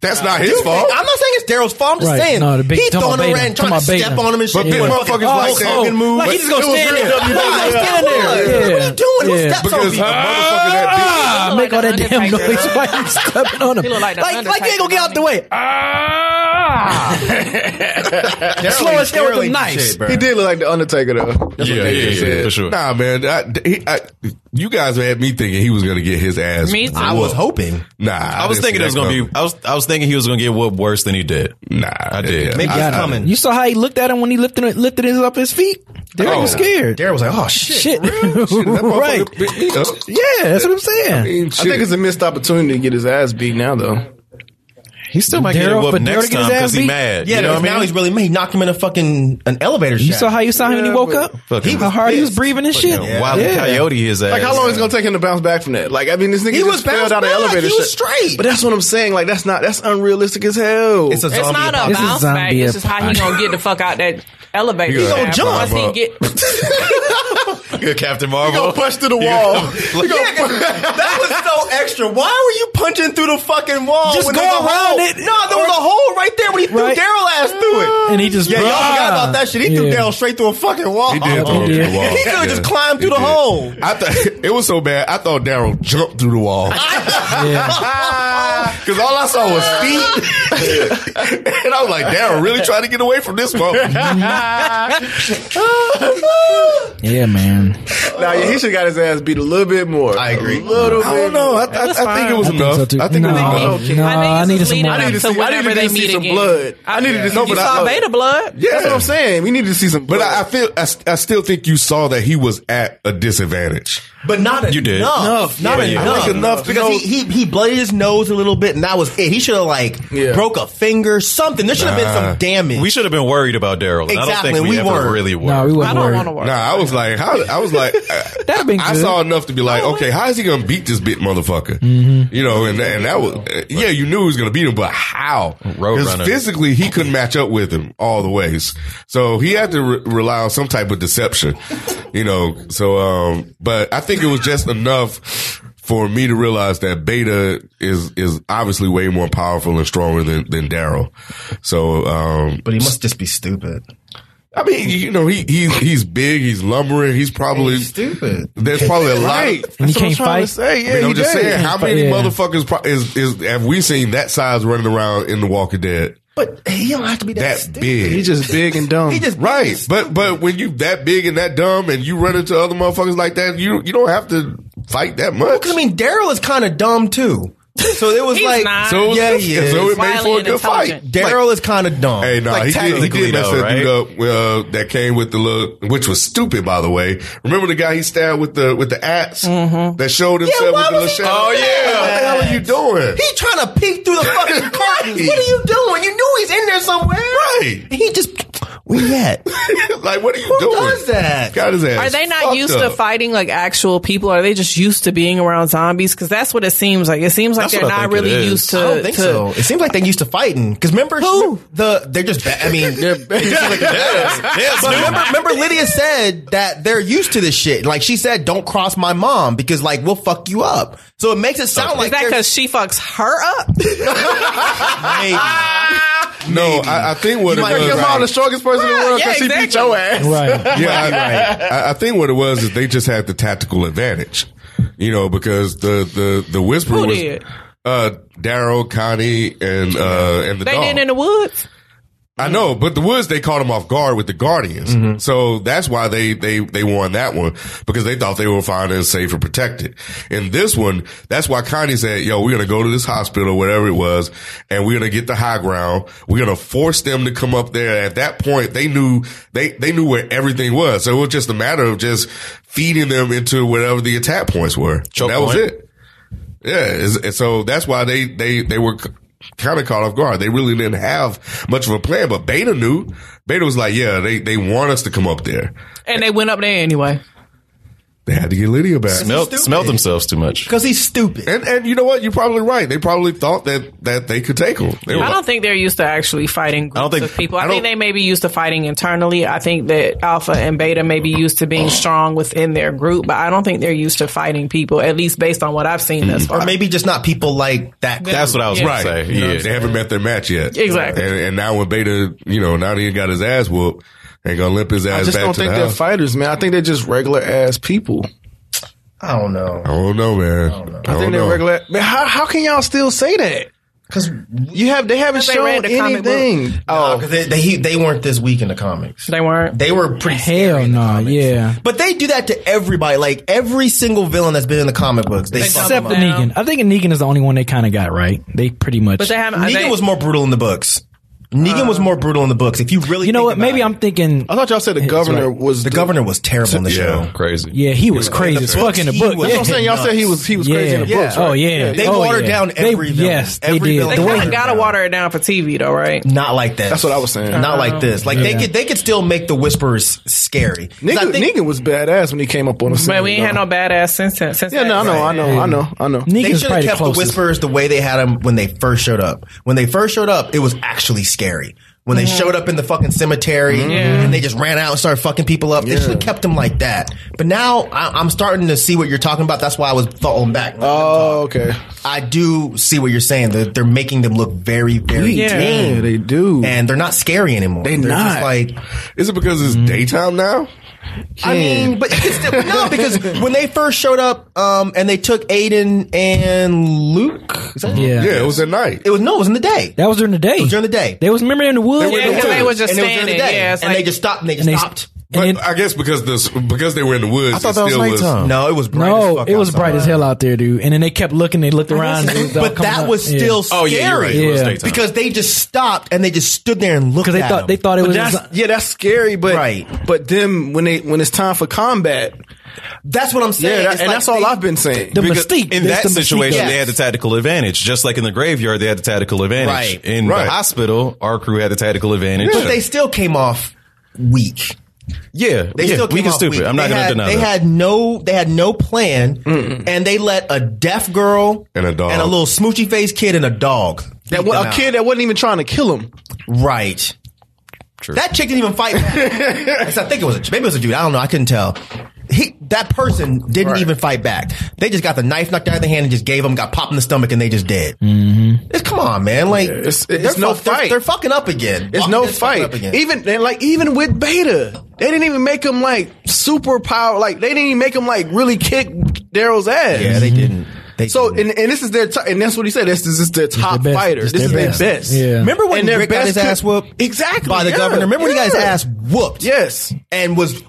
[SPEAKER 1] That's not his
[SPEAKER 6] Dude,
[SPEAKER 1] fault.
[SPEAKER 6] I'm not saying it's Daryl's fault. I'm just
[SPEAKER 2] Right.
[SPEAKER 6] saying
[SPEAKER 2] No, the big-
[SPEAKER 6] he
[SPEAKER 2] talking
[SPEAKER 6] throwing
[SPEAKER 2] about Beta.
[SPEAKER 6] around trying to
[SPEAKER 2] Talking about Oh,
[SPEAKER 6] step
[SPEAKER 2] Beta.
[SPEAKER 6] on him and shit.
[SPEAKER 1] But big
[SPEAKER 6] Doing
[SPEAKER 1] motherfuckers
[SPEAKER 6] fucking
[SPEAKER 1] like
[SPEAKER 6] Hulk
[SPEAKER 1] that.
[SPEAKER 6] Hogan move.
[SPEAKER 1] Like,
[SPEAKER 6] But
[SPEAKER 1] he just gonna
[SPEAKER 6] it was
[SPEAKER 1] stand
[SPEAKER 6] real
[SPEAKER 1] there.
[SPEAKER 6] WWE.
[SPEAKER 1] Yeah.
[SPEAKER 6] Like, stand there.
[SPEAKER 2] Yeah.
[SPEAKER 6] What are you doing? Who
[SPEAKER 2] Yeah.
[SPEAKER 6] steps on
[SPEAKER 1] because a
[SPEAKER 6] people?
[SPEAKER 1] motherfucker that
[SPEAKER 5] He
[SPEAKER 2] Make all
[SPEAKER 5] looked
[SPEAKER 2] that
[SPEAKER 5] like the
[SPEAKER 2] damn
[SPEAKER 5] Undertaker.
[SPEAKER 2] noise while you stepping on him.
[SPEAKER 5] He looked like the
[SPEAKER 6] Like, like you ain't gonna get out the way. Oh,
[SPEAKER 2] Slow us down with them knives.
[SPEAKER 4] He did look like the Undertaker though. That's
[SPEAKER 3] Yeah,
[SPEAKER 4] what
[SPEAKER 3] yeah,
[SPEAKER 4] they
[SPEAKER 3] yeah,
[SPEAKER 4] said.
[SPEAKER 3] for sure.
[SPEAKER 1] Nah, man. I, he, I, you guys had me thinking he was gonna get his ass.
[SPEAKER 5] Me too.
[SPEAKER 6] I was hoping.
[SPEAKER 1] Nah,
[SPEAKER 3] I was thinking it was gonna be. I was I was thinking he was gonna get whooped worse than he did.
[SPEAKER 1] be. Nah,
[SPEAKER 3] I did.
[SPEAKER 1] Maybe
[SPEAKER 6] Maybe
[SPEAKER 1] I,
[SPEAKER 6] it's coming.
[SPEAKER 2] You saw how he looked at him when he lifted it- lifted his up his feet. Derek
[SPEAKER 1] Oh.
[SPEAKER 2] was scared.
[SPEAKER 6] Daryl was like, "Oh shit."
[SPEAKER 2] Shit,
[SPEAKER 1] that motherfucker
[SPEAKER 2] right?
[SPEAKER 1] beat me up.
[SPEAKER 2] Yeah, that's what I'm
[SPEAKER 1] I
[SPEAKER 2] saying.
[SPEAKER 1] mean,
[SPEAKER 4] I
[SPEAKER 1] shit.
[SPEAKER 4] think it's a missed opportunity to get his ass beat now though.
[SPEAKER 3] He still might
[SPEAKER 2] Daryl-
[SPEAKER 3] get
[SPEAKER 2] for
[SPEAKER 3] whooped
[SPEAKER 2] Daryl
[SPEAKER 3] next
[SPEAKER 2] to get his
[SPEAKER 3] time
[SPEAKER 2] ass
[SPEAKER 3] because he
[SPEAKER 2] beat?
[SPEAKER 3] mad.
[SPEAKER 6] Yeah,
[SPEAKER 3] you know
[SPEAKER 6] because
[SPEAKER 3] what I
[SPEAKER 6] now
[SPEAKER 3] mean?
[SPEAKER 6] he's really mad. He knocked him in a fucking an elevator.
[SPEAKER 2] You
[SPEAKER 6] shaft.
[SPEAKER 2] saw how you saw him when he
[SPEAKER 4] Yeah,
[SPEAKER 2] woke
[SPEAKER 4] but-
[SPEAKER 2] up. How hard he was breathing and shit.
[SPEAKER 3] Yeah. Wild coyote his ass.
[SPEAKER 4] Like how long is it gonna take him to bounce back from that? Like I mean, this nigga
[SPEAKER 6] He was
[SPEAKER 4] just fell
[SPEAKER 6] bounced
[SPEAKER 4] down the
[SPEAKER 6] back.
[SPEAKER 4] elevator.
[SPEAKER 6] He was
[SPEAKER 4] shit.
[SPEAKER 6] straight.
[SPEAKER 4] But that's what I'm saying. Like that's not that's unrealistic as hell.
[SPEAKER 6] It's a zombie.
[SPEAKER 5] It's not a
[SPEAKER 6] apocalypse.
[SPEAKER 2] It's a
[SPEAKER 5] bounce back.
[SPEAKER 2] zombie
[SPEAKER 5] It's just how he gonna get the fuck out that elevator.
[SPEAKER 1] He gonna
[SPEAKER 5] shaft.
[SPEAKER 1] jump.
[SPEAKER 5] Once he get,
[SPEAKER 3] Good Captain Marvel.
[SPEAKER 6] push through the wall. that was so extra. Why were you punching through the fucking wall?
[SPEAKER 2] Just
[SPEAKER 6] when
[SPEAKER 2] go
[SPEAKER 6] there's a
[SPEAKER 2] around
[SPEAKER 6] hole?
[SPEAKER 2] it.
[SPEAKER 6] No, there was a hole right there when he threw
[SPEAKER 2] Right.
[SPEAKER 6] Daryl ass through it.
[SPEAKER 2] And he just
[SPEAKER 6] yeah, y'all forgot about that shit. He threw
[SPEAKER 2] Yeah.
[SPEAKER 6] Daryl straight through a fucking wall.
[SPEAKER 1] Oh, He did throw him through the wall.
[SPEAKER 6] He could have just
[SPEAKER 1] Yeah,
[SPEAKER 6] climbed through
[SPEAKER 1] he
[SPEAKER 6] the
[SPEAKER 1] did.
[SPEAKER 6] hole.
[SPEAKER 1] I thought it was so bad. I thought Daryl jumped through the wall because all I saw was feet, and I was like, Daryl really trying to get away from this one.
[SPEAKER 2] Yeah, man.
[SPEAKER 4] Nah, yeah, he should have got his ass beat a little bit more.
[SPEAKER 3] I agree.
[SPEAKER 4] A little
[SPEAKER 1] I don't
[SPEAKER 4] bit.
[SPEAKER 1] know. I, I, I think it was
[SPEAKER 2] I think
[SPEAKER 1] enough.
[SPEAKER 2] so too.
[SPEAKER 1] I think
[SPEAKER 2] no,
[SPEAKER 1] it was enough.
[SPEAKER 2] no, I,
[SPEAKER 5] think
[SPEAKER 2] need
[SPEAKER 5] it's
[SPEAKER 2] some
[SPEAKER 5] leading
[SPEAKER 2] more.
[SPEAKER 5] up
[SPEAKER 4] I need to see- I
[SPEAKER 5] whenever
[SPEAKER 4] needed to
[SPEAKER 5] they
[SPEAKER 4] see
[SPEAKER 5] meet
[SPEAKER 4] some
[SPEAKER 5] again.
[SPEAKER 4] blood. I needed to
[SPEAKER 5] You
[SPEAKER 4] see- No, but I-
[SPEAKER 5] saw
[SPEAKER 4] look.
[SPEAKER 5] beta blood.
[SPEAKER 1] Yeah.
[SPEAKER 4] That's what I'm saying. We need to see some.
[SPEAKER 1] But
[SPEAKER 4] blood.
[SPEAKER 1] I, I feel I, st- I still think you saw that he was at a disadvantage.
[SPEAKER 6] But not
[SPEAKER 3] You did.
[SPEAKER 6] enough. Not
[SPEAKER 3] Yeah, yeah.
[SPEAKER 6] enough.
[SPEAKER 1] Like enough to
[SPEAKER 6] because
[SPEAKER 1] know-
[SPEAKER 6] he, he he blooded his nose a little bit, and that was it. He should have like
[SPEAKER 4] Yeah.
[SPEAKER 6] broke a finger, something. There should have been
[SPEAKER 1] Nah.
[SPEAKER 6] some damage.
[SPEAKER 3] We should have been worried about Daryl. and I don't
[SPEAKER 6] Exactly,
[SPEAKER 3] think we,
[SPEAKER 6] we
[SPEAKER 3] ever
[SPEAKER 6] weren't.
[SPEAKER 3] really were.
[SPEAKER 2] No, we
[SPEAKER 5] I
[SPEAKER 2] wasn't
[SPEAKER 5] don't
[SPEAKER 2] worried.
[SPEAKER 5] want to work.
[SPEAKER 1] Nah, I was like, how? I was like,
[SPEAKER 2] That'd been
[SPEAKER 1] I
[SPEAKER 2] good.
[SPEAKER 1] saw enough to be like, okay, how is he gonna beat this bit motherfucker?
[SPEAKER 6] Mm-hmm.
[SPEAKER 1] You know, and and that was uh, yeah, you knew he was gonna beat him, but how? Because
[SPEAKER 3] Roadrunner.
[SPEAKER 1] physically he couldn't match up with him all the ways, so he had to re- rely on some type of deception. You know, so um, but I think it was just enough. For me to realize that Beta is is obviously way more powerful and stronger than than Daryl, so um,
[SPEAKER 6] but he must just be stupid.
[SPEAKER 1] I mean, you know, he he's he's big, he's lumbering, he's probably
[SPEAKER 6] stupid.
[SPEAKER 1] There's probably a lot.
[SPEAKER 2] And he
[SPEAKER 4] Right. That's what I'm
[SPEAKER 2] can't
[SPEAKER 4] trying to
[SPEAKER 2] fight?
[SPEAKER 4] say. Yeah,
[SPEAKER 1] I mean, I'm
[SPEAKER 4] he
[SPEAKER 1] just
[SPEAKER 4] did.
[SPEAKER 1] saying, how many
[SPEAKER 2] Yeah.
[SPEAKER 1] motherfuckers pro- is is have we seen that size running around in The Walking Dead?
[SPEAKER 6] But he don't have to be that,
[SPEAKER 1] That
[SPEAKER 6] stupid.
[SPEAKER 1] big,
[SPEAKER 4] He's just big and dumb.
[SPEAKER 6] He just
[SPEAKER 1] right? But but when you that big and that dumb, and you run into other motherfuckers like that, you you don't have to fight that much.
[SPEAKER 6] Because I mean, Daryl is kind of dumb too. So it was
[SPEAKER 5] He's
[SPEAKER 6] like
[SPEAKER 5] not.
[SPEAKER 1] so
[SPEAKER 6] Yeah,
[SPEAKER 1] yeah,
[SPEAKER 6] he is.
[SPEAKER 1] so it made
[SPEAKER 5] Wily
[SPEAKER 1] for a
[SPEAKER 5] and
[SPEAKER 1] good fight.
[SPEAKER 5] intelligent.
[SPEAKER 6] Daryl is kind of dumb.
[SPEAKER 1] Hey, no,
[SPEAKER 6] Like,
[SPEAKER 1] he, did, he
[SPEAKER 3] technically,
[SPEAKER 1] did mess
[SPEAKER 3] though,
[SPEAKER 1] that
[SPEAKER 3] right?
[SPEAKER 1] dude up. Uh, that came with the look, which was stupid, by the way. Remember the guy he stabbed with the with the axe that showed himself
[SPEAKER 6] why
[SPEAKER 1] with the
[SPEAKER 6] was
[SPEAKER 1] little
[SPEAKER 6] he-
[SPEAKER 1] shadow?
[SPEAKER 6] Oh, yeah.
[SPEAKER 1] what the hell are you doing?
[SPEAKER 6] He trying to peek through the fucking curtains. what are you doing? You knew he's in there somewhere.
[SPEAKER 1] Right.
[SPEAKER 6] He just where he at?
[SPEAKER 1] like, what are you
[SPEAKER 6] Who
[SPEAKER 1] doing?
[SPEAKER 6] does that?
[SPEAKER 1] Got his ass.
[SPEAKER 5] Are they not
[SPEAKER 1] fucked
[SPEAKER 5] used
[SPEAKER 1] up.
[SPEAKER 5] to fighting like actual people? Are they just used to being around zombies? Because that's what it seems like. It seems like
[SPEAKER 3] That's
[SPEAKER 5] they're
[SPEAKER 3] what I
[SPEAKER 5] not
[SPEAKER 3] think it
[SPEAKER 5] really
[SPEAKER 3] is.
[SPEAKER 5] used to.
[SPEAKER 6] I don't think
[SPEAKER 5] to-
[SPEAKER 6] so. It seems like they used to fighting. Because remember
[SPEAKER 5] Who?
[SPEAKER 6] the they're just bad. I mean, they're, they just seem like they're bad.
[SPEAKER 3] Yes,
[SPEAKER 6] But
[SPEAKER 3] dude.
[SPEAKER 6] remember, remember, Lydia said that they're used to this shit. Like she said, "Don't cross my mom because like we'll fuck you up." So it makes it sound
[SPEAKER 5] Is
[SPEAKER 6] like
[SPEAKER 5] that
[SPEAKER 6] they're-
[SPEAKER 5] because she fucks her up?
[SPEAKER 6] Maybe.
[SPEAKER 1] No, I, I think what
[SPEAKER 6] You
[SPEAKER 1] it
[SPEAKER 6] might be
[SPEAKER 1] was.
[SPEAKER 6] your mom the
[SPEAKER 1] strongest person
[SPEAKER 5] in the world 'cause Yeah, she beat exactly. your
[SPEAKER 1] ass.
[SPEAKER 2] Right.
[SPEAKER 1] Yeah, I, I, I think what it was is they just had the tactical advantage, you know, because the the the whisper
[SPEAKER 5] Who
[SPEAKER 1] was
[SPEAKER 5] did?
[SPEAKER 1] uh Daryl, Connie, and uh and the
[SPEAKER 5] They
[SPEAKER 1] dog.
[SPEAKER 5] did in the woods.
[SPEAKER 1] I know, but the Woods they caught him off guard with the Guardians,
[SPEAKER 3] Mm-hmm.
[SPEAKER 1] so that's why they they they won that one because they thought they were fine and safe and protected. In this one, that's why Connie said, "Yo, we're gonna go to this hospital, whatever it was, and we're gonna get the high ground. We're gonna force them to come up there." At that point, they knew they they knew where everything was, so it was just a matter of just feeding them into whatever the attack points were.
[SPEAKER 3] Choke
[SPEAKER 1] that was
[SPEAKER 3] point.
[SPEAKER 1] it. Yeah, it's- and so that's why they they they were kind of caught off guard. They really didn't have much of a plan, but Beta knew. Beta was like, "Yeah, they they want us to come up there.
[SPEAKER 5] And they went up there anyway.
[SPEAKER 1] They had to get Lydia back."
[SPEAKER 3] Smelt, smelt themselves too much.
[SPEAKER 6] Because he's stupid.
[SPEAKER 1] and and you know what? You're probably right. They probably thought that that they could take them. They were
[SPEAKER 5] I
[SPEAKER 1] like,
[SPEAKER 5] don't think they're used to actually fighting groups
[SPEAKER 3] I don't think-
[SPEAKER 5] of people. I,
[SPEAKER 1] I don't-
[SPEAKER 5] think they may be used to fighting internally. I think that Alpha and Beta may be used to being strong within their group, but I don't think they're used to fighting people, at least based on what I've seen thus far.
[SPEAKER 6] Or maybe just not people like that.
[SPEAKER 3] That's what I was
[SPEAKER 1] right.
[SPEAKER 3] going to
[SPEAKER 1] You know,
[SPEAKER 3] say.
[SPEAKER 1] They
[SPEAKER 3] Yeah.
[SPEAKER 1] haven't met their match yet.
[SPEAKER 5] Exactly.
[SPEAKER 1] And, and now when Beta, you know, now that he got his ass whooped, ain't gonna limp his
[SPEAKER 4] I
[SPEAKER 1] ass
[SPEAKER 4] just
[SPEAKER 1] back
[SPEAKER 4] don't
[SPEAKER 1] to the
[SPEAKER 4] think they're
[SPEAKER 1] house.
[SPEAKER 4] fighters, man. I think they're just regular ass people.
[SPEAKER 6] I don't know.
[SPEAKER 1] I
[SPEAKER 4] Oh.
[SPEAKER 1] don't know, man. I don't know.
[SPEAKER 4] I think they're regular. Man, how how can y'all still say that?
[SPEAKER 6] Because
[SPEAKER 4] You have they haven't
[SPEAKER 5] Because they
[SPEAKER 4] shown
[SPEAKER 5] read the comic book.
[SPEAKER 4] anything.
[SPEAKER 6] oh, they, they he- they weren't this weak in the comics.
[SPEAKER 5] They weren't.
[SPEAKER 6] They were pretty scary
[SPEAKER 2] Hell
[SPEAKER 6] in the
[SPEAKER 2] no.
[SPEAKER 6] comics.
[SPEAKER 2] Yeah.
[SPEAKER 6] But they do that to everybody. Like every single villain that's been in the comic books, they fuck
[SPEAKER 2] Except
[SPEAKER 6] them
[SPEAKER 2] for
[SPEAKER 6] up.
[SPEAKER 2] Negan. I think Negan is the only one they kind of got right. They pretty much.
[SPEAKER 5] But they haven't.
[SPEAKER 6] Negan
[SPEAKER 5] they,
[SPEAKER 6] was more brutal in the books. Negan was more brutal in the books. If you really,
[SPEAKER 2] Uh. you know
[SPEAKER 6] think
[SPEAKER 2] what?
[SPEAKER 6] about
[SPEAKER 2] Maybe
[SPEAKER 6] it.
[SPEAKER 2] I'm thinking.
[SPEAKER 4] I thought y'all said the governor was
[SPEAKER 6] The governor was terrible in the
[SPEAKER 1] Yeah.
[SPEAKER 6] show.
[SPEAKER 3] Crazy.
[SPEAKER 2] Yeah, he was crazy as fuck in the
[SPEAKER 6] He
[SPEAKER 2] book.
[SPEAKER 6] was-
[SPEAKER 2] yeah.
[SPEAKER 4] I'm saying y'all said he was he was crazy in the
[SPEAKER 2] Yeah.
[SPEAKER 4] books.
[SPEAKER 2] Oh
[SPEAKER 4] right?
[SPEAKER 2] yeah,
[SPEAKER 6] They
[SPEAKER 2] oh,
[SPEAKER 6] watered
[SPEAKER 2] yeah.
[SPEAKER 6] down
[SPEAKER 2] They-
[SPEAKER 6] every villain.
[SPEAKER 2] Yes, they
[SPEAKER 6] Every
[SPEAKER 2] did.
[SPEAKER 6] villain.
[SPEAKER 5] They
[SPEAKER 2] The way-
[SPEAKER 5] kind of gotta water it down for TV, though, right?
[SPEAKER 6] Not like that.
[SPEAKER 4] That's what I was saying.
[SPEAKER 6] Not like this. Like they
[SPEAKER 2] Yeah.
[SPEAKER 6] could they could still make the whisperers scary. 'Cause I
[SPEAKER 4] Negan,
[SPEAKER 6] think-
[SPEAKER 4] Negan was badass when he came up on the scene.
[SPEAKER 5] Man, we ain't had
[SPEAKER 4] though.
[SPEAKER 5] no badass since then. Since
[SPEAKER 4] Yeah, no, I know, I know, I know, I know.
[SPEAKER 6] They
[SPEAKER 2] Negan's
[SPEAKER 6] should have
[SPEAKER 2] probably the
[SPEAKER 6] kept the
[SPEAKER 2] closest.
[SPEAKER 6] whisperers the way they had them when they first showed up. When they first showed up, it was actually scary. when they showed up in the fucking cemetery and they just ran out and started fucking people up. They should have kept them like that. But now I, I'm starting to see what you're talking about. That's why I was falling back.
[SPEAKER 4] Oh, okay.
[SPEAKER 6] I do see what you're saying. They're, they're making them look very, very
[SPEAKER 5] Yeah.
[SPEAKER 6] tame.
[SPEAKER 4] Yeah, they do.
[SPEAKER 6] And they're not scary anymore. They are
[SPEAKER 4] not.
[SPEAKER 6] like
[SPEAKER 1] Is it because it's
[SPEAKER 5] Mm.
[SPEAKER 1] daytime now?
[SPEAKER 6] I mean, but it's still, no, because when they first showed up, um, and they took Aiden and Luke, is that-
[SPEAKER 2] Yeah.
[SPEAKER 1] Yeah, it was at night.
[SPEAKER 6] it was no, it was in the day.
[SPEAKER 2] That was during the day.
[SPEAKER 6] was during the day.
[SPEAKER 2] They was remember in the woods.
[SPEAKER 1] They were in
[SPEAKER 5] Yeah,
[SPEAKER 1] the
[SPEAKER 5] because they
[SPEAKER 1] woods.
[SPEAKER 5] was just
[SPEAKER 6] and it was during
[SPEAKER 5] standing.
[SPEAKER 6] the day,
[SPEAKER 5] Yeah, it's
[SPEAKER 6] and they
[SPEAKER 5] like,
[SPEAKER 6] just stopped. And they just
[SPEAKER 2] and they-
[SPEAKER 6] stopped.
[SPEAKER 1] But
[SPEAKER 2] and it-
[SPEAKER 1] I guess because this because they were in the woods, I
[SPEAKER 3] thought that was nighttime.
[SPEAKER 6] no, it was bright as
[SPEAKER 2] no,
[SPEAKER 6] fuck
[SPEAKER 2] it was
[SPEAKER 6] outside.
[SPEAKER 2] bright as hell out there, dude. And then they kept looking. They looked around. and it all
[SPEAKER 6] But
[SPEAKER 2] coming
[SPEAKER 6] that
[SPEAKER 2] up.
[SPEAKER 6] was
[SPEAKER 2] Yeah.
[SPEAKER 6] still scary
[SPEAKER 3] Oh, yeah, you're right. It was
[SPEAKER 2] Yeah.
[SPEAKER 3] daytime.
[SPEAKER 6] because they just stopped and they just stood there and looked.
[SPEAKER 2] because they
[SPEAKER 6] at
[SPEAKER 2] thought they
[SPEAKER 6] them.
[SPEAKER 2] thought it
[SPEAKER 4] But
[SPEAKER 2] was.
[SPEAKER 4] that's yeah, that's scary. But
[SPEAKER 6] Right.
[SPEAKER 4] but then when they when it's time for combat,
[SPEAKER 6] that's what I'm saying.
[SPEAKER 4] yeah, that-
[SPEAKER 6] It's
[SPEAKER 4] and
[SPEAKER 6] like
[SPEAKER 4] that's all
[SPEAKER 6] they-
[SPEAKER 4] I've been saying.
[SPEAKER 2] the
[SPEAKER 3] Because
[SPEAKER 2] mystique
[SPEAKER 3] in
[SPEAKER 2] That's
[SPEAKER 3] that
[SPEAKER 2] the mystique
[SPEAKER 3] situation,
[SPEAKER 2] of it.
[SPEAKER 6] Yes.
[SPEAKER 3] they had the tactical advantage. Just like in the graveyard, they had the tactical advantage.
[SPEAKER 6] Right.
[SPEAKER 3] In
[SPEAKER 1] Right.
[SPEAKER 3] the hospital, our crew had the tactical advantage.
[SPEAKER 6] But they still came off weak.
[SPEAKER 3] yeah,
[SPEAKER 6] They
[SPEAKER 3] yeah,
[SPEAKER 6] still came
[SPEAKER 3] weak and
[SPEAKER 6] off
[SPEAKER 3] stupid.
[SPEAKER 6] weak.
[SPEAKER 3] I'm not
[SPEAKER 6] They
[SPEAKER 3] going to
[SPEAKER 6] had-
[SPEAKER 3] deny
[SPEAKER 6] They
[SPEAKER 3] that.
[SPEAKER 6] had no, they had no plan, and they let a deaf girl
[SPEAKER 1] And a dog.
[SPEAKER 6] and a little smoochy faced kid and a dog.
[SPEAKER 4] That
[SPEAKER 6] beat
[SPEAKER 4] wa-
[SPEAKER 6] them
[SPEAKER 4] a
[SPEAKER 6] out.
[SPEAKER 4] kid that wasn't even trying to kill him.
[SPEAKER 6] right? That chick didn't even fight. back. I think it was a, maybe it was a dude. I don't know. I couldn't tell. He that person didn't even fight back. They just got the knife knocked out of their hand and just gave them got popped in the stomach and they just dead. It's come on, man. Like
[SPEAKER 4] Mm-hmm. It's- it's
[SPEAKER 6] they're
[SPEAKER 4] no
[SPEAKER 6] fuck- they're-
[SPEAKER 4] fight.
[SPEAKER 6] They're, fucking up again.
[SPEAKER 4] It's
[SPEAKER 6] Walking
[SPEAKER 4] no
[SPEAKER 6] Dead's fucking
[SPEAKER 4] fight.
[SPEAKER 6] up again.
[SPEAKER 4] Even and like even with Beta, they didn't even make him like super power. Like they didn't even make him like really kick Daryl's ass.
[SPEAKER 6] yeah, they didn't. They
[SPEAKER 4] Mm-hmm. so
[SPEAKER 6] didn't.
[SPEAKER 4] and, and this is their t- and that's what he said. This, this is their top
[SPEAKER 2] best.
[SPEAKER 4] fighter.
[SPEAKER 2] It's
[SPEAKER 4] This is
[SPEAKER 2] their
[SPEAKER 4] their
[SPEAKER 2] best.
[SPEAKER 4] best.
[SPEAKER 2] Yeah.
[SPEAKER 6] remember when
[SPEAKER 4] and their
[SPEAKER 6] Rick got
[SPEAKER 4] best
[SPEAKER 6] his
[SPEAKER 4] cook-
[SPEAKER 6] ass whooped
[SPEAKER 4] Exactly,
[SPEAKER 6] by the
[SPEAKER 4] yeah,
[SPEAKER 6] governor? Remember when he got his
[SPEAKER 4] yeah.
[SPEAKER 6] ass whooped?
[SPEAKER 4] Yes.
[SPEAKER 6] and was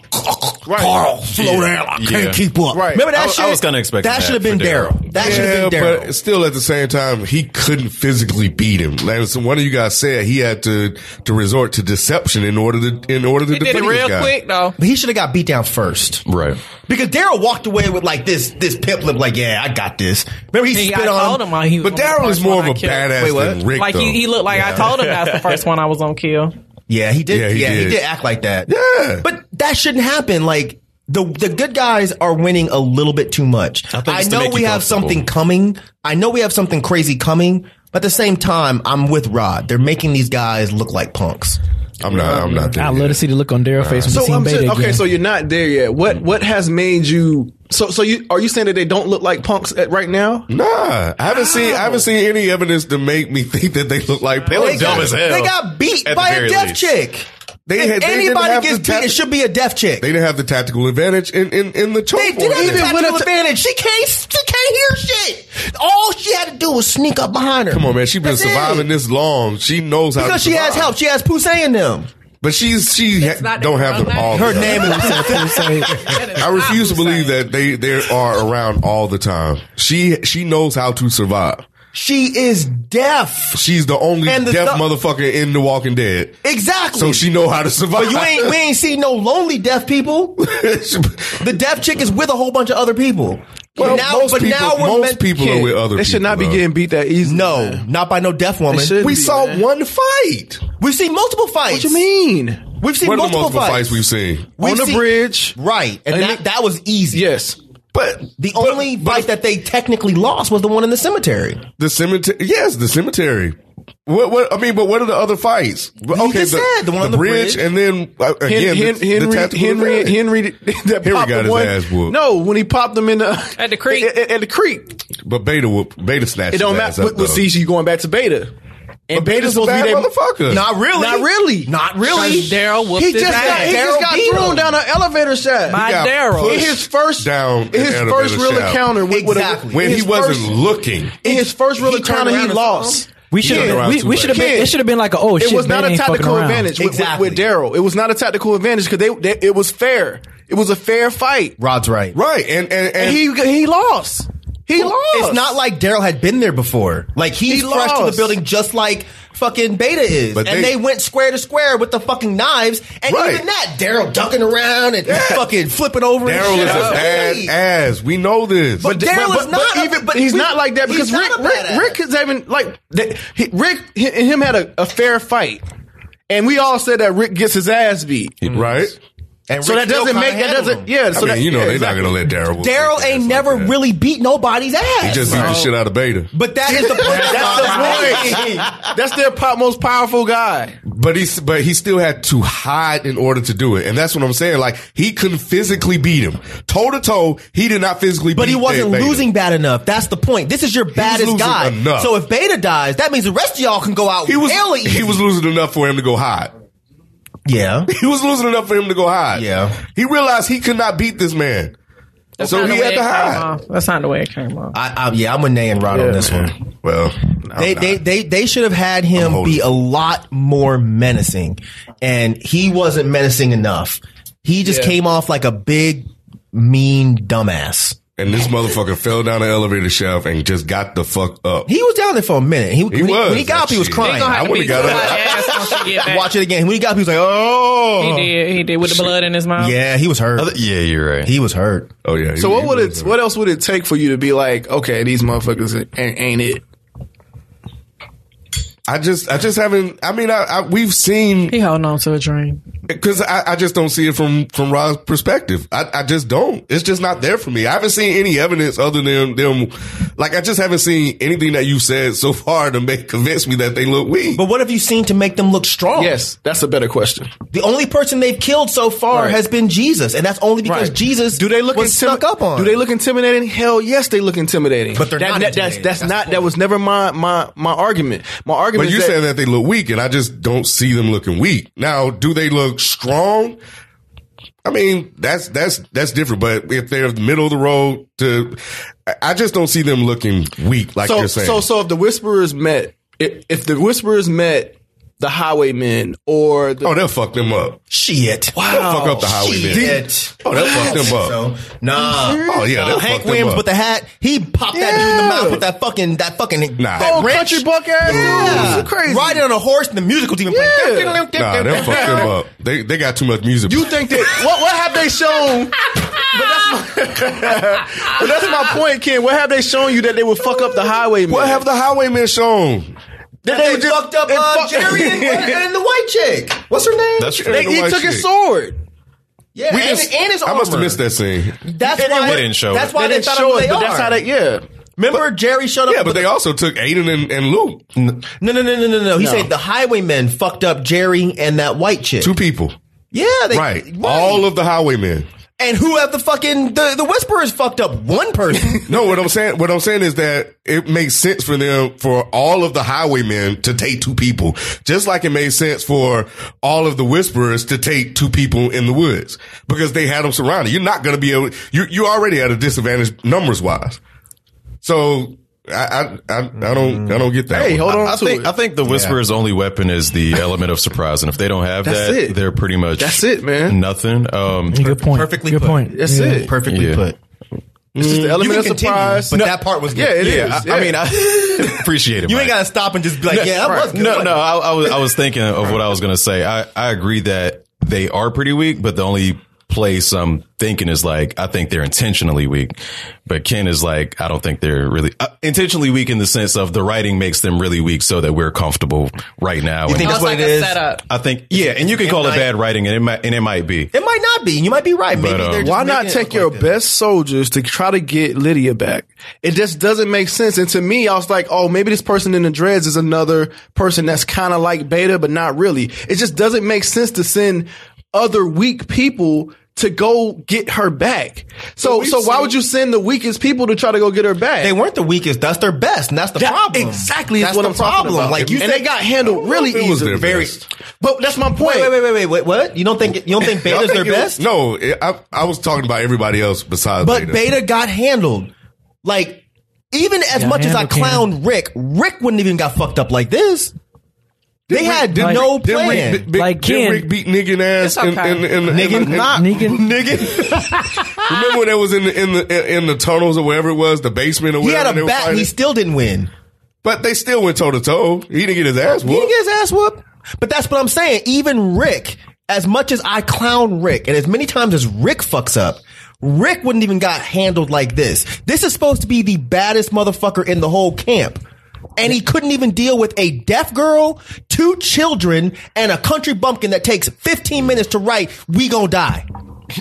[SPEAKER 4] Right.
[SPEAKER 6] Carl slow down. I can't
[SPEAKER 3] Yeah.
[SPEAKER 6] keep up.
[SPEAKER 4] Right.
[SPEAKER 6] Remember that
[SPEAKER 3] I- I
[SPEAKER 6] shit?
[SPEAKER 3] was kinda expecting
[SPEAKER 6] that
[SPEAKER 3] that
[SPEAKER 6] should have been
[SPEAKER 3] for Daryl.
[SPEAKER 6] Daryl. That
[SPEAKER 1] Yeah,
[SPEAKER 6] should have been Daryl.
[SPEAKER 1] but still at the same time, he couldn't physically beat him. Like so one of you guys said, he had to to resort to deception in order to in order to
[SPEAKER 5] did
[SPEAKER 1] defeat
[SPEAKER 5] it
[SPEAKER 1] this
[SPEAKER 5] real
[SPEAKER 1] guy.
[SPEAKER 5] quick though.
[SPEAKER 6] But he should have got beat down first.
[SPEAKER 3] right.
[SPEAKER 6] Because Daryl walked away with like this this pip lip, like, yeah, I got this. Remember he
[SPEAKER 5] He, I
[SPEAKER 6] spit on
[SPEAKER 5] told him I- he was
[SPEAKER 1] But
[SPEAKER 5] one of the
[SPEAKER 1] Daryl is
[SPEAKER 5] first
[SPEAKER 1] more of
[SPEAKER 5] one
[SPEAKER 1] a
[SPEAKER 5] I killed.
[SPEAKER 1] badass than Rick,
[SPEAKER 5] Like
[SPEAKER 1] though.
[SPEAKER 5] he, he looked like I told him that's the first one I was on kill.
[SPEAKER 6] Yeah, he did.
[SPEAKER 1] Yeah,
[SPEAKER 6] Yeah,
[SPEAKER 1] he
[SPEAKER 6] he,
[SPEAKER 1] did.
[SPEAKER 6] did. act like that.
[SPEAKER 1] Yeah.
[SPEAKER 6] But that shouldn't happen. Like the the good guys are winning a little bit too much.
[SPEAKER 3] think
[SPEAKER 6] I,
[SPEAKER 3] it's to
[SPEAKER 6] know
[SPEAKER 3] make
[SPEAKER 6] we
[SPEAKER 3] you
[SPEAKER 6] have
[SPEAKER 3] comfortable.
[SPEAKER 6] something coming. I know we have something crazy coming. But at the same time, I'm with Rod. They're making these guys look like punks.
[SPEAKER 1] I'm not. I'm not. There
[SPEAKER 2] I
[SPEAKER 1] yet.
[SPEAKER 2] love to see the look on Daryl's face when
[SPEAKER 4] So
[SPEAKER 2] he seen
[SPEAKER 4] I'm
[SPEAKER 2] Beta
[SPEAKER 4] just, okay.
[SPEAKER 2] again.
[SPEAKER 4] So you're not there yet. What what has made you? So so you are you saying that they don't look like punks at, right now?
[SPEAKER 1] Nah, I haven't seen. I haven't seen any evidence to make me think that they look like. They
[SPEAKER 3] look
[SPEAKER 1] got-
[SPEAKER 3] dumb as hell.
[SPEAKER 6] They got beat
[SPEAKER 3] At the
[SPEAKER 6] by a
[SPEAKER 3] very
[SPEAKER 6] deaf
[SPEAKER 3] least.
[SPEAKER 6] chick.
[SPEAKER 1] They
[SPEAKER 6] if
[SPEAKER 1] had- they didn't have
[SPEAKER 6] anybody gets
[SPEAKER 1] the
[SPEAKER 6] beat,
[SPEAKER 1] tap-
[SPEAKER 6] it should be a deaf chick.
[SPEAKER 1] They didn't have the tactical advantage in in in the choke.
[SPEAKER 6] They did
[SPEAKER 1] point.
[SPEAKER 6] have the
[SPEAKER 1] Even
[SPEAKER 6] tactical
[SPEAKER 1] with a-
[SPEAKER 6] advantage. She can't. She can't hear shit. All she had to do was sneak up behind her.
[SPEAKER 1] Come on, man. She's been
[SPEAKER 6] That's it.
[SPEAKER 1] surviving this long. She knows how.
[SPEAKER 6] because
[SPEAKER 1] to
[SPEAKER 6] she has
[SPEAKER 1] survive.
[SPEAKER 6] help. She has Poussey in them.
[SPEAKER 1] but she's she ha-
[SPEAKER 5] not
[SPEAKER 1] don't
[SPEAKER 5] their
[SPEAKER 1] have
[SPEAKER 5] real
[SPEAKER 1] them
[SPEAKER 5] name.
[SPEAKER 1] all.
[SPEAKER 6] Her
[SPEAKER 1] the
[SPEAKER 6] name
[SPEAKER 1] time.
[SPEAKER 6] is
[SPEAKER 1] I refuse to believe that they they are around all the time. She she knows how to survive.
[SPEAKER 6] She is deaf.
[SPEAKER 1] She's the only
[SPEAKER 6] And the
[SPEAKER 1] deaf
[SPEAKER 6] stu-
[SPEAKER 1] motherfucker in The Walking Dead.
[SPEAKER 6] Exactly.
[SPEAKER 1] So she know how to survive.
[SPEAKER 6] But you ain't. We ain't seen no lonely deaf people. The deaf chick is with a whole bunch of other people.
[SPEAKER 1] well,
[SPEAKER 6] But now,
[SPEAKER 1] most
[SPEAKER 6] but
[SPEAKER 1] people,
[SPEAKER 6] now we're
[SPEAKER 1] most
[SPEAKER 6] meant-
[SPEAKER 1] people are with other
[SPEAKER 4] They should
[SPEAKER 1] people,
[SPEAKER 4] not be
[SPEAKER 1] though.
[SPEAKER 4] getting beat that easy.
[SPEAKER 6] No, not by no deaf woman.
[SPEAKER 4] They shouldn't
[SPEAKER 1] We
[SPEAKER 4] be,
[SPEAKER 1] saw
[SPEAKER 4] man.
[SPEAKER 1] one fight.
[SPEAKER 6] We've seen multiple fights.
[SPEAKER 4] What you mean?
[SPEAKER 6] We've seen
[SPEAKER 1] One of the
[SPEAKER 6] multiple,
[SPEAKER 1] multiple
[SPEAKER 6] fights.
[SPEAKER 1] fights. we've seen.
[SPEAKER 6] We've
[SPEAKER 4] On the
[SPEAKER 6] seen-
[SPEAKER 4] bridge.
[SPEAKER 6] Right, and,
[SPEAKER 4] And
[SPEAKER 6] that,
[SPEAKER 4] it-
[SPEAKER 6] that was easy.
[SPEAKER 4] Yes.
[SPEAKER 1] But
[SPEAKER 6] The only fight that they technically lost was the one in the cemetery.
[SPEAKER 1] the cemetery, yes, the cemetery. What, what I mean, but what are the other fights?
[SPEAKER 6] just said, the one on the bridge.
[SPEAKER 1] and then uh, again,
[SPEAKER 4] Hen-
[SPEAKER 1] the,
[SPEAKER 4] Hen-
[SPEAKER 1] the
[SPEAKER 4] Henry,
[SPEAKER 1] tactical
[SPEAKER 4] Henry,
[SPEAKER 1] advantage.
[SPEAKER 4] Henry, that
[SPEAKER 1] Henry
[SPEAKER 4] popped
[SPEAKER 1] got
[SPEAKER 4] the
[SPEAKER 1] his
[SPEAKER 4] one-
[SPEAKER 1] ass whooped.
[SPEAKER 4] No, when he popped them in the
[SPEAKER 5] At the creek.
[SPEAKER 4] at, at- at the creek.
[SPEAKER 1] But Beta, whoop- Beta snatched.
[SPEAKER 4] It don't
[SPEAKER 1] his
[SPEAKER 4] matter.
[SPEAKER 1] ass
[SPEAKER 4] But,
[SPEAKER 1] up,
[SPEAKER 4] but
[SPEAKER 1] though.
[SPEAKER 4] see, she going back to Beta,
[SPEAKER 1] But
[SPEAKER 4] and
[SPEAKER 1] Beta's supposed to be
[SPEAKER 4] their
[SPEAKER 1] motherfucker.
[SPEAKER 6] really.
[SPEAKER 4] Not really.
[SPEAKER 6] Not really.
[SPEAKER 5] Daryl whooped
[SPEAKER 4] He just
[SPEAKER 5] his
[SPEAKER 4] got,
[SPEAKER 5] ass.
[SPEAKER 4] he just
[SPEAKER 6] Daryl
[SPEAKER 4] got
[SPEAKER 6] beat
[SPEAKER 4] thrown
[SPEAKER 6] him.
[SPEAKER 4] down an elevator shaft.
[SPEAKER 5] My
[SPEAKER 1] He got
[SPEAKER 5] Daryl.
[SPEAKER 1] pushed
[SPEAKER 4] in his first
[SPEAKER 1] down,
[SPEAKER 4] in his
[SPEAKER 1] an
[SPEAKER 4] first
[SPEAKER 1] elevator
[SPEAKER 4] real
[SPEAKER 1] shaft.
[SPEAKER 4] encounter with, with a-
[SPEAKER 6] Exactly.
[SPEAKER 1] when
[SPEAKER 4] his
[SPEAKER 1] he wasn't
[SPEAKER 4] first-
[SPEAKER 1] looking.
[SPEAKER 4] in his first real
[SPEAKER 6] He
[SPEAKER 4] encounter,
[SPEAKER 6] turned
[SPEAKER 4] he
[SPEAKER 6] around and
[SPEAKER 4] lost.
[SPEAKER 6] saw
[SPEAKER 2] we should
[SPEAKER 1] Yeah.
[SPEAKER 2] have we, we should have been
[SPEAKER 4] Kid.
[SPEAKER 2] it should have been like a oh shit.
[SPEAKER 4] it was not
[SPEAKER 2] Beta
[SPEAKER 4] a
[SPEAKER 2] ain't fucking
[SPEAKER 4] tactical
[SPEAKER 2] around.
[SPEAKER 4] advantage with- with,
[SPEAKER 6] Exactly.
[SPEAKER 4] with Daryl. It was not a tactical advantage because they, they it was fair. It was a fair fight,
[SPEAKER 6] Rod's right.
[SPEAKER 1] Right, and and, and,
[SPEAKER 4] and he he lost. He lost.
[SPEAKER 6] It's not like Daryl had been there before. Like he's
[SPEAKER 4] He
[SPEAKER 6] fresh to
[SPEAKER 4] lost.
[SPEAKER 6] the building, just like fucking Beta is.
[SPEAKER 1] But
[SPEAKER 6] and
[SPEAKER 1] they-
[SPEAKER 6] they went square to square with the fucking knives, and
[SPEAKER 1] Right.
[SPEAKER 6] even that Daryl ducking around and fucking flipping over.
[SPEAKER 1] Daryl
[SPEAKER 6] and
[SPEAKER 1] is
[SPEAKER 6] shit.
[SPEAKER 1] a bad
[SPEAKER 6] Hey.
[SPEAKER 1] ass. We know this.
[SPEAKER 6] But Daryl is not a-
[SPEAKER 4] even,
[SPEAKER 6] but
[SPEAKER 4] he's
[SPEAKER 6] we-
[SPEAKER 4] not like that
[SPEAKER 6] he's
[SPEAKER 4] because Rick,
[SPEAKER 6] not a
[SPEAKER 4] Rick,
[SPEAKER 6] badass.
[SPEAKER 4] Rick is even like that, he, Rick he, and him had a, a fair fight, and we all said that Rick gets his ass beat.
[SPEAKER 1] Mm-hmm. right?
[SPEAKER 6] And
[SPEAKER 7] So
[SPEAKER 6] Rick
[SPEAKER 7] that doesn't
[SPEAKER 6] still
[SPEAKER 7] make
[SPEAKER 6] kinda
[SPEAKER 7] that doesn't
[SPEAKER 6] handled him.
[SPEAKER 7] yeah.
[SPEAKER 1] I
[SPEAKER 7] So
[SPEAKER 1] mean,
[SPEAKER 7] that,
[SPEAKER 1] you know
[SPEAKER 7] yeah,
[SPEAKER 1] they're
[SPEAKER 7] exactly.
[SPEAKER 1] not gonna let Daryl.
[SPEAKER 7] Daryl ain't never really beat nobody's ass.
[SPEAKER 1] He just beat the shit out of Beta.
[SPEAKER 7] but that is the point. That's the point.
[SPEAKER 4] That's their pop most powerful guy.
[SPEAKER 1] But he, but he still had to hide in order to do it, and that's what I'm saying. Like he couldn't physically beat him, toe to toe. He did not physically,
[SPEAKER 7] But
[SPEAKER 1] beat
[SPEAKER 7] he wasn't
[SPEAKER 1] Beta.
[SPEAKER 7] losing bad enough. That's the point. This is your baddest
[SPEAKER 1] losing
[SPEAKER 7] guy.
[SPEAKER 1] enough.
[SPEAKER 7] So if Beta dies, that means the rest of y'all can go out.
[SPEAKER 1] He was
[SPEAKER 7] hella easy.
[SPEAKER 1] he was losing enough for him to go hide.
[SPEAKER 6] Yeah.
[SPEAKER 1] He was losing enough for him to go hide.
[SPEAKER 6] Yeah.
[SPEAKER 1] he realized he could not beat this man, so
[SPEAKER 5] Not the
[SPEAKER 1] he
[SPEAKER 5] way
[SPEAKER 1] had
[SPEAKER 5] it
[SPEAKER 1] to
[SPEAKER 5] came
[SPEAKER 1] hide.
[SPEAKER 5] off. That's not the way it came off.
[SPEAKER 6] I, I, yeah, I'm a nay and rod on this one.
[SPEAKER 1] Well,
[SPEAKER 6] They, they they they should have had
[SPEAKER 1] I'm
[SPEAKER 6] him
[SPEAKER 1] holding.
[SPEAKER 6] be a lot more menacing, and he wasn't menacing enough. He just came off like a big, mean dumbass.
[SPEAKER 1] and this motherfucker fell down the elevator shaft and just got the fuck up.
[SPEAKER 6] He was down there for a minute. He,
[SPEAKER 1] He
[SPEAKER 6] when, He,
[SPEAKER 1] was.
[SPEAKER 6] when he got up, he was
[SPEAKER 1] Shit.
[SPEAKER 6] crying.
[SPEAKER 1] I would've got up.
[SPEAKER 6] Watch it again. When he got up, he was like, "Oh,
[SPEAKER 5] He did. He did with the blood in his mouth.
[SPEAKER 6] yeah." He was hurt.
[SPEAKER 3] Other- yeah, you're right.
[SPEAKER 6] he was hurt.
[SPEAKER 1] Oh yeah. he-
[SPEAKER 4] So what
[SPEAKER 1] he
[SPEAKER 4] would
[SPEAKER 1] was-
[SPEAKER 4] it? What else would it take for you to be like, okay, these motherfuckers ain't, ain't it?
[SPEAKER 1] I just I just haven't. I mean, I, I we've seen
[SPEAKER 5] He holding on to a dream.
[SPEAKER 1] because I, I just don't see it from from Rod's perspective. I, I just don't. It's just not there for me. I haven't seen any evidence other than them. Like I just haven't seen anything that you said so far to make convince me that they look weak.
[SPEAKER 6] But what have you seen to make them look strong?
[SPEAKER 4] Yes, that's a better question.
[SPEAKER 6] The only person they've killed so far
[SPEAKER 4] Right.
[SPEAKER 6] has been Jesus, and that's only because
[SPEAKER 4] Right.
[SPEAKER 6] Jesus
[SPEAKER 4] do they look
[SPEAKER 6] was
[SPEAKER 4] intimi-
[SPEAKER 6] stuck up on.
[SPEAKER 4] Do they look intimidating? Hell yes, they look intimidating.
[SPEAKER 6] But they're
[SPEAKER 4] That-
[SPEAKER 6] not
[SPEAKER 4] that- that's
[SPEAKER 6] intimidating.
[SPEAKER 4] that's,
[SPEAKER 6] That's
[SPEAKER 4] not
[SPEAKER 6] the
[SPEAKER 4] that was never my my my argument. My argument.
[SPEAKER 1] But you
[SPEAKER 4] is that,
[SPEAKER 1] saying that they look weak, and I just don't see them looking weak. Now, do they look strong? I mean, that's that's that's different. But if they're middle of the road to, I- I just don't see them looking weak, like
[SPEAKER 4] so
[SPEAKER 1] you're saying.
[SPEAKER 4] so so if the whisperers met, if, if the whisperers met the highwaymen or the
[SPEAKER 1] oh, they'll fuck them up.
[SPEAKER 6] Shit.
[SPEAKER 1] They'll fuck up the highwaymen.
[SPEAKER 6] Shit.
[SPEAKER 1] Oh, they'll fuck them up.
[SPEAKER 6] So, nah.
[SPEAKER 1] Oh yeah, they'll fuck
[SPEAKER 6] Hank
[SPEAKER 1] them
[SPEAKER 6] Williams
[SPEAKER 1] up.
[SPEAKER 6] with the hat, he popped that dude in the mouth with that fucking that fucking
[SPEAKER 1] Nah.
[SPEAKER 6] that
[SPEAKER 1] Oh,
[SPEAKER 6] wrench.
[SPEAKER 4] country buck ass dude.
[SPEAKER 6] Yeah.
[SPEAKER 4] This is crazy.
[SPEAKER 6] Riding on a horse and the musical's even playing.
[SPEAKER 1] Nah, they'll fuck them up. They they got too much music.
[SPEAKER 4] You think that what what have they shown? But that's my, but that's my point, Ken. What have they shown you that they would fuck up the highwaymen?
[SPEAKER 1] what have the highwaymen shown?
[SPEAKER 4] that
[SPEAKER 6] They fucked up
[SPEAKER 4] they
[SPEAKER 6] uh,
[SPEAKER 4] fuck-
[SPEAKER 6] Jerry and, and the white chick. What's her name?
[SPEAKER 3] That's true.
[SPEAKER 4] They,
[SPEAKER 1] the
[SPEAKER 4] he
[SPEAKER 1] white
[SPEAKER 4] took his
[SPEAKER 1] chick.
[SPEAKER 4] sword.
[SPEAKER 6] yeah,
[SPEAKER 1] We
[SPEAKER 6] and,
[SPEAKER 1] just-
[SPEAKER 6] and his
[SPEAKER 1] I
[SPEAKER 6] armor.
[SPEAKER 1] must have missed that scene.
[SPEAKER 6] That's
[SPEAKER 3] They
[SPEAKER 6] why
[SPEAKER 3] didn't show
[SPEAKER 6] That's
[SPEAKER 3] it.
[SPEAKER 6] why
[SPEAKER 4] They
[SPEAKER 6] they,
[SPEAKER 4] didn't
[SPEAKER 6] thought
[SPEAKER 4] show
[SPEAKER 6] it,
[SPEAKER 4] it,
[SPEAKER 6] they
[SPEAKER 4] but
[SPEAKER 6] are.
[SPEAKER 4] that's how they. Yeah,
[SPEAKER 6] Remember, Jerry showed up.
[SPEAKER 1] Yeah, but
[SPEAKER 6] with
[SPEAKER 1] they
[SPEAKER 6] the-
[SPEAKER 1] also took Aiden and, and Luke,
[SPEAKER 6] no, no, no, no, no, no. He said the highwaymen fucked up Jerry and that white chick.
[SPEAKER 1] two people,
[SPEAKER 6] yeah, they,
[SPEAKER 1] right? All of the highwaymen.
[SPEAKER 6] and who have the fucking the the whisperers fucked up one person.
[SPEAKER 1] No, what I'm saying, what I'm saying is that it makes sense for them, for all of the highwaymen to take two people, just like it made sense for all of the whisperers to take two people in the woods because they had them surrounded. You're not going to be able, you, you already at a disadvantage numbers wise. So I, I, I, I don't, I don't get that.
[SPEAKER 4] Hey,
[SPEAKER 1] one.
[SPEAKER 4] hold on
[SPEAKER 3] I
[SPEAKER 4] to
[SPEAKER 3] think
[SPEAKER 4] it.
[SPEAKER 3] I think the whisperer's only weapon is the element of surprise, and if they don't have
[SPEAKER 4] That's
[SPEAKER 3] that,
[SPEAKER 4] it.
[SPEAKER 3] they're pretty much
[SPEAKER 4] That's it, man.
[SPEAKER 3] Nothing. Um,
[SPEAKER 2] Good point.
[SPEAKER 6] Perfectly
[SPEAKER 2] Good
[SPEAKER 6] put.
[SPEAKER 2] point.
[SPEAKER 4] That's
[SPEAKER 2] Yeah.
[SPEAKER 4] it.
[SPEAKER 6] Perfectly
[SPEAKER 3] Yeah.
[SPEAKER 6] put.
[SPEAKER 4] It's just the
[SPEAKER 6] You
[SPEAKER 4] element
[SPEAKER 6] can
[SPEAKER 4] of
[SPEAKER 6] continue,
[SPEAKER 4] surprise.
[SPEAKER 6] but
[SPEAKER 4] No,
[SPEAKER 6] that part was good.
[SPEAKER 4] yeah, it is.
[SPEAKER 3] yeah, I, I
[SPEAKER 4] Yeah.
[SPEAKER 3] mean, I appreciate it.
[SPEAKER 6] You
[SPEAKER 3] Mike.
[SPEAKER 6] ain't gotta stop and just be like, yeah, that was good.
[SPEAKER 3] No, no, I, I was I was thinking of what I was gonna say. I I agree that they are pretty weak, but the only place I'm thinking is like I think they're intentionally weak. But Ken is like I don't think they're really uh, intentionally weak in the sense of the writing makes them really weak so that we're comfortable right now. and
[SPEAKER 5] It
[SPEAKER 6] think
[SPEAKER 5] was
[SPEAKER 6] That's what
[SPEAKER 5] like
[SPEAKER 6] it
[SPEAKER 5] a
[SPEAKER 6] is.
[SPEAKER 5] setup.
[SPEAKER 3] I think yeah, and you can call it bad writing, and it might and it might be.
[SPEAKER 6] It might not be. You might be right. Maybe
[SPEAKER 3] But, um,
[SPEAKER 6] they're just
[SPEAKER 4] Why not
[SPEAKER 6] making it
[SPEAKER 4] take
[SPEAKER 6] look
[SPEAKER 4] your
[SPEAKER 6] like that.
[SPEAKER 4] best soldiers to try to get Lydia back? It just doesn't make sense. And to me, I was like, oh, maybe this person in the dreads is another person that's kind of like Beta, but not really. It just doesn't make sense to send other weak people to go get her back. So, so why would you send the weakest people to try to go get her back?
[SPEAKER 6] They weren't the weakest. That's their best, and that's the
[SPEAKER 4] That-
[SPEAKER 6] problem.
[SPEAKER 4] Exactly,
[SPEAKER 6] that's
[SPEAKER 4] is what
[SPEAKER 6] the
[SPEAKER 4] I'm talking
[SPEAKER 6] problem.
[SPEAKER 4] about.
[SPEAKER 6] Like you
[SPEAKER 4] and
[SPEAKER 6] said,
[SPEAKER 4] they got handled really
[SPEAKER 1] It
[SPEAKER 4] easily.
[SPEAKER 1] was their
[SPEAKER 4] Very-
[SPEAKER 1] best.
[SPEAKER 4] But that's my point.
[SPEAKER 6] Wait, wait, wait, wait, wait, wait. What? You don't think you don't think Beta's
[SPEAKER 1] Y'all
[SPEAKER 6] their
[SPEAKER 1] think it-
[SPEAKER 6] best?
[SPEAKER 1] No, it, I, I was talking about everybody else besides
[SPEAKER 6] but
[SPEAKER 1] Beta.
[SPEAKER 6] Beta. got handled. Like even as much as I
[SPEAKER 2] handled him.
[SPEAKER 6] clowned Rick, Rick wouldn't even got fucked up like this. they had
[SPEAKER 1] Didn't
[SPEAKER 6] no
[SPEAKER 1] Rick- didn't
[SPEAKER 6] plan.
[SPEAKER 1] Rick, beat-
[SPEAKER 2] Like
[SPEAKER 1] didn't
[SPEAKER 2] Ken.
[SPEAKER 1] Rick beat Negan ass in,
[SPEAKER 5] okay.
[SPEAKER 1] in, in, in,
[SPEAKER 6] Negan?
[SPEAKER 1] in-
[SPEAKER 6] Nah.
[SPEAKER 2] Negan.
[SPEAKER 1] Nigga. Remember when that was in the in the in the tunnels or wherever it was, the basement or
[SPEAKER 6] he
[SPEAKER 1] whatever.
[SPEAKER 6] had
[SPEAKER 1] they
[SPEAKER 6] a
[SPEAKER 1] were
[SPEAKER 6] bat. and
[SPEAKER 1] fighting?
[SPEAKER 6] He still didn't win.
[SPEAKER 1] but they still went toe to toe. He didn't get his ass
[SPEAKER 6] He didn't
[SPEAKER 1] whooped.
[SPEAKER 6] get his ass whooped. But that's what I'm saying. Even Rick, as much as I clown Rick, and as many times as Rick fucks up, Rick wouldn't even got handled like this. This is supposed to be the baddest motherfucker in the whole camp. And he couldn't even deal with a deaf girl, two children, and a country bumpkin that takes 15 minutes to write, we gonna die.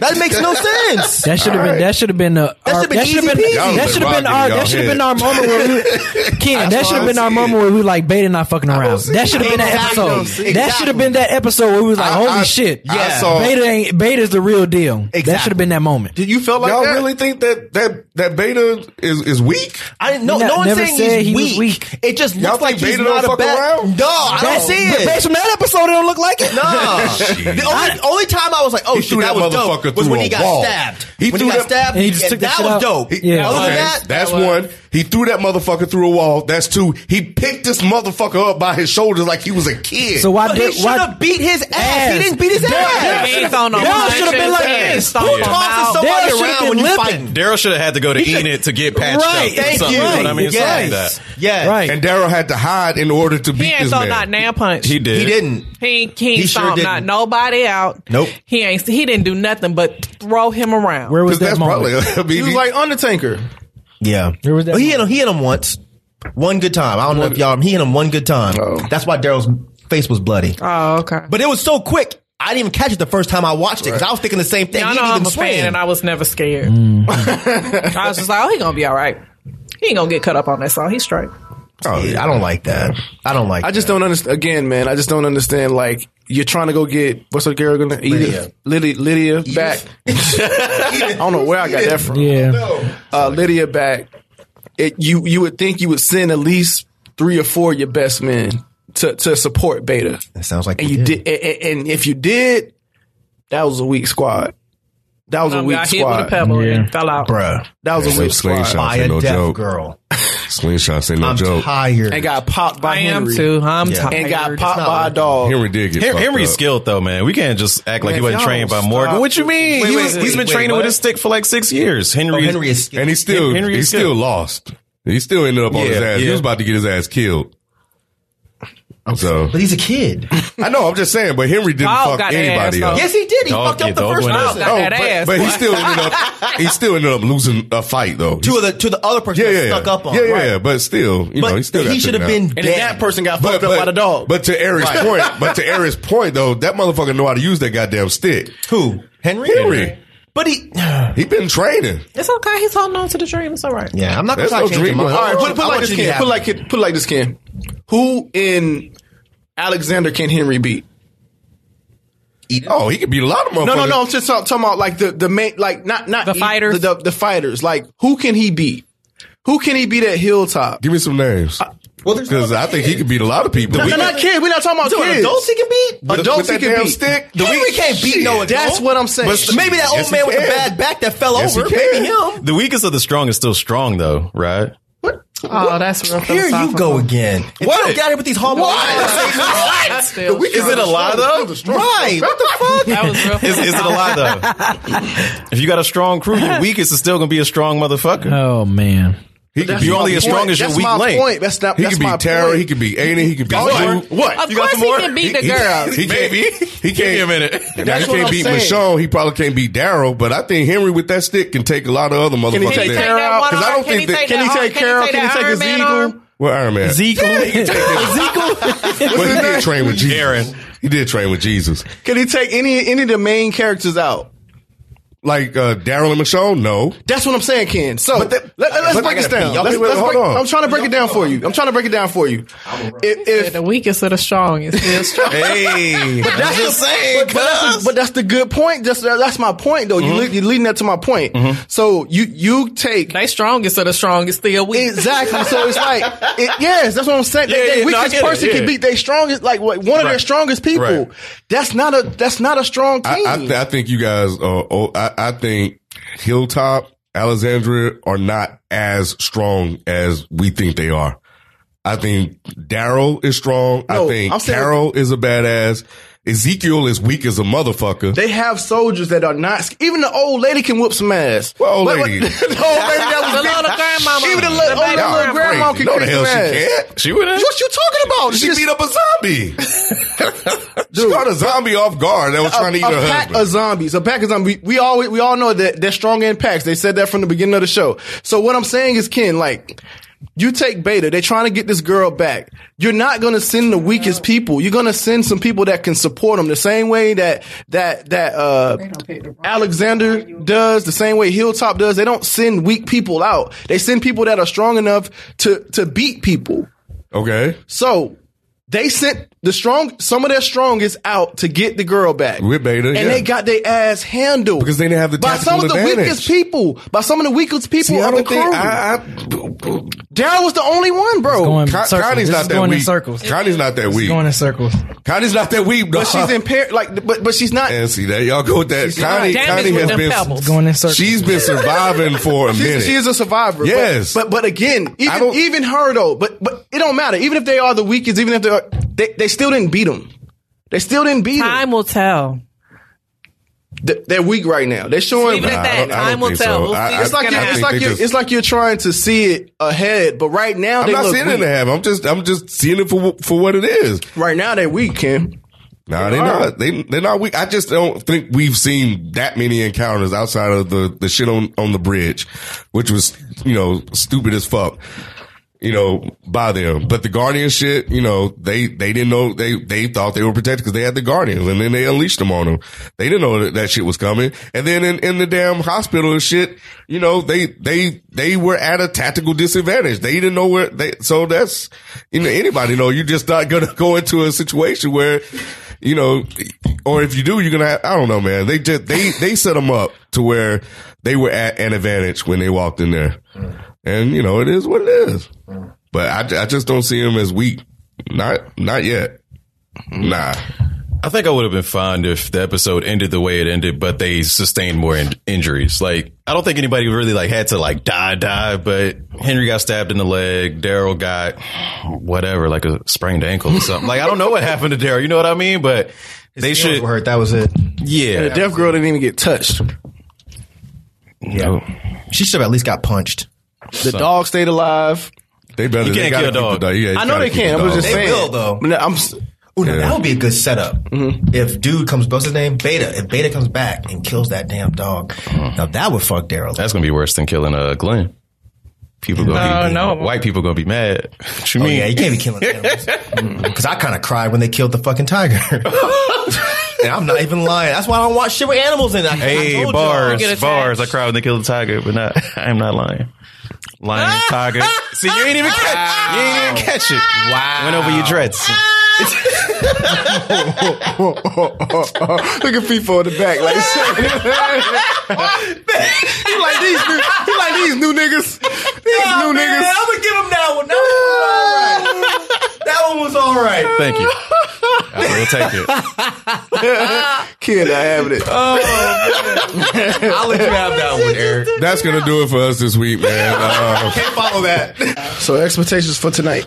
[SPEAKER 7] That makes no sense.
[SPEAKER 2] That should have been. That should have been. Uh,
[SPEAKER 7] That
[SPEAKER 2] our-
[SPEAKER 7] should been
[SPEAKER 2] should
[SPEAKER 7] easy
[SPEAKER 2] have been.
[SPEAKER 7] peasy.
[SPEAKER 2] That should have been
[SPEAKER 1] Y'all
[SPEAKER 2] our.
[SPEAKER 1] been
[SPEAKER 2] That should have been our moment where we. Ken, that should have been our
[SPEAKER 1] see
[SPEAKER 2] moment where we were like baiting, not fucking around. That should have been that
[SPEAKER 7] Exactly.
[SPEAKER 2] episode. That
[SPEAKER 7] Exactly.
[SPEAKER 2] should have been that episode where we was like,
[SPEAKER 1] I-
[SPEAKER 2] holy
[SPEAKER 1] I-
[SPEAKER 2] shit,
[SPEAKER 1] I saw-
[SPEAKER 2] Beta ain't Beta's the real deal. That
[SPEAKER 7] Exactly.
[SPEAKER 2] should have been that moment.
[SPEAKER 4] You felt like
[SPEAKER 1] Y'all
[SPEAKER 4] that?
[SPEAKER 1] really think that that that beta is is weak?
[SPEAKER 7] I didn't. No,
[SPEAKER 2] He
[SPEAKER 7] no
[SPEAKER 2] not-
[SPEAKER 7] one's
[SPEAKER 2] never
[SPEAKER 7] saying
[SPEAKER 2] said
[SPEAKER 7] he's
[SPEAKER 2] he was
[SPEAKER 7] weak.
[SPEAKER 2] weak.
[SPEAKER 7] It just
[SPEAKER 1] Y'all
[SPEAKER 7] looks like
[SPEAKER 1] think
[SPEAKER 7] he's
[SPEAKER 1] Beta don't
[SPEAKER 7] not a
[SPEAKER 1] fuck
[SPEAKER 7] bad.
[SPEAKER 1] around?
[SPEAKER 7] No, I don't
[SPEAKER 2] That-
[SPEAKER 7] see
[SPEAKER 2] but
[SPEAKER 7] it.
[SPEAKER 2] Based on that episode, it don't look like it.
[SPEAKER 7] Nah. the only, only time I was like, oh
[SPEAKER 1] He
[SPEAKER 7] shit,
[SPEAKER 1] threw
[SPEAKER 7] that,
[SPEAKER 1] that
[SPEAKER 7] was dope
[SPEAKER 1] motherfucker
[SPEAKER 7] was
[SPEAKER 1] through
[SPEAKER 7] when he
[SPEAKER 1] a
[SPEAKER 7] got
[SPEAKER 1] wall.
[SPEAKER 7] stabbed.
[SPEAKER 1] He
[SPEAKER 7] when
[SPEAKER 1] threw
[SPEAKER 7] he got
[SPEAKER 1] that-
[SPEAKER 7] stabbed,
[SPEAKER 2] And he just
[SPEAKER 7] and
[SPEAKER 2] took the
[SPEAKER 7] that
[SPEAKER 2] shit
[SPEAKER 7] was
[SPEAKER 2] out.
[SPEAKER 7] dope.
[SPEAKER 1] He-
[SPEAKER 2] Yeah.
[SPEAKER 7] Other
[SPEAKER 1] okay,
[SPEAKER 7] than that,
[SPEAKER 1] that's
[SPEAKER 7] that was-
[SPEAKER 1] one. He threw that motherfucker through a wall. That's two. He picked this motherfucker up by his shoulders like he was a kid.
[SPEAKER 2] So why
[SPEAKER 7] But he
[SPEAKER 2] did
[SPEAKER 7] should
[SPEAKER 2] why?
[SPEAKER 7] have beat his ass. He didn't beat his ass.
[SPEAKER 5] He thrown him
[SPEAKER 2] Daryl
[SPEAKER 5] out.
[SPEAKER 2] should have been like
[SPEAKER 5] Yeah.
[SPEAKER 2] this.
[SPEAKER 5] Thrown
[SPEAKER 7] Who
[SPEAKER 5] him
[SPEAKER 7] tosses
[SPEAKER 5] out.
[SPEAKER 7] somebody
[SPEAKER 2] Daryl should have
[SPEAKER 7] around when
[SPEAKER 2] been
[SPEAKER 7] you
[SPEAKER 2] limping.
[SPEAKER 7] fighting?
[SPEAKER 3] Daryl should have had to go to Enid to get patched
[SPEAKER 2] Right,
[SPEAKER 3] up.
[SPEAKER 2] thank
[SPEAKER 3] Something,
[SPEAKER 2] you.
[SPEAKER 3] know what I mean, Something like
[SPEAKER 2] Yes.
[SPEAKER 3] that.
[SPEAKER 7] Yes.
[SPEAKER 2] Right.
[SPEAKER 1] and Daryl had to hide in order to beat
[SPEAKER 5] He ain't
[SPEAKER 1] this
[SPEAKER 5] throw
[SPEAKER 1] man.
[SPEAKER 5] not nail punch.
[SPEAKER 3] He did.
[SPEAKER 7] He didn't.
[SPEAKER 5] He ain't, he ain't
[SPEAKER 7] He sure
[SPEAKER 5] thrown
[SPEAKER 7] didn't.
[SPEAKER 5] not nobody out.
[SPEAKER 7] Nope.
[SPEAKER 5] He ain't. He didn't do nothing but throw him around.
[SPEAKER 2] Where was
[SPEAKER 1] 'Cause
[SPEAKER 2] that
[SPEAKER 1] that's
[SPEAKER 2] moment?
[SPEAKER 1] probably. I mean,
[SPEAKER 4] He was
[SPEAKER 1] he-
[SPEAKER 4] like Undertaker.
[SPEAKER 7] Yeah.
[SPEAKER 2] There was that
[SPEAKER 7] Well, he hit him. He hit him once. One good time. I don't know if y'all. He hit him one good time.
[SPEAKER 2] Oh.
[SPEAKER 7] That's why Daryl's face was bloody.
[SPEAKER 5] Oh, okay.
[SPEAKER 7] But it was so quick. I didn't even catch it the first time I watched it because I was thinking the same thing.
[SPEAKER 5] I
[SPEAKER 7] he
[SPEAKER 5] know
[SPEAKER 7] didn't
[SPEAKER 5] I'm
[SPEAKER 7] even
[SPEAKER 5] a
[SPEAKER 7] swing.
[SPEAKER 5] fan, and I was never scared. I was just like, oh, he gonna be all right. He ain't gonna get cut up on that song. He's straight.
[SPEAKER 7] oh, yeah, I don't like that. I don't like.
[SPEAKER 4] I just don't understand. Again, man, I just don't understand. Like you're trying to go get what's her girl gonna Edith, Lydia, Lydia back. I don't know where I got that from.
[SPEAKER 2] Yeah.
[SPEAKER 4] uh, Lydia back. It, you you would think you would send at least three or four of your best men to to support Beta,
[SPEAKER 7] That sounds like
[SPEAKER 4] and you did. a- a- And, if you did, that was a weak squad. That was a
[SPEAKER 5] Um,
[SPEAKER 4] weak
[SPEAKER 5] got hit with a
[SPEAKER 4] squad.
[SPEAKER 5] pebble
[SPEAKER 2] Yeah.
[SPEAKER 5] and fell out.
[SPEAKER 7] bruh.
[SPEAKER 4] That was a
[SPEAKER 1] Some
[SPEAKER 4] weak squad.
[SPEAKER 1] slingshots
[SPEAKER 7] By
[SPEAKER 1] ain't
[SPEAKER 7] a
[SPEAKER 1] no
[SPEAKER 7] deaf
[SPEAKER 1] joke.
[SPEAKER 7] girl.
[SPEAKER 1] Slingshots ain't no
[SPEAKER 7] I'm
[SPEAKER 1] joke.
[SPEAKER 7] tired.
[SPEAKER 4] And got popped by
[SPEAKER 5] I am
[SPEAKER 4] Henry
[SPEAKER 5] too. I'm
[SPEAKER 7] Yeah.
[SPEAKER 5] tired.
[SPEAKER 4] and got
[SPEAKER 5] It's
[SPEAKER 4] popped
[SPEAKER 5] not
[SPEAKER 4] by a
[SPEAKER 5] like-
[SPEAKER 4] dog.
[SPEAKER 1] Henry did get
[SPEAKER 3] Hen-
[SPEAKER 1] fucked
[SPEAKER 3] Henry's
[SPEAKER 1] up.
[SPEAKER 3] skilled though, man. We can't just act like
[SPEAKER 4] Man,
[SPEAKER 3] he wasn't
[SPEAKER 4] y'all
[SPEAKER 3] trained by
[SPEAKER 4] stop.
[SPEAKER 3] Morgan. What you mean?
[SPEAKER 4] Wait,
[SPEAKER 3] he
[SPEAKER 4] wait,
[SPEAKER 3] was,
[SPEAKER 4] wait,
[SPEAKER 3] he's been
[SPEAKER 7] wait,
[SPEAKER 3] training
[SPEAKER 7] what?
[SPEAKER 3] with his stick for like six years. Henry,
[SPEAKER 7] Oh, Henry is
[SPEAKER 1] And he still
[SPEAKER 3] Henry
[SPEAKER 1] he
[SPEAKER 3] is
[SPEAKER 1] still
[SPEAKER 3] skilled.
[SPEAKER 1] lost. He still ended up on
[SPEAKER 3] Yeah,
[SPEAKER 1] his ass. He
[SPEAKER 3] yeah.
[SPEAKER 1] was about to get his ass killed. So
[SPEAKER 7] but he's a kid.
[SPEAKER 1] I know I'm just saying, but Henry didn't
[SPEAKER 5] Paul
[SPEAKER 1] fuck
[SPEAKER 5] got that
[SPEAKER 1] anybody
[SPEAKER 5] asshole.
[SPEAKER 1] up.
[SPEAKER 7] yes, he did. He
[SPEAKER 3] Dog
[SPEAKER 7] fucked up
[SPEAKER 3] kid,
[SPEAKER 7] the
[SPEAKER 3] dog
[SPEAKER 7] first
[SPEAKER 3] went
[SPEAKER 7] round.
[SPEAKER 5] out. That
[SPEAKER 1] but,
[SPEAKER 5] ass.
[SPEAKER 1] but he still ended up he still ended up losing a fight though.
[SPEAKER 7] To the to the other person
[SPEAKER 1] yeah,
[SPEAKER 7] that
[SPEAKER 1] yeah, yeah.
[SPEAKER 7] stuck up on.
[SPEAKER 1] yeah, yeah,
[SPEAKER 7] right.
[SPEAKER 1] yeah. But still, you know, he
[SPEAKER 7] But
[SPEAKER 1] still got
[SPEAKER 7] he should
[SPEAKER 1] taken
[SPEAKER 7] have
[SPEAKER 1] out.
[SPEAKER 7] been
[SPEAKER 4] And
[SPEAKER 7] dead.
[SPEAKER 4] then that person got
[SPEAKER 1] But,
[SPEAKER 4] fucked up by the dog.
[SPEAKER 1] but to Eric's point, but to Eric's point though, that motherfucker know how to use that goddamn stick.
[SPEAKER 7] Who? Henry.
[SPEAKER 1] Henry,
[SPEAKER 7] But he.
[SPEAKER 1] he been training.
[SPEAKER 5] It's okay. He's holding on to the dream. It's all right.
[SPEAKER 7] Yeah, I'm not gonna
[SPEAKER 1] That's
[SPEAKER 7] try
[SPEAKER 1] no
[SPEAKER 7] to change
[SPEAKER 1] dream.
[SPEAKER 7] him.
[SPEAKER 1] All
[SPEAKER 4] All right, put, put
[SPEAKER 7] I
[SPEAKER 4] like
[SPEAKER 7] want
[SPEAKER 4] this
[SPEAKER 7] you to be
[SPEAKER 4] can.
[SPEAKER 7] happy.
[SPEAKER 4] Put like it- put like this can. Who in Alexander can Henry beat?
[SPEAKER 1] Oh, he could beat a lot of motherfuckers.
[SPEAKER 4] No, no, no. I'm just talk- talking about like the the main, like not not e-,
[SPEAKER 5] The fighters?
[SPEAKER 4] the, the, the fighters. Like who can he beat? Who can he beat at Hilltop?
[SPEAKER 1] Give me some names.
[SPEAKER 4] Uh,
[SPEAKER 7] Well, there's no
[SPEAKER 1] Because I think he could beat a lot of people.
[SPEAKER 4] No, not kids. We're not talking about
[SPEAKER 7] So an
[SPEAKER 4] kids.
[SPEAKER 7] adult he can beat.
[SPEAKER 1] With-
[SPEAKER 4] Adults
[SPEAKER 1] with
[SPEAKER 4] he
[SPEAKER 1] that
[SPEAKER 4] can
[SPEAKER 1] damn
[SPEAKER 4] beat.
[SPEAKER 1] stick.
[SPEAKER 7] The Henry can't beat no adult.
[SPEAKER 4] That's what I'm saying.
[SPEAKER 1] But-
[SPEAKER 7] Maybe that
[SPEAKER 1] Yes,
[SPEAKER 7] old
[SPEAKER 1] he
[SPEAKER 7] man with the
[SPEAKER 1] can.
[SPEAKER 7] bad back that fell
[SPEAKER 1] Yes, he
[SPEAKER 7] over.
[SPEAKER 1] can.
[SPEAKER 7] Maybe him.
[SPEAKER 3] the weakest of the strong is still strong though, right?
[SPEAKER 5] Oh, that's real.
[SPEAKER 7] Here you go
[SPEAKER 5] philosophical.
[SPEAKER 7] again. If you
[SPEAKER 3] What?
[SPEAKER 7] don't get it with these hormones.
[SPEAKER 5] That's still
[SPEAKER 1] Is
[SPEAKER 5] true.
[SPEAKER 1] it a lie though?
[SPEAKER 7] Right. What the fuck?
[SPEAKER 5] That was real.
[SPEAKER 3] Is, is it a lie though? if you got a strong crew, your weakest is still gonna be a strong motherfucker.
[SPEAKER 2] Oh man.
[SPEAKER 1] He could
[SPEAKER 4] That's
[SPEAKER 1] beat
[SPEAKER 3] You're
[SPEAKER 4] my
[SPEAKER 3] only as
[SPEAKER 4] point.
[SPEAKER 3] strong as your
[SPEAKER 4] That's
[SPEAKER 3] weak
[SPEAKER 4] my
[SPEAKER 3] link.
[SPEAKER 4] Point. That's not.
[SPEAKER 1] He
[SPEAKER 4] that's
[SPEAKER 1] could
[SPEAKER 4] my
[SPEAKER 1] beat Tara.
[SPEAKER 4] point.
[SPEAKER 1] He could beat Aiden. He could beat
[SPEAKER 4] What?
[SPEAKER 1] you. What?
[SPEAKER 5] Of course, he can beat the girl.
[SPEAKER 1] He can't beat. He can't.
[SPEAKER 3] me a minute.
[SPEAKER 1] Now he
[SPEAKER 4] That's what
[SPEAKER 1] can't
[SPEAKER 4] I'm
[SPEAKER 1] beat
[SPEAKER 4] saying.
[SPEAKER 1] Michonne. He probably can't beat Daryl. But I think Henry with that stick can take a lot of other
[SPEAKER 4] he
[SPEAKER 1] motherfuckers.
[SPEAKER 4] take
[SPEAKER 1] down.
[SPEAKER 4] Tara out?
[SPEAKER 5] one
[SPEAKER 1] 'Cause I
[SPEAKER 5] arm?
[SPEAKER 1] don't think that-
[SPEAKER 4] Can he
[SPEAKER 5] that
[SPEAKER 4] take
[SPEAKER 5] arm?
[SPEAKER 4] Carol? Can he take
[SPEAKER 5] Iron Man
[SPEAKER 4] Ezekiel?
[SPEAKER 5] arm?
[SPEAKER 1] Well, Iron Man.
[SPEAKER 2] Zeke.
[SPEAKER 1] Well, he did train with Jesus.
[SPEAKER 3] Aaron.
[SPEAKER 1] He did train with Jesus.
[SPEAKER 4] Can he take any any of the main characters out?
[SPEAKER 1] Like uh, Daryl and Michonne. No.
[SPEAKER 4] That's what I'm saying, Ken. So
[SPEAKER 1] But that-
[SPEAKER 4] let, us
[SPEAKER 1] but
[SPEAKER 4] break
[SPEAKER 1] I
[SPEAKER 4] this
[SPEAKER 1] gotta
[SPEAKER 4] down.
[SPEAKER 1] pee. Y'all
[SPEAKER 4] Let's,
[SPEAKER 1] wait, wait,
[SPEAKER 4] let's
[SPEAKER 1] hold
[SPEAKER 4] break,
[SPEAKER 1] on.
[SPEAKER 4] I'm trying to break it down for you. I'm trying to break it down for you. If,
[SPEAKER 5] The
[SPEAKER 4] if
[SPEAKER 5] weakest of the strong is still strong.
[SPEAKER 3] Hey, but
[SPEAKER 4] that's the- but, but that's the, but that's the good point. That's that's my point, though. You lead- You're leading that to my point. So you you take
[SPEAKER 5] they strongest of the strong is still weak.
[SPEAKER 4] exactly. so it's like it, yes, that's what I'm saying.
[SPEAKER 3] Yeah,
[SPEAKER 4] that
[SPEAKER 3] yeah,
[SPEAKER 4] that
[SPEAKER 3] no, I
[SPEAKER 4] weakest
[SPEAKER 3] get it,
[SPEAKER 4] person
[SPEAKER 3] yeah.
[SPEAKER 4] can beat their strongest, like what, one of their
[SPEAKER 3] Right.
[SPEAKER 4] strongest people.
[SPEAKER 1] Right.
[SPEAKER 4] That's not a that's not a strong team.
[SPEAKER 1] I, I, th- I think you guys are. Oh, I, I think Hilltop, Alexandria are not as strong as we think they are. I think Daryl is strong. I
[SPEAKER 4] No, I'm
[SPEAKER 1] think
[SPEAKER 4] saying-
[SPEAKER 1] Carol is a badass. Ezekiel is weak as a motherfucker.
[SPEAKER 4] They have soldiers that are not. sc- Even the old lady can whoop some ass.
[SPEAKER 1] What old
[SPEAKER 4] Wait,
[SPEAKER 1] lady?
[SPEAKER 4] wait, the old lady that
[SPEAKER 5] The
[SPEAKER 4] was
[SPEAKER 5] little grandmama.
[SPEAKER 4] Even the little,
[SPEAKER 5] The baby
[SPEAKER 4] old little
[SPEAKER 5] grandma.
[SPEAKER 4] grandma can
[SPEAKER 1] no
[SPEAKER 4] kick
[SPEAKER 1] the hell
[SPEAKER 4] some ass.
[SPEAKER 1] she can't.
[SPEAKER 3] she would have.
[SPEAKER 4] What you talking about?
[SPEAKER 1] She
[SPEAKER 4] Just
[SPEAKER 1] beat up a zombie. she caught a zombie off guard that was trying to eat
[SPEAKER 4] a
[SPEAKER 1] her
[SPEAKER 4] pack of
[SPEAKER 1] husband.
[SPEAKER 4] zombies. A pack of zombies. We, we all we all know that they're strong in packs. They said that from the beginning of the show. So what I'm saying is, Ken, like You take Beta. They're trying to get this girl back. You're not going to send the weakest people. You're going to send some people that can support them the same way that that that uh, Alexander does. The same way Hilltop does. They don't send weak people out. They send people that are strong enough to to beat people.
[SPEAKER 1] Okay.
[SPEAKER 4] So they sent the strong some of their strongest out to get the girl back.
[SPEAKER 1] With Beta,
[SPEAKER 4] and
[SPEAKER 1] yeah.
[SPEAKER 4] they got their ass handled
[SPEAKER 1] Because they didn't have the
[SPEAKER 4] by some
[SPEAKER 1] tactical
[SPEAKER 4] of the
[SPEAKER 1] advantage.
[SPEAKER 4] weakest people. By some of the weakest people
[SPEAKER 1] See, I
[SPEAKER 4] of the
[SPEAKER 1] don't
[SPEAKER 4] crew.
[SPEAKER 1] think I, I
[SPEAKER 4] Daryl was the only one, bro.
[SPEAKER 2] going-
[SPEAKER 1] Con-
[SPEAKER 2] Circles.
[SPEAKER 1] Connie's
[SPEAKER 2] This
[SPEAKER 1] not
[SPEAKER 2] is
[SPEAKER 1] that
[SPEAKER 2] going in
[SPEAKER 1] weak.
[SPEAKER 2] circles.
[SPEAKER 1] Connie's not that weak.
[SPEAKER 2] Going in circles.
[SPEAKER 1] Connie's not that weak,
[SPEAKER 4] but she's impaired. Like, but but she's not.
[SPEAKER 1] And see that y'all go with that. Connie,
[SPEAKER 5] damaged
[SPEAKER 1] Connie
[SPEAKER 5] with
[SPEAKER 1] has
[SPEAKER 5] them
[SPEAKER 1] been.
[SPEAKER 5] pebbles.
[SPEAKER 2] Going in circles.
[SPEAKER 1] She's been surviving for a minute.
[SPEAKER 4] She's, she is a survivor. but-
[SPEAKER 1] Yes.
[SPEAKER 4] but but, again,
[SPEAKER 1] I
[SPEAKER 4] even
[SPEAKER 1] don't-
[SPEAKER 4] even her though. But but it don't matter. Even if they are the weakest, even if they are, they, they still didn't beat them. They still didn't beat them.
[SPEAKER 5] Time will tell.
[SPEAKER 4] They- They're weak right now. They're showing.
[SPEAKER 5] Leave it at
[SPEAKER 1] Nah,
[SPEAKER 5] that.
[SPEAKER 1] I don't- I
[SPEAKER 5] Time
[SPEAKER 1] don't
[SPEAKER 5] will
[SPEAKER 1] think
[SPEAKER 5] tell.
[SPEAKER 1] so. I-
[SPEAKER 5] We'll see
[SPEAKER 1] I-
[SPEAKER 5] what's
[SPEAKER 4] It's like
[SPEAKER 5] gonna
[SPEAKER 4] you're, it's
[SPEAKER 1] think
[SPEAKER 5] happen.
[SPEAKER 4] like you're,
[SPEAKER 1] just-
[SPEAKER 4] it's like you're trying to see it ahead, but right now
[SPEAKER 1] I'm
[SPEAKER 4] they
[SPEAKER 1] not
[SPEAKER 4] look
[SPEAKER 1] seeing it in
[SPEAKER 4] weak.
[SPEAKER 1] the half. I'm just, I'm just seeing it for wh- for what it is.
[SPEAKER 4] Right now they're weak, Kim.
[SPEAKER 1] Nah, they're
[SPEAKER 4] are.
[SPEAKER 1] not. They they're not weak. I just don't think we've seen that many encounters outside of the the shit on on the bridge, which was you know stupid as fuck. You know, by them, but the Guardian shit, you know, they, they didn't know, they, they thought they were protected because they had the Guardians and then they unleashed them on them. They didn't know that, that shit was coming. And then in, in the damn hospital and shit, you know, they, they, they were at a tactical disadvantage. They didn't know where they, so that's, you know, anybody know, you're just not going to go into a situation where you know, or if you do, you're gonna. Have, I don't know, man. They just they they set them up to where they were at an advantage when they walked in there, and you know it is what it is. But I, ju- I just don't see them as weak. Not not yet. Nah.
[SPEAKER 3] I think I would have been fine if the episode ended the way it ended, but they sustained more in- injuries. Like I don't think anybody really like had to like die die, but Henry got stabbed in the leg. Daryl got whatever, like a sprained ankle or something. like I don't know what happened to Daryl. You know what I mean? But they should,
[SPEAKER 6] hurt. That was it.
[SPEAKER 3] yeah,
[SPEAKER 4] Deaf girl didn't even get touched.
[SPEAKER 3] No.
[SPEAKER 6] She should have at least got punched.
[SPEAKER 4] The dog stayed alive.
[SPEAKER 1] They better.
[SPEAKER 3] You
[SPEAKER 1] they
[SPEAKER 3] can't
[SPEAKER 1] gotta
[SPEAKER 3] kill a
[SPEAKER 1] keep the
[SPEAKER 3] dog.
[SPEAKER 1] dog. Yeah, you
[SPEAKER 4] I know
[SPEAKER 1] gotta
[SPEAKER 4] they
[SPEAKER 1] keep
[SPEAKER 4] can.
[SPEAKER 1] the
[SPEAKER 4] I'm
[SPEAKER 1] dog.
[SPEAKER 4] just
[SPEAKER 6] They
[SPEAKER 4] saying.
[SPEAKER 6] will, though.
[SPEAKER 4] No, I'm s-
[SPEAKER 6] Ooh, now that would be a good setup.
[SPEAKER 3] Mm-hmm.
[SPEAKER 6] If dude comes, what's his name? Beta. If Beta comes back and kills that damn dog,
[SPEAKER 3] Uh-huh.
[SPEAKER 6] now that would fuck Daryl.
[SPEAKER 3] that's gonna be worse than killing a uh, Glenn. People gonna
[SPEAKER 5] No,
[SPEAKER 3] be
[SPEAKER 5] no.
[SPEAKER 3] white people gonna be mad. What you
[SPEAKER 6] Oh,
[SPEAKER 3] mean?
[SPEAKER 6] yeah, you can't be killing animals. Because I kind of cried when they killed the fucking tiger. and I'm not even lying. That's why I don't watch shit with animals in it. I, I
[SPEAKER 3] Hey,
[SPEAKER 6] told
[SPEAKER 3] bars,
[SPEAKER 5] get attacked.
[SPEAKER 3] bars. I cried when they killed the tiger, but not. I am not lying. Lion, tiger. Ah! See, you ain't even catch. You ain't even catch it. Wow. Went over your dreads.
[SPEAKER 4] Look at FIFA in the back, like he like these, new, he like these new niggas, these new niggas.
[SPEAKER 6] I'm going to give him that one. That one was all right. That one was all right.
[SPEAKER 3] Thank you. I will take it.
[SPEAKER 4] Kid, I having it.
[SPEAKER 3] Oh,
[SPEAKER 6] I'll let you have that one, Eric.
[SPEAKER 1] That's gonna do it for us this week, man. Uh,
[SPEAKER 6] Can't follow that.
[SPEAKER 4] So expectations for tonight.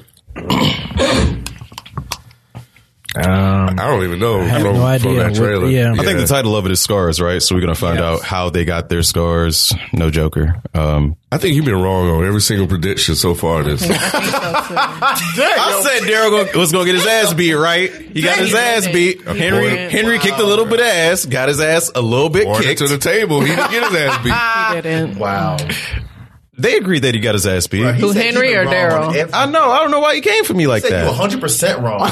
[SPEAKER 2] Um,
[SPEAKER 1] I don't even know. I
[SPEAKER 2] have
[SPEAKER 1] from,
[SPEAKER 2] no idea
[SPEAKER 1] From that
[SPEAKER 2] what-
[SPEAKER 1] trailer.
[SPEAKER 2] yeah. I
[SPEAKER 3] I think the title of it is Scars, right? So we're gonna find out how they got their scars. No Joker. Um,
[SPEAKER 1] I think you've been wrong on every single prediction so far. This.
[SPEAKER 3] I said Daryl gonna- was gonna get his ass beat, right? He got his ass beat. Henry
[SPEAKER 1] According-
[SPEAKER 3] Henry kicked a little bit of ass, got his ass a little bit
[SPEAKER 1] Or
[SPEAKER 3] kicked.
[SPEAKER 1] to the table. He didn't get his ass beat.
[SPEAKER 5] He didn't.
[SPEAKER 6] Wow.
[SPEAKER 3] They agreed that he got his ass beat.
[SPEAKER 5] Who, Henry or Daryl?
[SPEAKER 3] I know. I don't know why he came for me like
[SPEAKER 6] said you
[SPEAKER 3] that.
[SPEAKER 6] 100% wrong.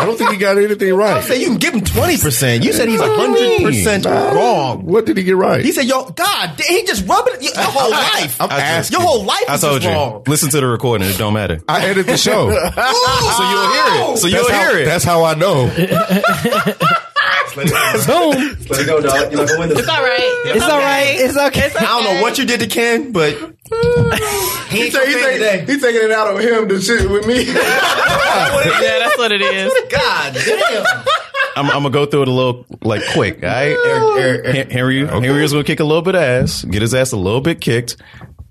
[SPEAKER 1] I don't think he got anything right.
[SPEAKER 6] said you can give him 20%. You said he's
[SPEAKER 1] Nah.
[SPEAKER 6] 100% wrong.
[SPEAKER 1] What did he get right?
[SPEAKER 6] He said, "Yo, God, he just rubbing it your, your whole life.
[SPEAKER 1] I'm asking.
[SPEAKER 6] Your whole life
[SPEAKER 3] I
[SPEAKER 6] is
[SPEAKER 3] told
[SPEAKER 6] just
[SPEAKER 3] you.
[SPEAKER 6] wrong."
[SPEAKER 3] Listen to the recording. It don't matter.
[SPEAKER 1] I edit the show. That's
[SPEAKER 3] So you'll hear it. So you'll
[SPEAKER 1] how,
[SPEAKER 3] hear it.
[SPEAKER 1] That's how I know.
[SPEAKER 2] boom.
[SPEAKER 6] Let it go, dog. You're not gonna win this.
[SPEAKER 5] All right.
[SPEAKER 2] It's all right. It's okay.
[SPEAKER 6] I don't know what you did to Ken, but he ain't
[SPEAKER 4] He, take,
[SPEAKER 6] your fan today.
[SPEAKER 4] he taking it out on him to shit with me.
[SPEAKER 5] Yeah, that's what it is.
[SPEAKER 6] God damn.
[SPEAKER 3] I'm, I'm gonna go through it a little like quick. All right, Eric, Eric, Henry, Henry was gonna kick a little bit of ass, get his ass a little bit kicked.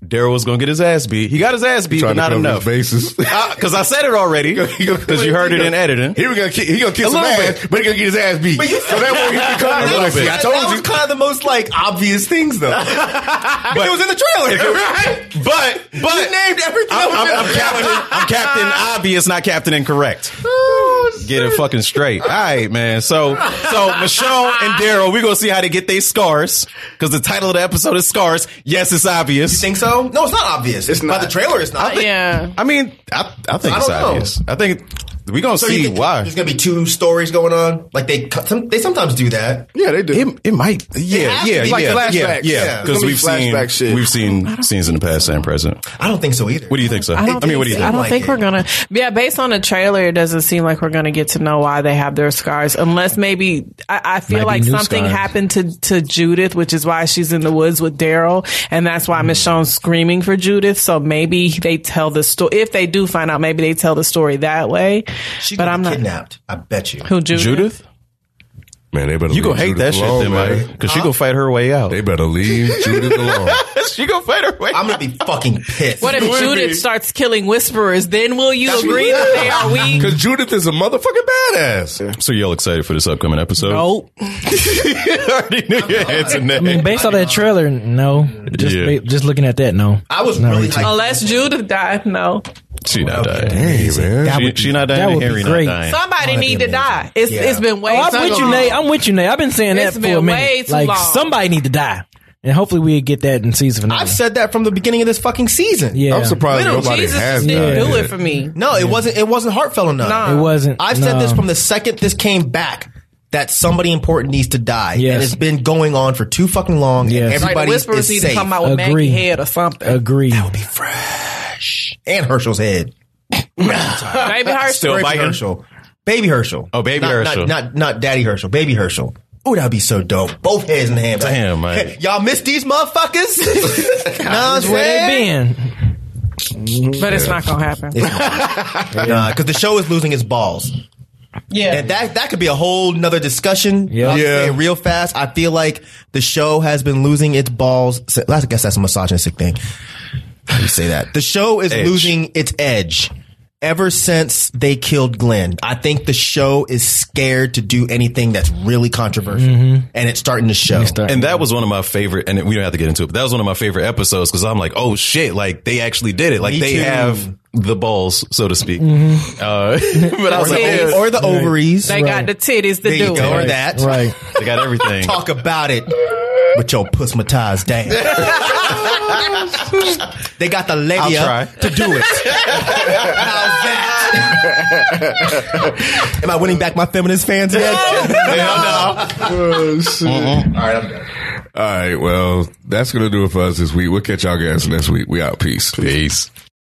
[SPEAKER 3] Daryl was gonna get his ass beat. He got his ass beat, but
[SPEAKER 1] Trying to
[SPEAKER 3] not
[SPEAKER 1] cover
[SPEAKER 3] enough.
[SPEAKER 1] his bases.
[SPEAKER 3] Because I said it already. Because you heard it in editing.
[SPEAKER 1] He was gonna kick, he gonna kick
[SPEAKER 3] A
[SPEAKER 1] some
[SPEAKER 3] little
[SPEAKER 1] ass, but he gonna get his ass beat.
[SPEAKER 6] But you
[SPEAKER 1] so that way he can come
[SPEAKER 3] A
[SPEAKER 1] in
[SPEAKER 3] little
[SPEAKER 1] like,
[SPEAKER 3] bit.
[SPEAKER 1] see, I told
[SPEAKER 6] that was
[SPEAKER 1] you.
[SPEAKER 6] kind of the most like obvious things, though. but it was in the trailer, right?
[SPEAKER 3] But but
[SPEAKER 6] You named everything.
[SPEAKER 3] I'm,
[SPEAKER 6] that was
[SPEAKER 3] I'm,
[SPEAKER 6] in
[SPEAKER 3] I'm
[SPEAKER 6] the trailer.
[SPEAKER 3] Captain. I'm Captain Obvious, not Captain Incorrect.
[SPEAKER 6] Oh, shit.
[SPEAKER 3] get it fucking straight. All right, man. So, so Michelle and Daryl, we're gonna see how they get their scars because the title of the episode is Scars. Yes, it's obvious.
[SPEAKER 6] Think so? No, it's not obvious. It's not. By the trailer, it's not.
[SPEAKER 5] yeah.
[SPEAKER 3] I mean, I, I think
[SPEAKER 6] I
[SPEAKER 3] it's
[SPEAKER 6] don't know.
[SPEAKER 3] obvious. I think we gonna
[SPEAKER 6] So you
[SPEAKER 3] see
[SPEAKER 6] think
[SPEAKER 3] why.
[SPEAKER 6] There's gonna be two stories going on. Like they cut- some, they sometimes do that.
[SPEAKER 4] Yeah, they do.
[SPEAKER 3] It, it might, yeah,
[SPEAKER 6] has to
[SPEAKER 3] yeah,
[SPEAKER 6] be
[SPEAKER 3] yeah,
[SPEAKER 6] like
[SPEAKER 3] yeah,
[SPEAKER 4] flashbacks.
[SPEAKER 3] yeah,
[SPEAKER 4] Yeah, it's
[SPEAKER 3] Because
[SPEAKER 4] gonna be
[SPEAKER 3] we've seen
[SPEAKER 4] flashback shit.
[SPEAKER 3] we've seen scenes in the past and present.
[SPEAKER 6] I don't think so either.
[SPEAKER 3] What do you think, sir?
[SPEAKER 5] I, don't
[SPEAKER 3] I mean, what do you
[SPEAKER 5] I
[SPEAKER 3] think?
[SPEAKER 5] don't
[SPEAKER 6] Like
[SPEAKER 5] think
[SPEAKER 6] it.
[SPEAKER 5] we're gonna. Yeah, based on the trailer, it doesn't seem like we're gonna get to know why they have their scars, unless maybe I, I
[SPEAKER 2] Might
[SPEAKER 5] feel
[SPEAKER 2] be
[SPEAKER 5] like
[SPEAKER 2] new
[SPEAKER 5] something
[SPEAKER 2] scars.
[SPEAKER 5] happened to to Judith, which is why she's in the woods with Daryl, and that's why Michonne's screaming for Judith. So maybe they tell the story. If they do find out, maybe they tell the story that way.
[SPEAKER 6] She
[SPEAKER 5] but
[SPEAKER 6] got
[SPEAKER 5] I'm not
[SPEAKER 6] kidnapped. I bet you.
[SPEAKER 5] who Judith.
[SPEAKER 3] Judith,
[SPEAKER 1] Man, they better
[SPEAKER 3] you
[SPEAKER 1] leave
[SPEAKER 3] gonna hate
[SPEAKER 1] Judith
[SPEAKER 3] that shit,
[SPEAKER 1] alone,
[SPEAKER 3] then, man? Because she gonna fight her way out.
[SPEAKER 1] They better leave Judith alone.
[SPEAKER 3] she gonna fight her way.
[SPEAKER 6] I'm gonna be fucking pissed.
[SPEAKER 5] What if Judith starts killing whisperers? Then will you agree that they are weak?
[SPEAKER 1] Because Judith is a motherfucking badass.
[SPEAKER 3] So y'all excited for this upcoming episode?
[SPEAKER 5] Nope.
[SPEAKER 3] already knew your answer.
[SPEAKER 2] I mean, based on that trailer, no. Just
[SPEAKER 3] Yeah.
[SPEAKER 2] ba- just looking at that, no.
[SPEAKER 6] I was
[SPEAKER 2] Not
[SPEAKER 6] really
[SPEAKER 2] really.
[SPEAKER 6] hyped.
[SPEAKER 5] Unless Judith died, no.
[SPEAKER 3] She not dying.
[SPEAKER 1] Hey, man.
[SPEAKER 3] She, she not dying.
[SPEAKER 2] that
[SPEAKER 3] and
[SPEAKER 2] would be
[SPEAKER 3] Henry
[SPEAKER 2] great.
[SPEAKER 3] not dying.
[SPEAKER 5] Somebody need to die. It's
[SPEAKER 6] Yeah.
[SPEAKER 5] it's been way.
[SPEAKER 2] Oh,
[SPEAKER 5] too
[SPEAKER 2] I'm with you,
[SPEAKER 5] long.
[SPEAKER 2] Nate. I'm with you, Nate. I've been saying
[SPEAKER 5] It's
[SPEAKER 2] that for
[SPEAKER 5] been
[SPEAKER 2] a minute.
[SPEAKER 5] way too
[SPEAKER 2] like
[SPEAKER 5] long.
[SPEAKER 2] somebody need to die, and hopefully we get that in season finale.
[SPEAKER 6] I've said that from the beginning of this fucking season.
[SPEAKER 2] yeah,
[SPEAKER 1] I'm surprised
[SPEAKER 5] Little
[SPEAKER 1] nobody
[SPEAKER 5] Jesus
[SPEAKER 1] has
[SPEAKER 5] just didn't
[SPEAKER 1] died
[SPEAKER 5] do
[SPEAKER 1] yet.
[SPEAKER 5] it for me.
[SPEAKER 6] No, it wasn't. It wasn't heartfelt enough.
[SPEAKER 5] Nah.
[SPEAKER 2] it wasn't.
[SPEAKER 6] I've said
[SPEAKER 2] no.
[SPEAKER 6] this from the second this came back that somebody important needs to die, and
[SPEAKER 2] Yes.
[SPEAKER 6] it's been going on for too fucking long.
[SPEAKER 2] Yes.
[SPEAKER 6] And
[SPEAKER 5] Like the
[SPEAKER 6] everybody
[SPEAKER 5] whisperers need
[SPEAKER 6] is
[SPEAKER 5] to
[SPEAKER 6] safe,
[SPEAKER 5] come out with
[SPEAKER 2] Agree.
[SPEAKER 5] Maggie head or something.
[SPEAKER 2] Agree.
[SPEAKER 6] and Herschel's head,
[SPEAKER 5] Maybe her
[SPEAKER 3] Still
[SPEAKER 6] Baby
[SPEAKER 3] biting?
[SPEAKER 6] Herschel, baby Herschel.
[SPEAKER 3] Oh, baby
[SPEAKER 6] Not-
[SPEAKER 3] Herschel.
[SPEAKER 6] not, not not daddy Herschel, baby Herschel. Oh, that'd be so dope. Both heads in the hand.
[SPEAKER 3] Damn, man.
[SPEAKER 6] Y'all miss these motherfuckers? know what I'm
[SPEAKER 2] Where
[SPEAKER 6] saying?
[SPEAKER 2] they been?
[SPEAKER 5] but it's not gonna happen.
[SPEAKER 6] Nah, because the show is losing its balls.
[SPEAKER 5] Yeah,
[SPEAKER 6] And that that could be a whole nother discussion.
[SPEAKER 2] Yeah.
[SPEAKER 6] I'll just
[SPEAKER 1] Yeah.
[SPEAKER 6] say it real fast. I feel like the show has been losing its balls. si- I guess that's a misogynistic thing. How do you say that? The show is
[SPEAKER 3] Edge.
[SPEAKER 6] losing its edge ever since they killed Glenn. I think the show is scared to do anything that's really controversial, and it's starting to show.
[SPEAKER 3] And that was one of my favorite, and we don't have to get into it, but that was one of my favorite episodes because I'm like, oh shit, like they actually did it. Like
[SPEAKER 6] Me
[SPEAKER 3] they
[SPEAKER 6] too.
[SPEAKER 3] have the balls, so to speak. Uh, but I was like,
[SPEAKER 5] Tits.
[SPEAKER 3] yeah,
[SPEAKER 6] or the ovaries.
[SPEAKER 5] they got the titties to
[SPEAKER 6] There you
[SPEAKER 5] do
[SPEAKER 6] go. Or
[SPEAKER 5] it.
[SPEAKER 6] that.
[SPEAKER 2] right.
[SPEAKER 3] they got everything.
[SPEAKER 6] Talk about it. With your pussmatized down. they got the lady
[SPEAKER 3] I'll
[SPEAKER 6] up to do it. How's that? Am I winning back my feminist fans yet?
[SPEAKER 1] Oh, shit. All right, well, that's going to do it for us this week. We'll catch y'all guys next week. We out. Peace.
[SPEAKER 3] Peace.